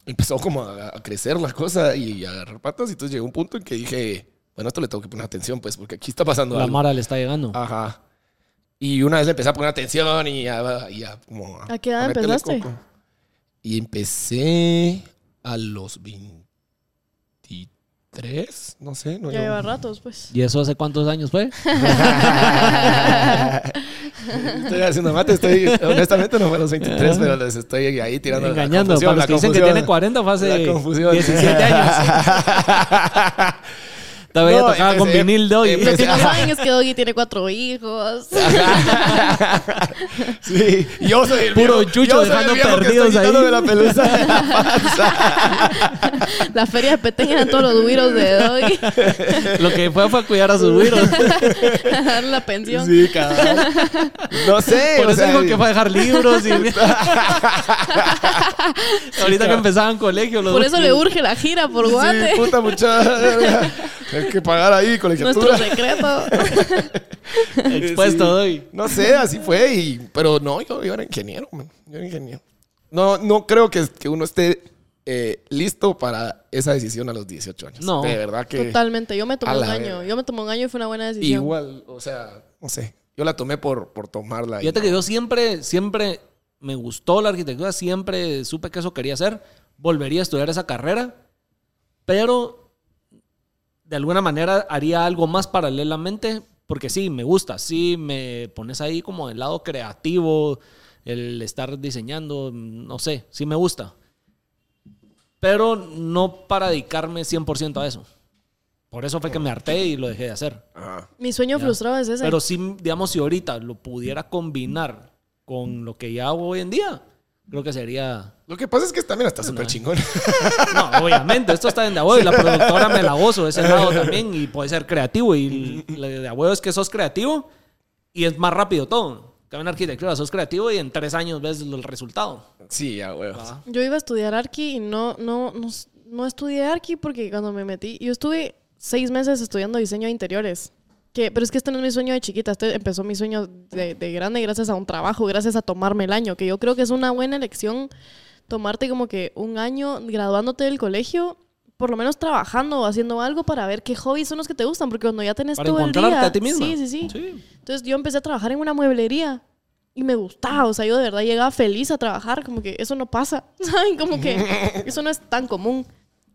S4: empezó como a, a crecer la cosa y a agarrar patas. Y entonces llegó un punto en que dije, bueno, esto le tengo que poner atención, pues, porque aquí está pasando
S2: La
S4: algo.
S2: Mara le está llegando.
S4: Ajá. Y una vez le empecé a poner atención y a, y a como...
S5: ¿A qué edad
S4: meterle
S5: empezaste?
S4: coco. Y empecé a los 23, no sé. No
S5: ya
S4: llevo-
S5: lleva ratos, pues.
S2: ¿Y eso hace cuántos años
S4: [laughs]
S2: fue?
S4: Estoy haciendo mate, estoy, honestamente no fue a los 23, pero les estoy ahí tirando la
S2: Engañando.
S4: confusión,
S2: Para los
S4: la
S2: que dicen que
S4: confusión.
S2: tiene 40, fue hace
S4: La confusión.
S2: 17 años. Todavía
S4: No,
S2: tocaba con
S4: empecé-
S2: vinil Doggy.
S5: Lo que
S2: [laughs]
S4: empecé-
S5: no saben es que Doggy tiene cuatro hijos.
S4: [laughs] Sí, yo soy el
S2: Puro
S4: viejo-
S2: chucho
S4: yo soy el
S2: dejando
S4: viejo que
S2: perdidos
S4: estoy quitando
S2: ahí.
S4: de la pelusa de la panza.
S5: La feria de Petén eran todos los duiros de Doggy. [laughs]
S2: Lo que fue fue cuidar a sus güiros.
S5: Darle la pensión.
S4: Sí, cabrón. [laughs] No sé,
S2: Por
S4: o
S2: eso
S4: sea,
S2: dijo que fue a dejar libros. Y... [laughs] Ahorita que empezaban colegio. Los
S5: Por eso le urge la gira por Guate.
S4: Sí,
S5: [laughs]
S4: puta muchacha. Hay que pagar ahí
S5: Nuestro
S4: colegiatura. [laughs]
S5: secreto.
S2: Expuesto
S4: Sí.
S2: doy.
S4: No sé, así fue. Y, pero no, yo, yo era ingeniero, man. Yo era ingeniero. No, no creo que, que uno esté eh, listo para esa decisión a los 18 años.
S2: No.
S4: De verdad que.
S5: Totalmente. Yo me
S4: A
S5: tomé un
S4: la
S5: año.
S4: verga.
S5: Yo me tomé un año y fue una buena decisión.
S4: Igual, o sea, no sé. Yo la tomé por, por tomarla. y
S2: Fíjate que
S4: no.
S2: yo siempre, siempre me gustó la arquitectura, siempre supe que eso quería hacer. Volvería a estudiar esa carrera, pero de alguna manera haría algo más paralelamente, porque sí, me gusta, sí, me pones ahí como del lado creativo, el estar diseñando, no sé, sí me gusta. Pero no para dedicarme 100% a eso. Por eso fue que me harté y lo dejé de hacer.
S4: Ajá.
S5: Mi sueño
S2: Ya.
S5: frustrado es ese.
S2: Pero sí, digamos, si ahorita lo pudiera combinar con lo que ya hago hoy en día, creo que sería.
S4: Lo que pasa es que también está súper chingón.
S2: No, obviamente, esto está en de a huevo y la productora me la gozo de ese lado también y puede ser creativo. Y la de a huevo es que sos creativo y es más rápido todo. Que en arquitectura sos creativo y en tres años ves el resultado.
S4: [laughs] sí, ya, huevos.
S2: Va.
S5: Yo iba a estudiar arqui y no, no, no, s- no estudié arqui porque cuando me metí, yo estuve seis meses estudiando diseño de interiores. Que, pero es que este no es mi sueño de chiquita, este empezó mi sueño de, de grande gracias a un trabajo, gracias a tomarme el año, que yo creo que es una buena elección tomarte como que un año graduándote del colegio, por lo menos trabajando o haciendo algo para ver qué hobbies son los que te gustan, porque cuando ya tenés
S2: Para
S5: todo el día...
S2: encontrarte a ti misma.
S5: Sí, sí, sí.
S2: Sí.
S5: Entonces yo empecé a trabajar en una mueblería y me gustaba, o sea, yo de verdad llegaba feliz a trabajar, como que eso no pasa, [laughs] ¿saben? Como que eso no es tan común.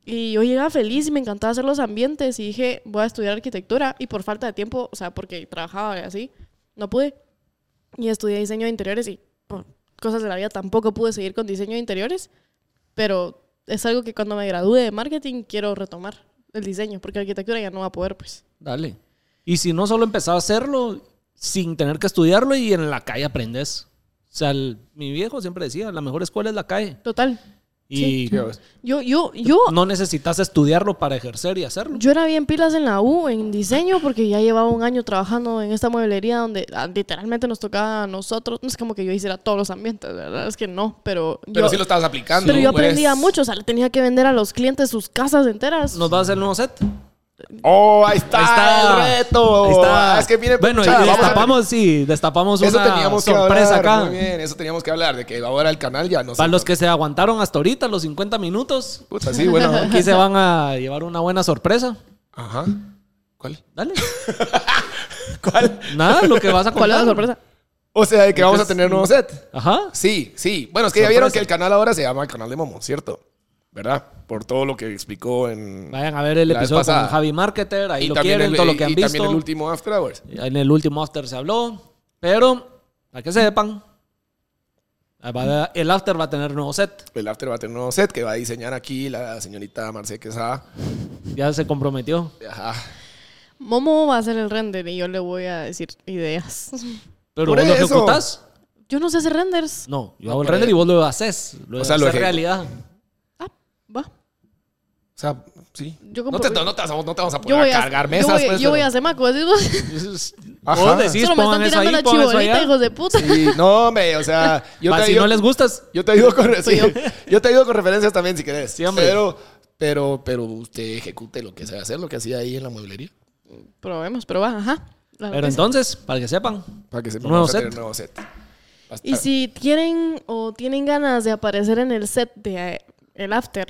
S5: Y yo llegaba feliz y me encantaba hacer los ambientes y dije, voy a estudiar arquitectura y por falta de tiempo, o sea, porque trabajaba y así, no pude. Y estudié diseño de interiores y por cosas de la vida tampoco pude seguir con diseño de interiores, pero es algo que cuando me gradúe de marketing quiero retomar el diseño, porque arquitectura ya no va a poder, pues.
S2: Dale. Y si no, solo empezaba a hacerlo sin tener que estudiarlo y en la calle aprendes. O sea, el- mi viejo siempre decía, la mejor escuela es la calle.
S5: Total.
S2: Y
S5: Sí.
S4: ¿Qué vos?
S5: Yo, yo, yo,
S2: no necesitas estudiarlo para ejercer y hacerlo.
S5: yo era bien pilas en la U, en diseño, porque ya llevaba un año trabajando en esta mueblería donde ah, literalmente nos tocaba a nosotros. No es como que yo hiciera todos los ambientes, la verdad es que no, pero yo,
S4: Pero sí lo estabas aplicando.
S5: pero yo
S4: pues.
S5: aprendía mucho, o sea, le tenía que vender a los clientes sus casas enteras.
S2: ¿Nos vas a hacer el nuevo set?
S4: ¡Oh, ahí está,
S2: Ahí está.
S4: el reto!
S2: Ahí está.
S4: Ah, Es que viene
S2: bueno,
S4: pucha,
S2: y
S4: vamos a-
S2: destapamos, sí, destapamos
S4: Eso
S2: una
S4: teníamos que
S2: sorpresa
S4: hablar.
S2: acá.
S4: Muy bien, eso teníamos que hablar. De que ahora el canal ya no
S2: Para
S4: se-
S2: los que se aguantaron hasta ahorita, los 50 minutos,
S4: Puta, sí,
S2: [laughs]
S4: bueno.
S2: aquí se van a llevar una buena sorpresa.
S4: Ajá. ¿Cuál?
S2: Dale.
S4: [laughs] ¿Cuál?
S2: Nada, lo que vas a
S5: ¿Cuál es
S2: contar.
S5: la sorpresa?
S4: O sea, de que vamos a
S2: Entonces,
S4: tener un nuevo set.
S2: Ajá.
S4: Sí, sí. Bueno, es que ya
S2: Sorpresa.
S4: vieron que el canal ahora se llama el canal de Momo, ¿cierto? ¿Verdad? Por todo lo que explicó en.
S2: Vayan a ver el
S4: La vez
S2: episodio
S4: pasada.
S2: con Javi Marketer, ahí lo
S4: también
S2: quieren,
S4: el-
S2: todo lo que han
S4: y
S2: visto.
S4: también el último After Hours.
S2: En el último after se habló, pero para que sepan, va a- el after va a tener nuevo set.
S4: El After va a tener un nuevo set que va a diseñar aquí la señorita Marce Quesada.
S2: Ya se comprometió.
S4: Ajá.
S5: Momo va a hacer el render y yo le voy a decir ideas.
S2: Pero
S4: Por
S2: vos lo
S4: eso.
S2: ejecutás.
S5: Yo no sé hacer renders.
S2: No, yo
S4: No,
S2: hago el
S4: por
S2: render y
S4: eso.
S2: vos lo haces. Lo
S4: O sea, lo
S2: haces
S4: ejecu-
S2: realidad.
S5: Va.
S4: O sea, sí.
S5: Yo
S4: No te,
S5: compro-
S4: no, no te vas, a- no te vamos a
S5: Yo
S4: poner
S5: voy
S4: a
S5: a,
S4: cargar
S5: yo
S4: mesas.
S5: voy-
S4: pues,
S5: yo voy
S4: pero-
S5: a hacer macos. [laughs] Solo
S4: Ajá.
S2: Vos decís,
S5: me
S2: pongan
S5: están
S2: eso
S5: tirando
S2: ahí, pongan eso allá.
S5: la chibolita, hijos de puta.
S4: Sí, no, hombre, o sea,
S2: [laughs]
S4: yo
S2: Pa,
S4: te,
S2: si
S4: ayudo,
S2: no les gustas,
S4: yo te ayudo con sí,
S5: yo.
S4: yo te ayudo con referencias también si querés.
S2: Sí, hombre.
S4: Pero, pero, pero usted ejecute lo que sabe hacer, lo que hacía ahí en la mueblería.
S5: Probemos, pero va, ajá. La
S2: pero
S5: verdad.
S2: entonces, para que sepan,
S4: Para que se
S2: Nuevo
S4: vamos a
S2: set.
S4: tener nuevo set. Va a
S5: Y
S4: estar-
S5: si quieren o tienen ganas de aparecer en el set de eh, el after,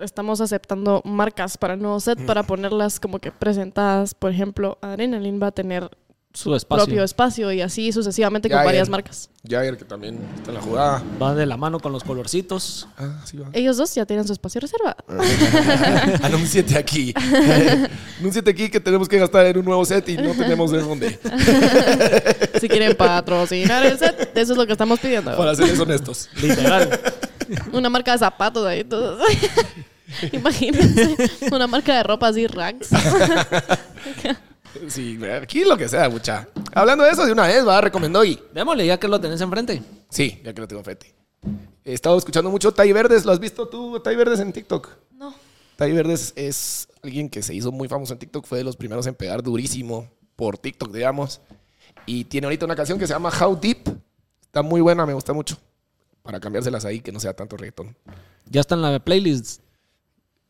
S5: estamos aceptando marcas para el nuevo
S4: Mm.
S5: set para ponerlas como que presentadas. Por ejemplo, Adrenaline va a tener
S2: su espacio
S5: propio espacio y así sucesivamente con
S4: Ya, ya.
S5: varias marcas.
S4: Jagger, que también está en la jugada.
S2: va de la mano con los colorcitos.
S4: Ah, sí
S2: [laughs]
S4: va.
S5: Ellos dos ya tienen su espacio reservado.
S4: Anúnciate
S2: [laughs]
S4: aquí. Anúnciate aquí que tenemos que gastar en un nuevo set y no tenemos de dónde.
S5: [laughs] Si quieren patrocinar el set, eso es lo que estamos pidiendo.
S2: [laughs]
S4: Para ser honestos. [laughs]
S2: Literal.
S5: Una marca de zapatos ahí, todos. [laughs] Imagínense, una marca de ropa así, racks.
S4: Sí, aquí lo que sea, mucha. Hablando de eso, de una vez, va, recomendó y.
S2: Démosle ya que lo tenés enfrente.
S4: Sí, ya que lo tengo enfrente. He estado escuchando mucho Tai Verdes. ¿Lo has visto tú, Tai Verdes, en TikTok?
S5: No.
S4: Tai Verdes es alguien que se hizo muy famoso en TikTok. Fue de los primeros en pegar durísimo por TikTok, digamos. Y tiene ahorita una canción que se llama How Deep. Está muy buena, me gusta mucho. Para cambiárselas ahí, que no sea tanto reggaetón.
S2: Ya está en la playlist.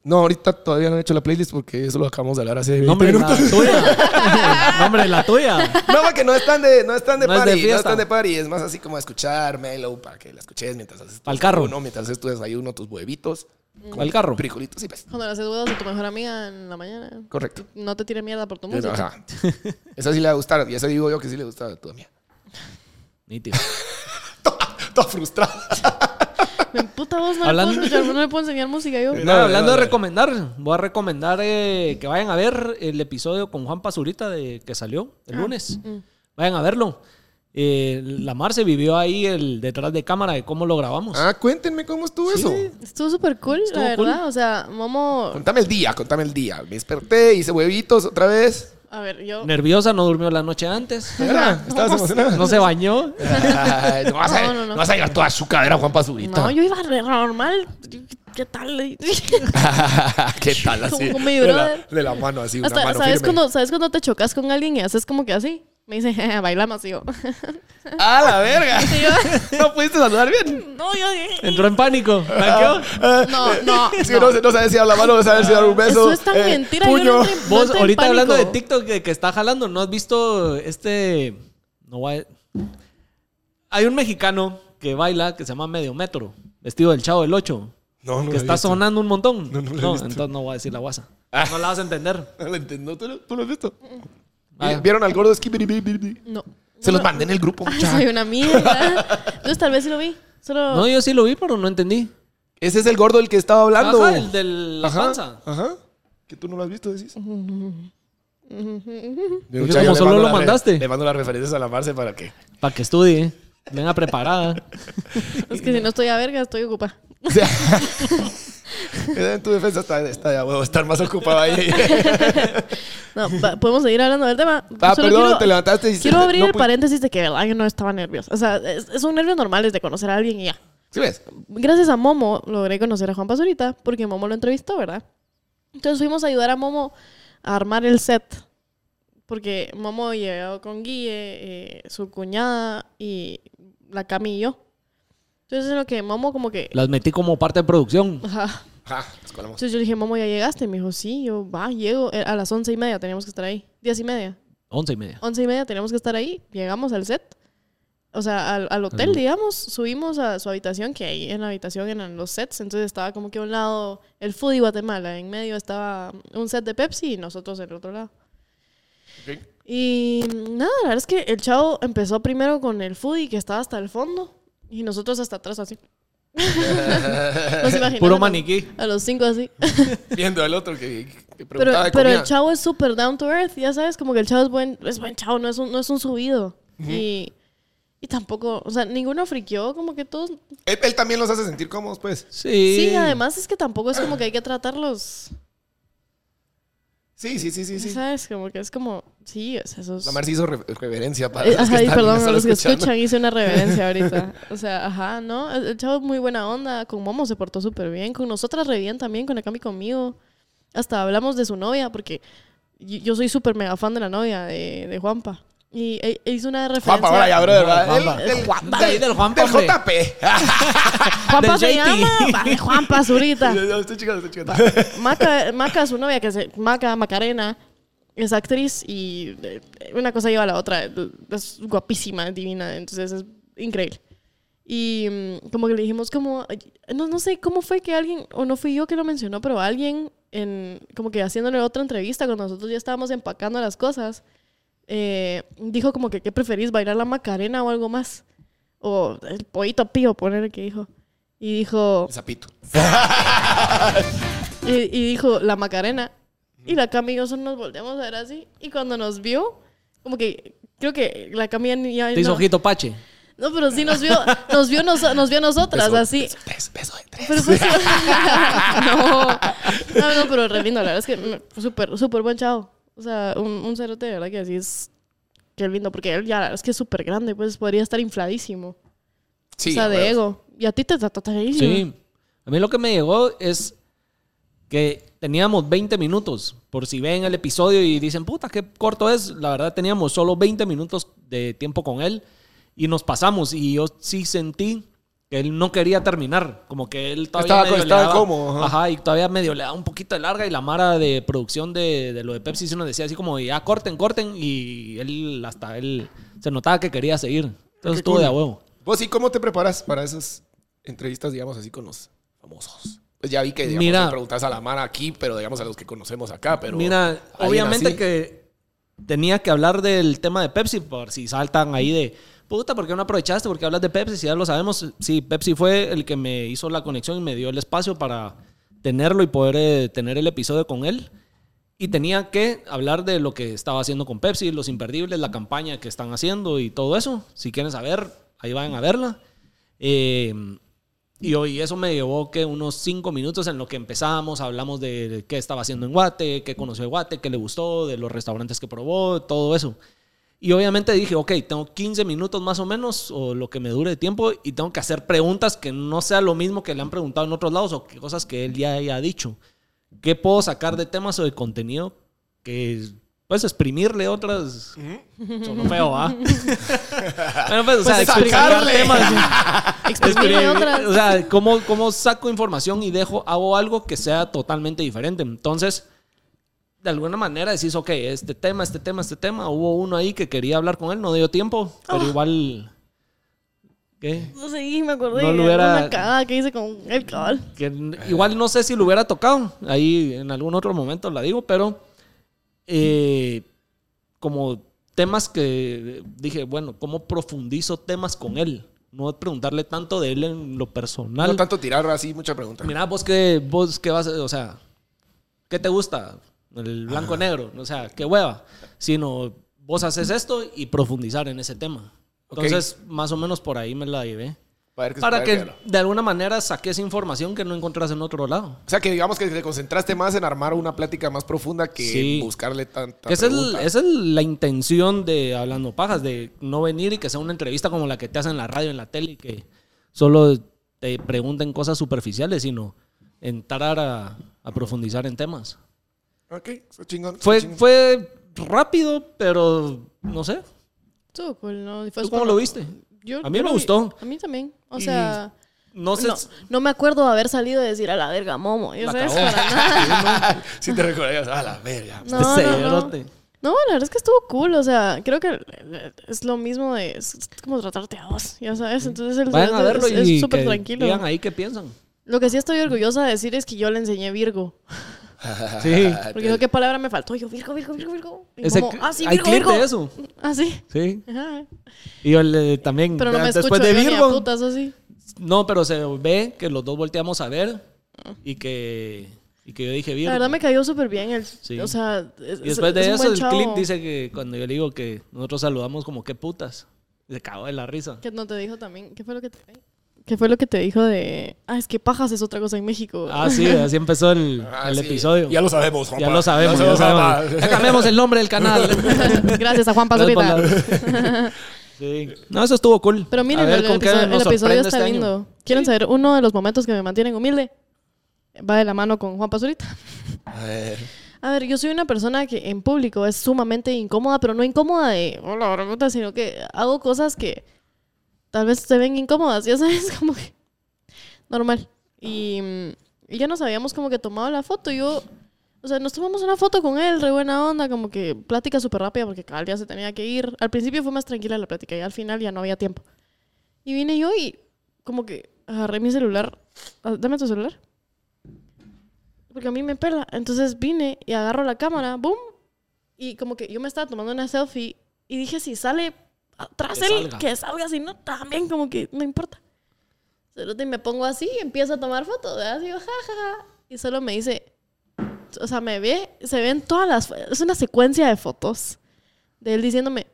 S4: No, ahorita todavía no he hecho la playlist porque eso lo acabamos de hablar hace 20
S2: Nombre la
S4: minutos.
S2: tuya. [laughs] Nombre la
S4: [laughs]
S2: tuya.
S4: No, porque no están de, no están de
S2: No es de
S4: party. no
S2: fiesta.
S4: están de party. Es más así como escuchar Melo para que la escuches mientras haces tu
S2: Pa'l carro.
S4: desayuno, mientras haces tu desayuno, tus huevitos.
S2: Al carro.
S4: Frijolitos y pues.
S5: Cuando le haces huevos a tu mejor amiga en la mañana.
S4: Correcto.
S5: No te tire mierda por tu
S4: Pero,
S5: música.
S4: ajá.
S2: [laughs]
S4: Esa sí le va a gustar. Y esa digo yo que sí le gusta a tu amiga.
S2: Nítido.
S4: Toda, [laughs] toda frustrada.
S5: Me emputa vos, no
S2: Hablando-
S5: le puedo escuchar, no le puedo enseñar música yo.
S2: Mira,
S4: No,
S2: hablando
S4: no,
S2: de
S4: no.
S2: recomendar, voy a recomendar eh, que vayan a ver el episodio con Juan Pazurita de, que salió el
S5: Ah,
S2: lunes.
S5: mm,
S2: Vayan a verlo. Eh, la Mar se vivió ahí el detrás de cámara de cómo lo grabamos.
S4: Ah, cuéntenme cómo estuvo eso.
S5: Estuvo súper cool,
S2: Estuvo
S5: la
S2: cool.
S5: verdad. O sea, Momo.
S4: Contame el día, contame el día. Me desperté, hice huevitos otra vez.
S5: A ver, yo.
S2: Nerviosa, no durmió la noche antes,
S4: [laughs] Era, estabas emocionada.
S2: no se bañó.
S4: Ay, [laughs] no, vas a,
S5: No, no, no.
S4: no vas a llevar toda su cadera, Juan Pazurita.
S5: No, yo iba re normal. ¿Qué tal?
S4: [laughs]
S5: [laughs]
S4: ¿Qué tal así?
S5: Como- como mi
S4: de, la,
S5: brother.
S4: de la mano así, una
S5: Hasta,
S4: mano
S5: ¿sabes,
S4: firme.
S5: cuando, ¿Sabes cuando te chocas con alguien y haces como que así? Me dice, "Jeje, bailamos. Y yo,
S4: ¡Ah,
S5: [laughs]
S4: la verga!
S5: y
S4: [laughs]
S5: yo,
S4: ¿No pudiste saludar bien?
S5: no, yo.
S4: [laughs]
S2: Entró en pánico.
S4: Ah,
S2: blanqueó.
S5: No, no.
S4: Sí, no, sé- no sabes si dar la mano, no sabes si dar un beso.
S5: Eso es tan
S4: eh,
S5: mentira.
S4: Puño.
S5: Yo no entré- no
S2: Vos,
S5: entré en
S2: ahorita
S5: pánico.
S2: hablando de TikTok que, que está jalando, ¿no has visto este. No voy a- Hay un mexicano que baila que se llama Medio Metro, vestido del Chavo del Ocho.
S4: No, no
S2: que
S4: lo he
S2: está
S4: visto.
S2: sonando un montón.
S4: No,
S2: No,
S4: no lo he visto.
S2: entonces no voy a decir la guasa.
S4: Ah.
S2: No la vas a entender.
S4: [laughs] No lo entiendo, ¿Tú, lo- tú lo has visto. Eh,
S2: Ah.
S4: ¿Vieron al gordo Skibidi?
S5: No.
S4: Se los
S5: No, Ah, no.
S4: mandé en el grupo,
S5: [laughs] Ay,
S4: mucha.
S5: soy una mierda. Entonces tal vez sí lo vi. Solo.
S2: No, yo sí lo vi, pero no entendí.
S4: Ese es el gordo del que estaba hablando.
S2: Ajá, el de la
S4: Ajá,
S2: panza.
S4: Ajá. Que tú no lo has visto,
S5: [laughs]
S4: decís.
S2: Es que como solo lo mandaste.
S4: Le mando las referencias a la Marce para que.
S2: Para que estudie. eh. Venga preparada.
S5: Es que si no estoy a verga, estoy ocupada.
S4: O sea, en tu defensa está, está ya, huevo, estar más ocupado ahí.
S5: No, va- podemos seguir hablando del tema.
S4: [laughs] Ah,
S5: Solo
S4: perdón,
S5: quiero-
S4: te levantaste y
S5: Quiero abrir
S4: no
S5: el
S4: pu-
S5: paréntesis de que, verdad, yo no estaba nerviosa. O sea, es, es un nervio normal, es de conocer a alguien y ya.
S4: ¿Sí ves?
S5: gracias a Momo logré conocer a Juan Pazurita porque Momo lo entrevistó, ¿verdad? Entonces fuimos a ayudar a Momo a armar el set. Porque Momo llegó con Guille, eh, su cuñada y la Cami y yo. Entonces en lo que Momo como que...
S2: Las metí como parte de producción.
S5: Ajá.
S4: Ja, las Ah, colamos.
S5: Entonces yo le dije, Momo, ¿ya llegaste? Me dijo, sí, yo, va, llego. Eh, A las once y media teníamos que estar ahí. Diez y media.
S2: Once y media.
S5: Once y media teníamos que estar ahí. Llegamos al set. O sea, al, al hotel, digamos. Subimos a su habitación, que ahí en la habitación eran los sets. Entonces estaba como que a un lado el Foodie Guatemala. En medio estaba un set de Pepsi y nosotros en el otro lado.
S4: Ok.
S5: Y nada, la verdad es que el chavo empezó primero con el Foodie, que estaba hasta el fondo. Y nosotros hasta atrás, así. [laughs]
S2: [laughs]
S5: ¿No se imaginan?
S2: Puro maniquí.
S5: A los cinco, así.
S4: Viendo al otro que, que
S5: Pero,
S4: preguntaba de
S5: pero el
S4: comida.
S5: chavo es súper down to earth, ya sabes, como que el chavo es buen, es buen chavo, no es un, no es un subido. y, y tampoco, o sea, ninguno friqueó, como que todos...
S4: Él, él también los hace sentir cómodos, pues.
S2: Sí.
S5: Sí, además es que tampoco es como que hay que tratarlos,
S4: Sí, sí, sí, sí.
S5: ya
S4: sí.
S5: ¿sabes? Como que es como, sí, o sea, esos...
S4: La Marcia hizo re- reverencia para
S5: Eh,
S4: los que
S5: ajá, y
S4: están-
S5: perdón, a
S4: están
S5: los que
S4: escuchando.
S5: escuchan hice
S4: [laughs]
S5: una reverencia ahorita. O sea, ajá, ¿no? El, el chavo es muy buena onda, con Momo se portó súper bien, con nosotras re bien también, con Akami conmigo. Hasta hablamos de su novia, porque yo, yo soy súper mega fan de la novia de, de Juanpa. Y e- e hizo una referencia.
S4: Juanpa, ahora ya, brother.
S2: Juanpa,
S4: ¿verdad?
S2: Juanpa.
S4: Él- él-
S2: Juanpa, ahí del Juanpa,
S4: Del
S2: hombre.
S4: JP. [laughs]
S5: Juanpa
S2: Del
S5: se
S2: JT.
S5: llama, vale,
S4: [laughs]
S5: Juanpa Zurita.
S4: Yo- yo Estoy chingando, estoy chingando.
S5: Maca, Maca, su novia, que se Maca, Macarena, es actriz y eh, una cosa lleva a la otra. Es guapísima, divina, entonces es increíble. Y mm, como que le dijimos como, ay, no, no sé cómo fue que alguien, o no fui yo que lo mencionó, pero alguien, en, como que haciéndole otra entrevista, cuando nosotros ya estábamos empacando las cosas, eh, dijo como que, ¿qué preferís, bailar la Macarena o algo más? O el pollito pío, poner que dijo. Y dijo...
S4: El sapito.
S5: Y, y dijo, la Macarena. Y la Cami y yo solo nos volteamos a ver así. Y cuando nos vio, como que creo que la Cami ya ni-
S2: [laughs]
S5: ya.
S2: Te hizo
S5: no,
S2: ojito pache.
S5: no, pero sí nos vio, nos vio, nos, nos vio a nosotras, así.
S4: Beso, beso de tres.
S5: Pero pues, [laughs] no, no, no, pero re lindo, la verdad es que mm, súper, súper buen chavo. O sea, un, un cerote, de verdad que así es. Qué lindo, porque él ya la verdad es que es súper grande, pues podría estar infladísimo.
S4: [laughs] Sí,
S5: o sea,
S4: a
S5: de
S4: huevos.
S5: ego. Y a ti te trató terrible.
S2: Sí. A mí lo que me llegó es que teníamos 20 minutos. Por si ven el episodio y dicen, puta, qué corto es. La verdad, teníamos solo 20 minutos de tiempo con él y nos pasamos. Y yo sí sentí que él no quería terminar. Como que él todavía.
S4: Estaba-
S2: medio le
S4: estaba
S2: daba-
S4: cómodo, ajá.
S2: Ajá. y todavía medio le daba un poquito de larga. Y la mara de producción de, de lo de Pepsi se nos decía así como, ya corten, corten. Y él, hasta él, se notaba que quería seguir. Entonces estuvo de a huevo.
S4: ¿Vos y cómo te preparas para esas entrevistas, digamos, así con los famosos? Pues ya vi que, digamos,
S2: Mira.
S4: le preguntas a la mano aquí, pero digamos a los que conocemos acá, pero...
S2: Mira,
S4: alguien
S2: obviamente
S4: así.
S2: que tenía que hablar del tema de Pepsi, por si saltan ahí de, puta, ¿por qué no aprovechaste? ¿Por qué hablas de Pepsi? Si ya lo sabemos, sí, Pepsi fue el que me hizo la conexión y me dio el espacio para tenerlo y poder eh, tener el episodio con él. Y tenía que hablar de lo que estaba haciendo con Pepsi, los imperdibles, la campaña que están haciendo y todo eso. Si quieren saber, ahí vayan a verla. Eh, y hoy eso me llevó que unos cinco minutos en lo que empezamos, hablamos de qué estaba haciendo en Guate, qué conoció de Guate, qué le gustó, de los restaurantes que probó, todo eso. Y obviamente dije, ok, tengo 15 minutos más o menos, o lo que me dure de tiempo, y tengo que hacer preguntas que no sea lo mismo que le han preguntado en otros lados o que cosas que él ya haya dicho. ¿Qué puedo sacar de temas o de contenido que puedes exprimirle otras? Sonó feo, ¿ah? bueno, pues, o sea, explicar
S4: sacarle.
S2: temas.
S5: Exprimirle
S2: Exprimir-
S5: otras.
S2: O sea, ¿cómo, ¿cómo saco información y dejo, hago algo que sea totalmente diferente? Entonces, de alguna manera decís, ok, este tema, este tema, este tema. Hubo uno ahí que quería hablar con él, no dio tiempo, pero igual. ¿Qué?
S5: No sé, y me acordé
S2: No
S5: de
S2: lo hubiera-
S5: una cagada que hice con el cabal.
S2: Que n- igual no sé si lo hubiera tocado. Ahí en algún otro momento la digo, pero eh, como temas que dije, bueno, ¿cómo profundizo temas con él? No preguntarle tanto de él en lo personal.
S4: No tanto tirar así, mucha pregunta.
S2: Mira, vos que vos que vas, a- o sea, ¿qué te gusta? El blanco negro, o sea, qué hueva, sino vos haces esto y profundizar en ese tema.
S4: Ok.
S2: Entonces, más o menos por ahí me la llevé.
S4: para ver qué-
S2: Para
S4: para
S2: que
S4: ver qué-
S2: de alguna manera saque esa información que no encontrás en otro lado.
S4: O sea, que digamos que te concentraste más en armar una plática más profunda que
S2: Sí.
S4: en buscarle tanta
S2: Esa es,
S4: pregunta.
S2: esa es la intención de Hablando Pajas, de no venir y que sea una entrevista como la que te hacen en la radio, en la tele, y que solo te pregunten cosas superficiales, sino entrar a, a profundizar en temas.
S4: Ok, está chingón. está
S2: Fue,
S4: chingón.
S2: fue rápido, pero no sé.
S5: Estuvo cool, ¿no? Y fue
S2: ¿Tú cómo
S5: como-
S2: lo viste?
S5: Yo-
S2: A mí
S5: yo
S2: me
S5: lo vi-
S2: gustó.
S5: A mí también. O
S2: Y-
S5: sea,
S2: No sé.
S5: no, no me acuerdo de haber salido de decir a la verga, momo. Yo
S2: La
S5: sé, es
S2: cagó.
S5: para
S2: [laughs]
S5: nada.
S4: Sí te recordarías, a la verga.
S5: No,
S2: este
S5: no, no.
S2: cerote.
S5: No, la verdad es que estuvo cool. O sea, creo que es lo mismo de. Es es como tratarte a dos, ya sabes. Entonces el
S2: Vayan a
S5: cerote
S2: verlo
S5: es- es
S2: y
S5: súper
S2: que
S5: tranquilo.
S2: digan ahí qué piensan.
S5: Lo que sí estoy orgullosa de decir es que yo le enseñé Virgo.
S4: [laughs]
S2: Sí.
S5: Porque dijo, ¿qué palabra me faltó? Yo, Virgo, Virgo, Virgo, Virgo. Y
S2: Ese-
S5: como, ah, sí,
S2: hay
S5: Virgo,
S2: clip
S5: Virgo.
S2: de eso.
S5: Ah, sí. [laughs]
S2: Sí.
S5: Ajá.
S2: Y yo le- también. ah,
S5: Pero no me
S2: después
S5: escucho
S2: de
S5: yo ni a
S2: Virgo.
S5: putas así.
S2: No, pero se ve que los dos volteamos a ver y que, y que yo dije Virgo.
S5: La verdad me cayó súper bien. El,
S2: Sí.
S5: O sea, es-
S2: y después
S5: es
S2: de
S5: un
S2: eso,
S5: buen
S2: el
S5: chavo.
S2: clip dice que cuando yo le digo que nosotros saludamos como qué putas, se cagó de la
S5: [laughs]
S2: risa.
S5: Que no te dijo también. ¿Qué fue lo que te ¿Qué fue lo que te dijo de. Ah, es que pajas es otra cosa en México.
S2: Ah, sí, así empezó el,
S4: Ah,
S2: el
S4: sí.
S2: episodio.
S4: Ya lo sabemos, Juanpa.
S2: Ya lo sabemos, ya
S4: Juanpa.
S2: sabemos. Ya cambiamos el nombre del
S5: [laughs]
S2: canal.
S5: [laughs] Gracias a Juan
S2: Gracias por
S5: Pazurita. [laughs]
S2: la- Sí. No, eso estuvo cool.
S5: Pero
S2: A
S5: miren,
S2: ver
S5: el,
S2: con qué
S5: episodio,
S2: nos
S5: el episodio
S2: sorprende
S5: está
S2: este año.
S5: lindo. ¿Quieren saber uno de los momentos que me mantienen humilde? Va de la mano con Juan Pazurita.
S4: A ver.
S5: A ver, yo soy una persona que en público es sumamente incómoda, pero no incómoda de hola, pregunta, sino que hago cosas que tal vez se ven incómodas, ya [laughs] sabes, como que normal. Y, mm, y ya nos habíamos como que tomado la foto. Yo, o sea, nos tomamos una foto con él, re buena onda, como que plática súper rápida porque cada día se tenía que ir. Al principio fue más tranquila la plática y al final ya no había tiempo. Y vine yo y como que agarré mi celular. Ah, Dame tu celular. Porque a mí me pela. Entonces vine y agarro la cámara, boom. Y como que yo me estaba tomando una selfie y dije, si sale atrás
S2: Que
S5: él,
S2: salga.
S5: que salga. Si no, también como que no importa. Cerote, Y me pongo así y empiezo a tomar fotos. ¿verdad? Digo, ja, ja, ja. Y solo me dice, o sea, me ve, se ven todas las, es una secuencia de fotos de él diciéndome,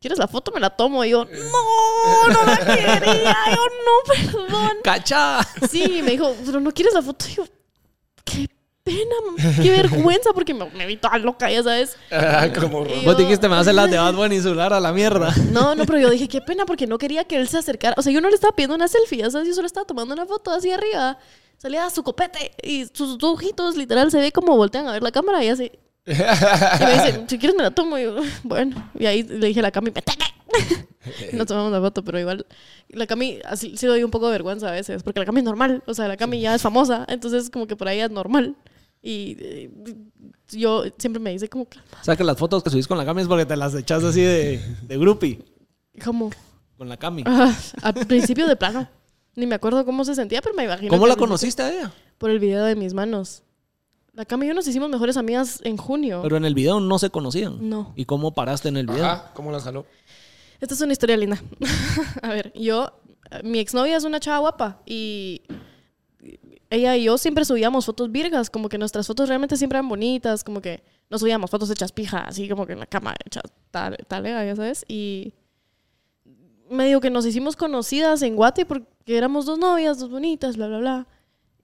S5: ¿quieres la foto? Me la tomo. Y yo,
S2: Eh.
S5: no, no la quería, yo no, perdón.
S2: ¡Cacha!
S5: Sí, me dijo, pero no quieres la foto. Y yo, qué pena, mam- qué vergüenza, porque me, me vi toda loca, ya sabes.
S4: Ah, Como
S5: Y
S2: Vos
S5: yo-
S2: dijiste, me vas a hacer las de Bad Bunny y celular a la
S5: [laughs]
S2: mierda.
S5: No, no, pero yo dije, qué pena, porque no quería que él se acercara. O sea, yo no le estaba pidiendo una selfie, ya sabes, yo solo estaba tomando una foto así arriba. Salía su copete y sus dos ojitos, literal, se ve como voltean a ver la cámara y así. Y me dice, si quieres me la tomo. Y yo, [laughs] bueno, y ahí le dije a la Cami, "Vete". [laughs] Y Nos tomamos la foto, pero igual la Cami así, sí doy un poco de vergüenza a veces, porque la Cami es normal, o sea, la Cami ya es famosa, entonces como que por ahí es normal. Y eh, yo siempre me dice como, que,
S2: O sea, que las fotos que subís con la Cami es porque te las echas así de, de groupie.
S5: como
S2: Con la Cami.
S5: ah, al principio de plano, ni me acuerdo cómo se sentía, pero me imagino.
S2: ¿Cómo
S5: que
S2: la
S5: al principio-
S2: conociste a ella?
S5: Por el video de mis manos. La Cami y yo nos hicimos mejores amigas en junio.
S2: Pero en el video no se conocían.
S5: No.
S2: ¿Y cómo paraste en el video?
S4: Ajá, ¿cómo las jaló?
S5: Esta es una historia linda. [laughs] a ver, yo, mi exnovia es una chava guapa y ella y yo siempre subíamos fotos virgas, como que nuestras fotos realmente siempre eran bonitas, como que no subíamos fotos hechas pija, así como que en la cama hechas tal, talega, ya sabes. Y medio que nos hicimos conocidas en Guate porque éramos dos novias, dos bonitas, bla, bla, bla.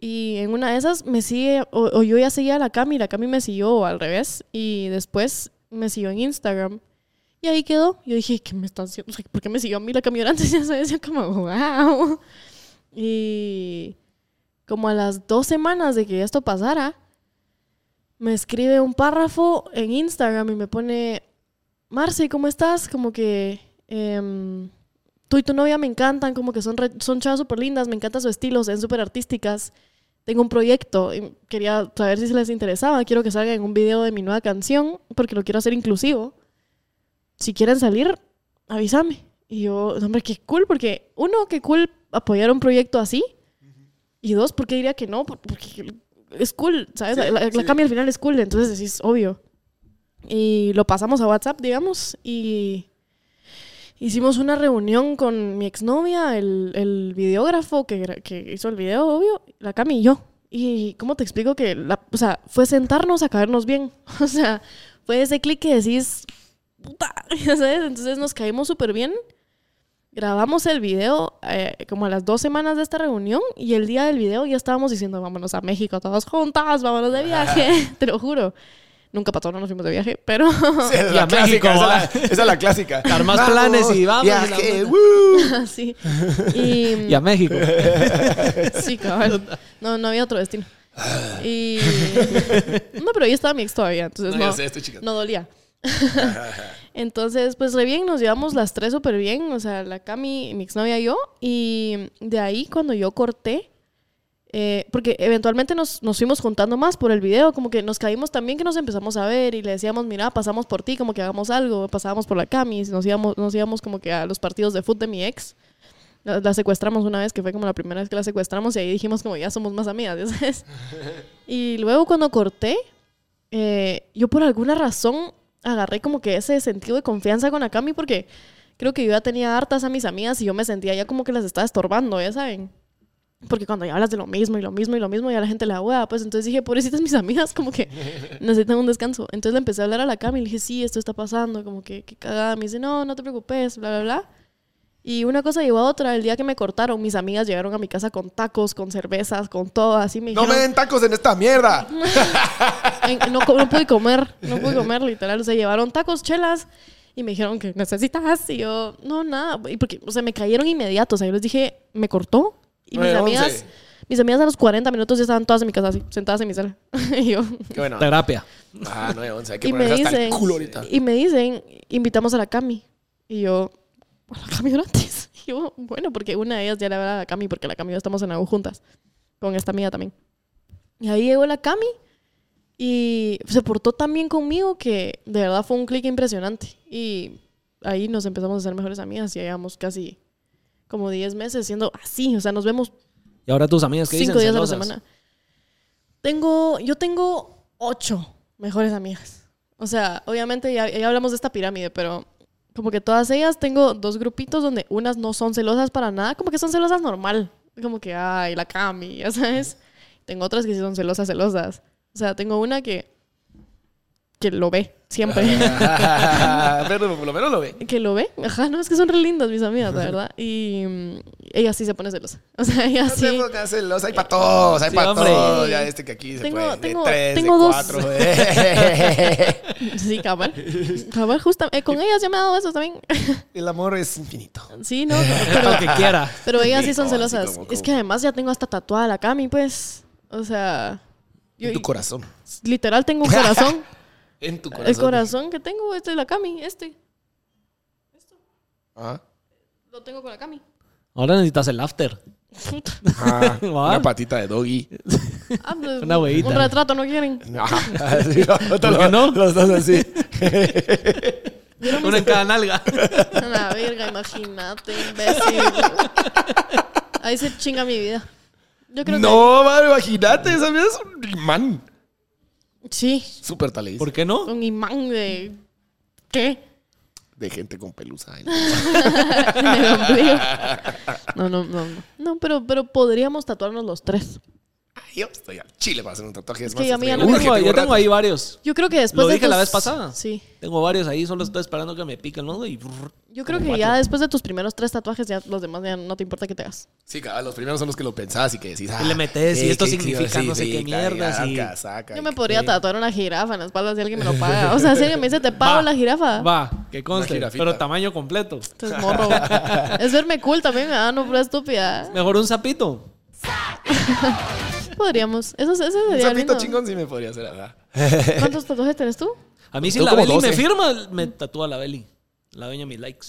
S5: Y en una de esas me sigue, o, o yo ya seguía a la Cami, la Cami me siguió o al revés, y después me siguió en Instagram. Y ahí quedó. Yo dije, ¿qué me están haciendo? O sea, ¿Por qué me siguió a mí la camión antes? [laughs] Ya sabes, yo como, wow. Y como a las dos semanas de que esto pasara, me escribe un párrafo en Instagram y me pone, Marce, ¿cómo estás? Como que em, tú y tu novia me encantan, como que son, re- son chavas súper lindas, me encanta su estilo, son súper artísticas. Tengo un proyecto y quería saber si se les interesaba. Quiero que salga en un video de mi nueva canción porque lo quiero hacer inclusivo si quieren salir, avísame. Y yo, hombre, qué cool, porque uno, qué cool apoyar un proyecto así. Y dos, ¿por qué diría que no? Por- Porque es cool, ¿sabes?
S4: Sí,
S5: la la
S4: sí.
S5: Cami al final es cool, entonces decís, obvio. Y lo pasamos a WhatsApp, digamos, y hicimos una reunión con mi exnovia, el, el videógrafo que, gra- que hizo el video, obvio, la Cami y yo. Y cómo te explico que, la, o sea, fue sentarnos a caernos bien. [laughs] O sea, fue ese clic que decís, puta, [laughs] ya sabes, entonces nos caímos súper bien. Grabamos el video eh, como a las dos semanas de esta reunión y el [laughs] día del video ya estábamos diciendo, vámonos a México todos juntas, vámonos de viaje, te lo juro. Nunca pasó, no nos fuimos de viaje, pero [laughs]
S4: Esa es
S2: Y
S4: la
S2: a México,
S4: clásica. Esa
S2: ¿va?
S4: es la- esa es la clásica.
S2: Armas planes y [laughs] vamos,
S4: viaje,
S2: la onda.
S4: woo.
S5: sí. Y,
S2: Y a [laughs] México.
S5: Sí, cabrón. No, no había otro destino. Y... [laughs] No, pero ahí estaba mi ex todavía, entonces
S4: No,
S5: no,
S4: yo sé, estoy chica.
S5: no dolía. [laughs] entonces, pues re bien, nos llevamos las tres súper bien, o sea, la Cami, mi exnovia y yo. Y de ahí cuando yo corté, eh, porque eventualmente nos, nos fuimos contando más por el video, como que nos caímos también que nos empezamos a ver y le decíamos, mira, pasamos por ti, como que hagamos algo, pasábamos por la Cami, nos íbamos, nos íbamos como que a los partidos de fútbol de mi ex. La, la secuestramos una vez, que fue como la primera vez que la secuestramos, y ahí dijimos como ya somos más amigas, [laughs] ya sabes. Y luego cuando corté, eh, yo por alguna razón agarré como que ese sentido de confianza con Akami, porque creo que yo ya tenía hartas a mis amigas y yo me sentía ya como que las estaba estorbando, ya saben. Porque cuando ya hablas de lo mismo y lo mismo y lo mismo, ya la gente la hueá, pues entonces dije, pobrecitas mis amigas,
S4: [laughs]
S5: como que necesitan un descanso. Entonces le empecé a hablar a la Cami y le dije, sí, esto está pasando, como que, que cagada. Me dice, no, no te preocupes, bla, bla, bla. Y una cosa llevó a otra. El día que me cortaron, mis amigas llegaron a mi casa con tacos, con cervezas, con todo. Así me
S4: No
S5: dijeron,
S4: me den tacos en esta mierda.
S5: en- no, co- no pude comer, no pude comer, literal. O sea, llevaron tacos, chelas y me dijeron que necesitas. Y yo, no, nada. Y porque, o sea, me cayeron inmediato. O sea, yo les dije, me cortó. Y mis
S4: 9-11.
S5: amigas, mis amigas a los 40 minutos ya estaban todas en mi casa así, sentadas en mi sala. [laughs] y yo,
S4: Qué bueno.
S2: Terapia.
S4: Ah, 9, 11. Hay que
S5: y me
S4: ponerse hasta el
S5: dicen,
S4: culo ahorita. [laughs]
S5: y me dicen, invitamos a la Cami. Y yo, ¿a la Cami gratis? [laughs] Y yo, bueno, porque una de ellas ya le hablaba a la Cami, porque la Cami y yo estamos en la U juntas, con esta amiga también. Y ahí llegó la Cami y se portó tan bien conmigo que de verdad fue un clic impresionante. Y ahí nos empezamos a ser mejores amigas y llevamos casi como 10 meses siendo así. O sea, nos vemos
S2: Y ahora tus amigas que dicen
S5: cinco días a la
S2: celosas?
S5: semana. Tengo, yo tengo ocho mejores amigas. O sea, obviamente ya, ya hablamos de esta pirámide, pero como que todas ellas tengo dos grupitos donde unas no son celosas para nada, como que son celosas normal. Como que, ay, la Cami, ya sabes. Tengo otras que sí son celosas, celosas. O sea, tengo una que, que lo ve siempre.
S2: Ah.
S4: Ah, Pero por lo menos lo ve.
S5: [laughs] Que lo ve. Ajá, no, es que son re lindas mis amigas, la verdad. Y mm, ella sí se pone celosa. [laughs] O sea, ella
S4: No te
S5: sí.
S4: pongas celoso, hay para todos, hay
S2: Sí,
S4: para
S2: hombre.
S4: todos. Ya este que aquí se
S5: Tengo-
S4: puede.
S5: tengo-
S4: de tres,
S5: tengo
S4: de
S5: dos.
S4: cuatro.
S5: [laughs] Sí, cabal. Cabal, justa. eh, con ellas ya me ha dado eso también.
S4: [laughs]
S5: [laughs]
S4: El amor es infinito.
S5: Sí, ¿no?
S2: Todo [laughs] lo que quiera.
S5: Pero ellas sí
S4: Sí, [laughs] no,
S5: son
S4: así
S5: celosas.
S4: como- como-
S5: Es que además ya tengo hasta tatuada la Cami, pues. O sea, yo
S4: en tu corazón. [laughs]
S5: literal tengo un corazón.
S4: En tu corazón.
S5: El corazón que tengo es de la Cami, este.
S4: Ajá.
S5: Lo tengo con
S4: [laughs]
S5: la Cami.
S2: Ahora necesitas el after.
S5: Puta.
S4: Ajá.
S2: Va.
S4: Una patita de doggy.
S5: Ah, pues,
S2: Una huevita.
S5: Un retrato, no quieren.
S4: [laughs] Ajá. Sí, no, no te
S2: ¿Por
S4: lo-
S2: qué no?
S4: Los dos así.
S2: Una en cada nalga.
S5: A la verga, imagínate, imbécil. Ahí se chinga mi vida. Yo creo
S4: No, madre, imagínate, ¿sabes? Es un imán.
S5: que. Sí,
S4: Súper talento.
S2: ¿Por qué no?
S5: un imán de. ¿Qué?
S4: De gente con pelusa. Ay,
S5: [laughs] En el
S2: [laughs]
S5: ombligo. No, no, no, no. No, pero, pero podríamos tatuarnos los tres.
S4: Yo estoy al chile para hacer un tatuaje. Es
S5: que
S4: más,
S5: ya a mí [laughs] ya
S4: estoy-
S5: no me-
S4: Urge,
S2: Tengo- yo tengo
S4: rato.
S2: ahí varios.
S5: Yo creo que después
S2: Lo
S5: de
S2: dije la
S5: tus-
S2: vez pasada.
S5: Sí.
S2: Tengo varios ahí, solo estoy esperando que me piquen, ¿no? Y brrr,
S5: Yo creo que ya después de tus primeros tres tatuajes, ya los demás ya no te importa que te hagas.
S4: Sí, cabal, los primeros son los que lo pensás y que decís. Ah,
S2: Y le metes,
S4: eh,
S2: y esto
S4: qué
S2: significa
S4: chido, sí,
S2: no sé
S4: sí,
S2: qué mierdas,
S4: claro,
S2: y-
S4: saca, saca,
S5: Yo
S4: y-
S5: me podría tatuar una jirafa en la espalda si
S2: [laughs]
S5: alguien me lo paga. O sea, si alguien me dice, te pago
S2: Va,
S5: la jirafa.
S2: Va, que conste,
S4: jirafita.
S2: pero tamaño completo. [laughs]
S5: Entonces, morro. es verme cool también, ah, no, pura estúpida.
S2: Mejor un sapito.
S5: Podríamos. Eso, eso
S4: Un
S5: sería
S4: sapito
S5: lindo.
S4: chingón sí me podría hacer, ¿verdad?
S5: ¿Cuántos tatuajes tenés tú?
S2: A mí si la
S4: Tengo como
S2: Beli me
S4: 12.
S2: firma, me tatúa la Beli. La dueña de mis likes.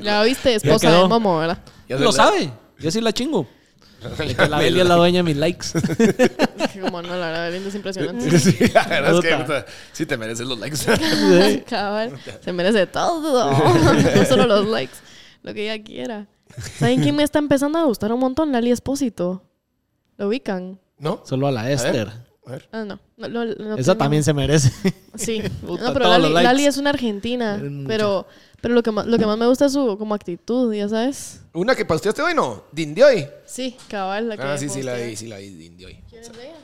S5: La viste esposa
S2: quedó.
S5: de Momo, ¿verdad? [laughs]
S4: Ya
S2: Lo
S4: se-
S2: sabe. Yo sí la chingo. De que la Beli es la dueña de mis likes.
S5: Dije, como no, la verdad, lindo es impresionante.
S4: [laughs] [laughs] Sí, la verdad es que
S2: Puta.
S4: puta, sí te mereces los likes. [laughs]
S5: [laughs] Cabal, se merece todo. [laughs] No solo los likes, lo que ella quiera. ¿Saben quién me está empezando a gustar un montón? Lali Espósito. ¿Lo ubican?
S4: ¿No?
S2: Solo a la Esther.
S4: A ver.
S5: Ah, no. no, no, no
S2: Esa
S5: tengo-
S2: también se merece.
S5: [laughs] Sí.
S2: [laughs] Puta,
S5: no, pero
S2: todos
S5: Lali,
S2: los likes.
S5: Lali es una argentina.
S2: Es mucho.
S5: Pero, pero lo, que más, lo que más me gusta es su como actitud, ya sabes.
S4: Una que posteaste hoy, ¿no? Dindioy.
S5: Sí, cabal. La que
S4: Ah, sí, sí, la
S5: postea.
S4: vi, sí, la vi, Dindioy.
S5: ¿Quién es ella?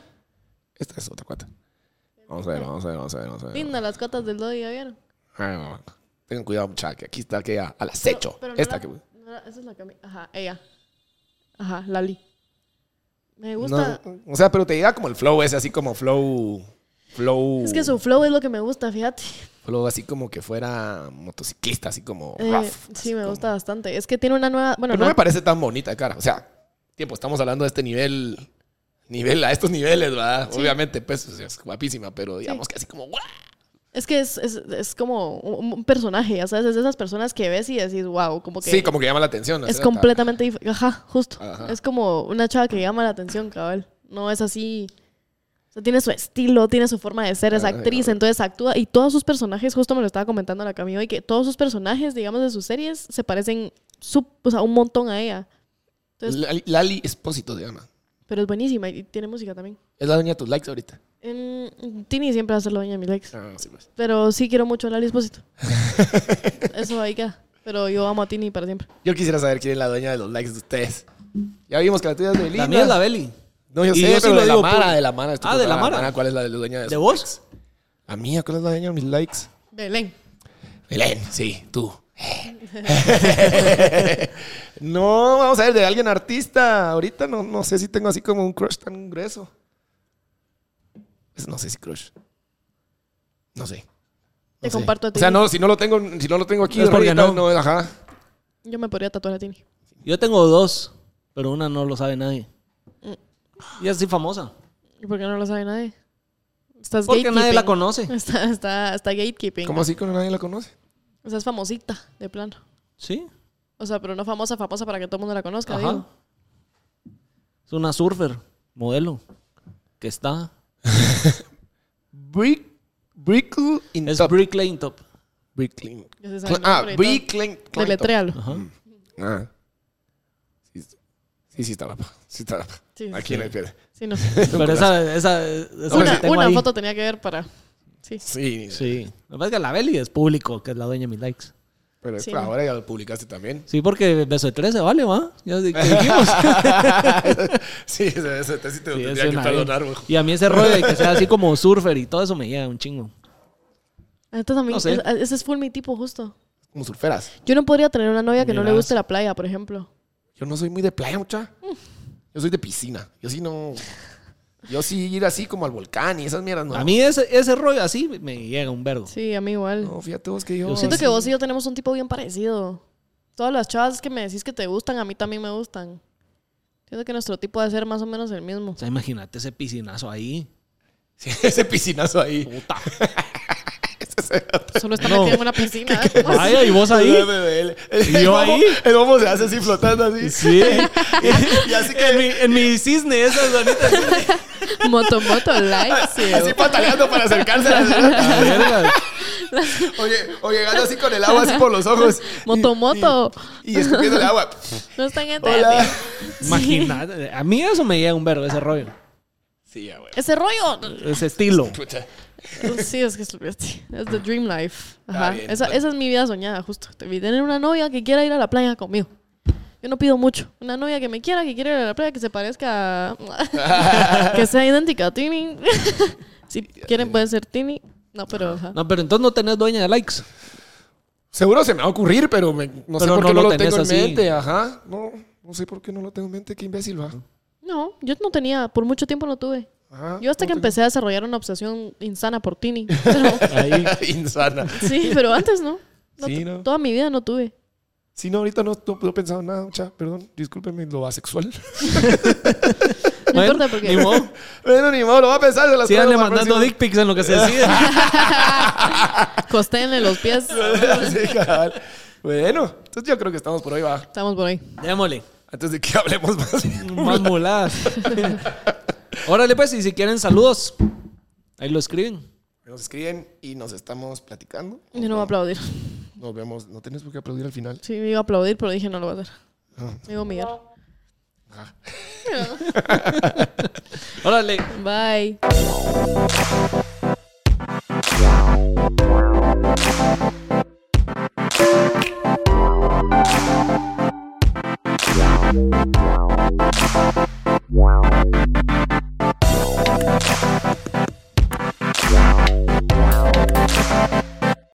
S4: Esta es otra cuata. Vamos a ver, vamos a ver, vamos a ver, vamos a ver.
S5: Linda, las cotas del Dodi, ¿ya vieron?
S4: Ay, no. Tengan cuidado, muchachos, que aquí está que a- al
S5: Pero-
S4: acecho.
S5: pero no
S4: Esta
S5: la-
S4: que...
S5: no la- esa es la que a mí- Ajá, ella. Ajá, Lali. Me gusta.
S4: No, o sea, pero te llega como el flow ese, así como flow... flow.
S5: Es que su flow es lo que me gusta, fíjate.
S4: Flow así como que fuera motociclista, así como
S5: Eh,
S4: Oh, rough.
S5: sí,
S4: así
S5: me
S4: como-
S5: gusta bastante. Es que tiene una nueva. Bueno,
S4: Pero no
S5: no-
S4: me parece tan bonita, cara. O sea, tiempo, estamos hablando de este nivel. Nivel a estos niveles, ¿verdad?
S5: Sí.
S4: Obviamente, pues, o sea, es guapísima, pero digamos que así como, ¡guau!
S5: es que es, es- es como un, un personaje, ya sabes, es de esas personas que ves y decís, wow, como que.
S4: Sí, como que llama la atención. o
S5: Es
S4: sea,
S5: completamente diferente. Ajá, justo.
S4: Ajá.
S5: Es como una chava que llama la atención, cabal. No es así. O sea, tiene su estilo, tiene su forma de ser, es
S4: Ah,
S5: actriz,
S4: claro.
S5: entonces actúa. Y todos sus personajes, justo me lo estaba comentando la Camilo, y que todos sus personajes, digamos, de sus series, se parecen su- o sea, un montón a ella. Entonces,
S4: Lali, Lali Espósito se llama.
S5: pero es buenísima y tiene música también.
S4: Es la dueña de tus likes ahorita.
S5: En, Tini siempre va a ser la dueña de mi likes.
S4: Ah, sí, pues.
S5: Pero sí quiero mucho a
S2: [laughs]
S5: Lali Espósito. Eso ahí queda. Pero yo amo a Tini para siempre.
S4: Yo quisiera saber quién es la dueña de los likes de ustedes. Ya vimos que la tuya es de Linda.
S2: La mía es la Beli.
S4: No, yo
S2: Y
S4: sé,
S2: yo sí
S4: pero
S2: lo
S4: de la
S2: digo
S4: Mara,
S2: por-
S4: de la Mara. estoy
S2: Ah, de la
S4: preguntando a
S2: Mara.
S4: ¿Cuál es la de la dueña de
S2: ¿De
S4: sus
S2: vos?
S4: likes? La mía, ¿cuál es la dueña de mis likes?
S5: Belén.
S4: Belén, sí, tú.
S2: [laughs]
S4: no, vamos a ver, de alguien artista. Ahorita no, no sé si tengo así como un crush tan grueso. Pues no sé si crush. No sé.
S5: Te
S4: No sé.
S5: comparto a
S4: O
S5: Tini.
S4: sea, no, si no lo tengo, si no lo tengo aquí,
S2: Es porque
S4: ahorita,
S2: no.
S4: no, ajá.
S5: Yo me podría tatuar a Tini.
S2: Yo tengo dos, pero una no lo sabe nadie.
S5: Mm.
S2: Y es así famosa.
S5: ¿Y por qué no lo sabe nadie? Estás
S2: Porque nadie la
S5: gatekeeping.
S2: conoce.
S5: [laughs] Está, está, está gatekeeping.
S4: ¿Cómo así que nadie la conoce?
S5: O sea, es famosita, de plano.
S2: Sí.
S5: O sea, pero no famosa, famosa para que todo el mundo la conozca,
S2: Ajá.
S5: digo.
S2: Es una surfer, modelo, que está...
S4: Brick, Brickle in
S2: Es
S4: Top.
S2: Brick Lane Top.
S4: Bricklin.
S5: Ya se sabe el
S4: Ah,
S5: nombre y todo.
S4: Bricklin.
S5: Deletréalo.
S2: Ajá.
S4: Ah. Sí, sí, sí está guapa. Sí está guapa.
S5: Sí, sí,
S4: Aquí
S5: sí.
S4: en el piel.
S2: [laughs]
S5: Sí, no.
S2: Pero esa... esa, esa
S5: una
S2: la tengo
S5: una
S2: ahí.
S5: foto tenía que ver para... Sí.
S4: Sí,
S2: Sí. Lo que pasa es que la Beli es público, que es la dueña de mis likes.
S4: Pero
S5: Sí.
S4: pues, ahora ya lo publicaste [laughs] también.
S2: Sí, porque beso de 13, vale, va. Ya
S4: [laughs]
S2: di- que dijimos.
S4: sí, ese, ese te- sí te lo
S2: Sí,
S4: tendría
S2: es
S4: que
S2: una
S4: perdonar,
S2: vez.
S4: güey.
S2: Y a mí ese rollo de que sea así como surfer y todo eso me llega un chingo.
S5: Ah, Entonces a mí,
S2: No sé.
S5: es- ese es full mi tipo, justo.
S4: Como surferas.
S5: Yo no podría tener una novia que no le
S2: Miras.
S5: guste la playa, por ejemplo.
S4: Yo no soy muy de playa, mucha. Yo soy de piscina. Yo sí no. Yo sí ir así como al volcán y esas mierdas, no.
S2: A mí ese, ese rollo así me llega un vergo.
S5: Sí, a mí igual.
S4: No, pues fíjate vos que yo.
S2: Yo
S5: Siento
S4: así-
S5: que vos y yo tenemos un tipo bien parecido. Todas las chavas que me decís que te gustan, a mí también me gustan. Siento que nuestro tipo de ser más o menos el mismo.
S2: O sea, imagínate ese piscinazo
S4: [laughs]
S2: ahí.
S4: Sí, ese piscinazo ahí.
S2: Puta.
S5: Solo está
S2: No.
S5: metido en
S4: [laughs]
S5: una piscina. ¿cómo así? [laughs]
S2: Vaya, y vos ahí.
S4: El, el-
S2: ¿Y yo
S4: [laughs] el
S2: ahí?
S4: homo- El homo se hace así flotando
S2: [laughs]
S4: así.
S2: Sí.
S4: Y así
S2: En mi, en mi cisne, esas bonitas.
S5: Moto, moto, like. sí.
S4: Así pataleando para acercarse a la
S2: La verga.
S4: Oye, o llegando así con el agua así por los ojos.
S5: Moto, moto.
S4: Y, y escupiendo el agua.
S5: No están en
S4: Hola.
S2: Imagínate. A mí eso me llega un vergo, ese rollo.
S4: Sí, ya, güey.
S5: Ese rollo.
S2: Ese estilo.
S4: Puta.
S5: Pues Sí, es que es, es the dream life.
S4: Está
S5: Ajá.
S4: bien.
S5: Esa, esa es mi vida soñada, justo. Te- Tener una novia que quiera ir a la playa conmigo. Yo no pido mucho. Una novia que me quiera, que quiera ir a la playa, que se parezca. a-
S4: [laughs]
S5: que sea idéntica a Tini. [laughs] si quieren, puede ser Tini. No, pero. ajá.
S2: No, pero entonces no tenés dueña de likes.
S4: Seguro se me va a ocurrir, pero me- no sé
S2: Pero
S4: por
S2: no
S4: qué no
S2: lo
S4: lo
S2: tenés
S4: tengo en
S2: así.
S4: mente. Ajá. No, no sé por qué no lo tengo en mente. Qué imbécil va.
S5: No, yo no tenía. Por mucho tiempo no tuve.
S4: Ajá,
S5: Yo hasta
S4: no
S5: que
S4: tengo-
S5: empecé a desarrollar una obsesión insana por Tini. [laughs] Pero-
S2: Ahí.
S4: [laughs] Insana.
S5: sí, pero antes no. No
S4: Sí,
S5: tu-
S4: ¿no?
S5: Toda mi vida no tuve.
S4: Sí, no, ahorita no, no, no he pensado en nada, cha, perdón, discúlpeme lo asexual. [laughs]
S5: No
S2: Bueno,
S5: importa porque.
S2: Ni
S5: [laughs]
S2: modo.
S4: bueno, ni modo, lo voy a pensar, se las
S2: Sí,
S4: traigo
S2: ande
S4: para el
S2: mandando dick
S4: próximo.
S2: pics en lo que se decide.
S5: Costéenle los pies.
S4: [laughs] Sí, cabal. Bueno, entonces yo creo que estamos por ahí, va.
S5: Estamos por ahí.
S2: Démosle.
S4: Antes de que [laughs] hablemos más.
S2: Más muladas.
S5: [laughs]
S2: Órale, pues, y si quieren saludos, ahí lo escriben.
S4: Nos escriben y nos estamos platicando.
S5: Yo no voy a aplaudir.
S4: Nos vemos, no tenés por qué aplaudir al final.
S5: Sí, me iba a aplaudir, pero dije no lo voy a hacer. Me iba a humillar.
S2: Órale.
S5: Bye.
S6: Wow.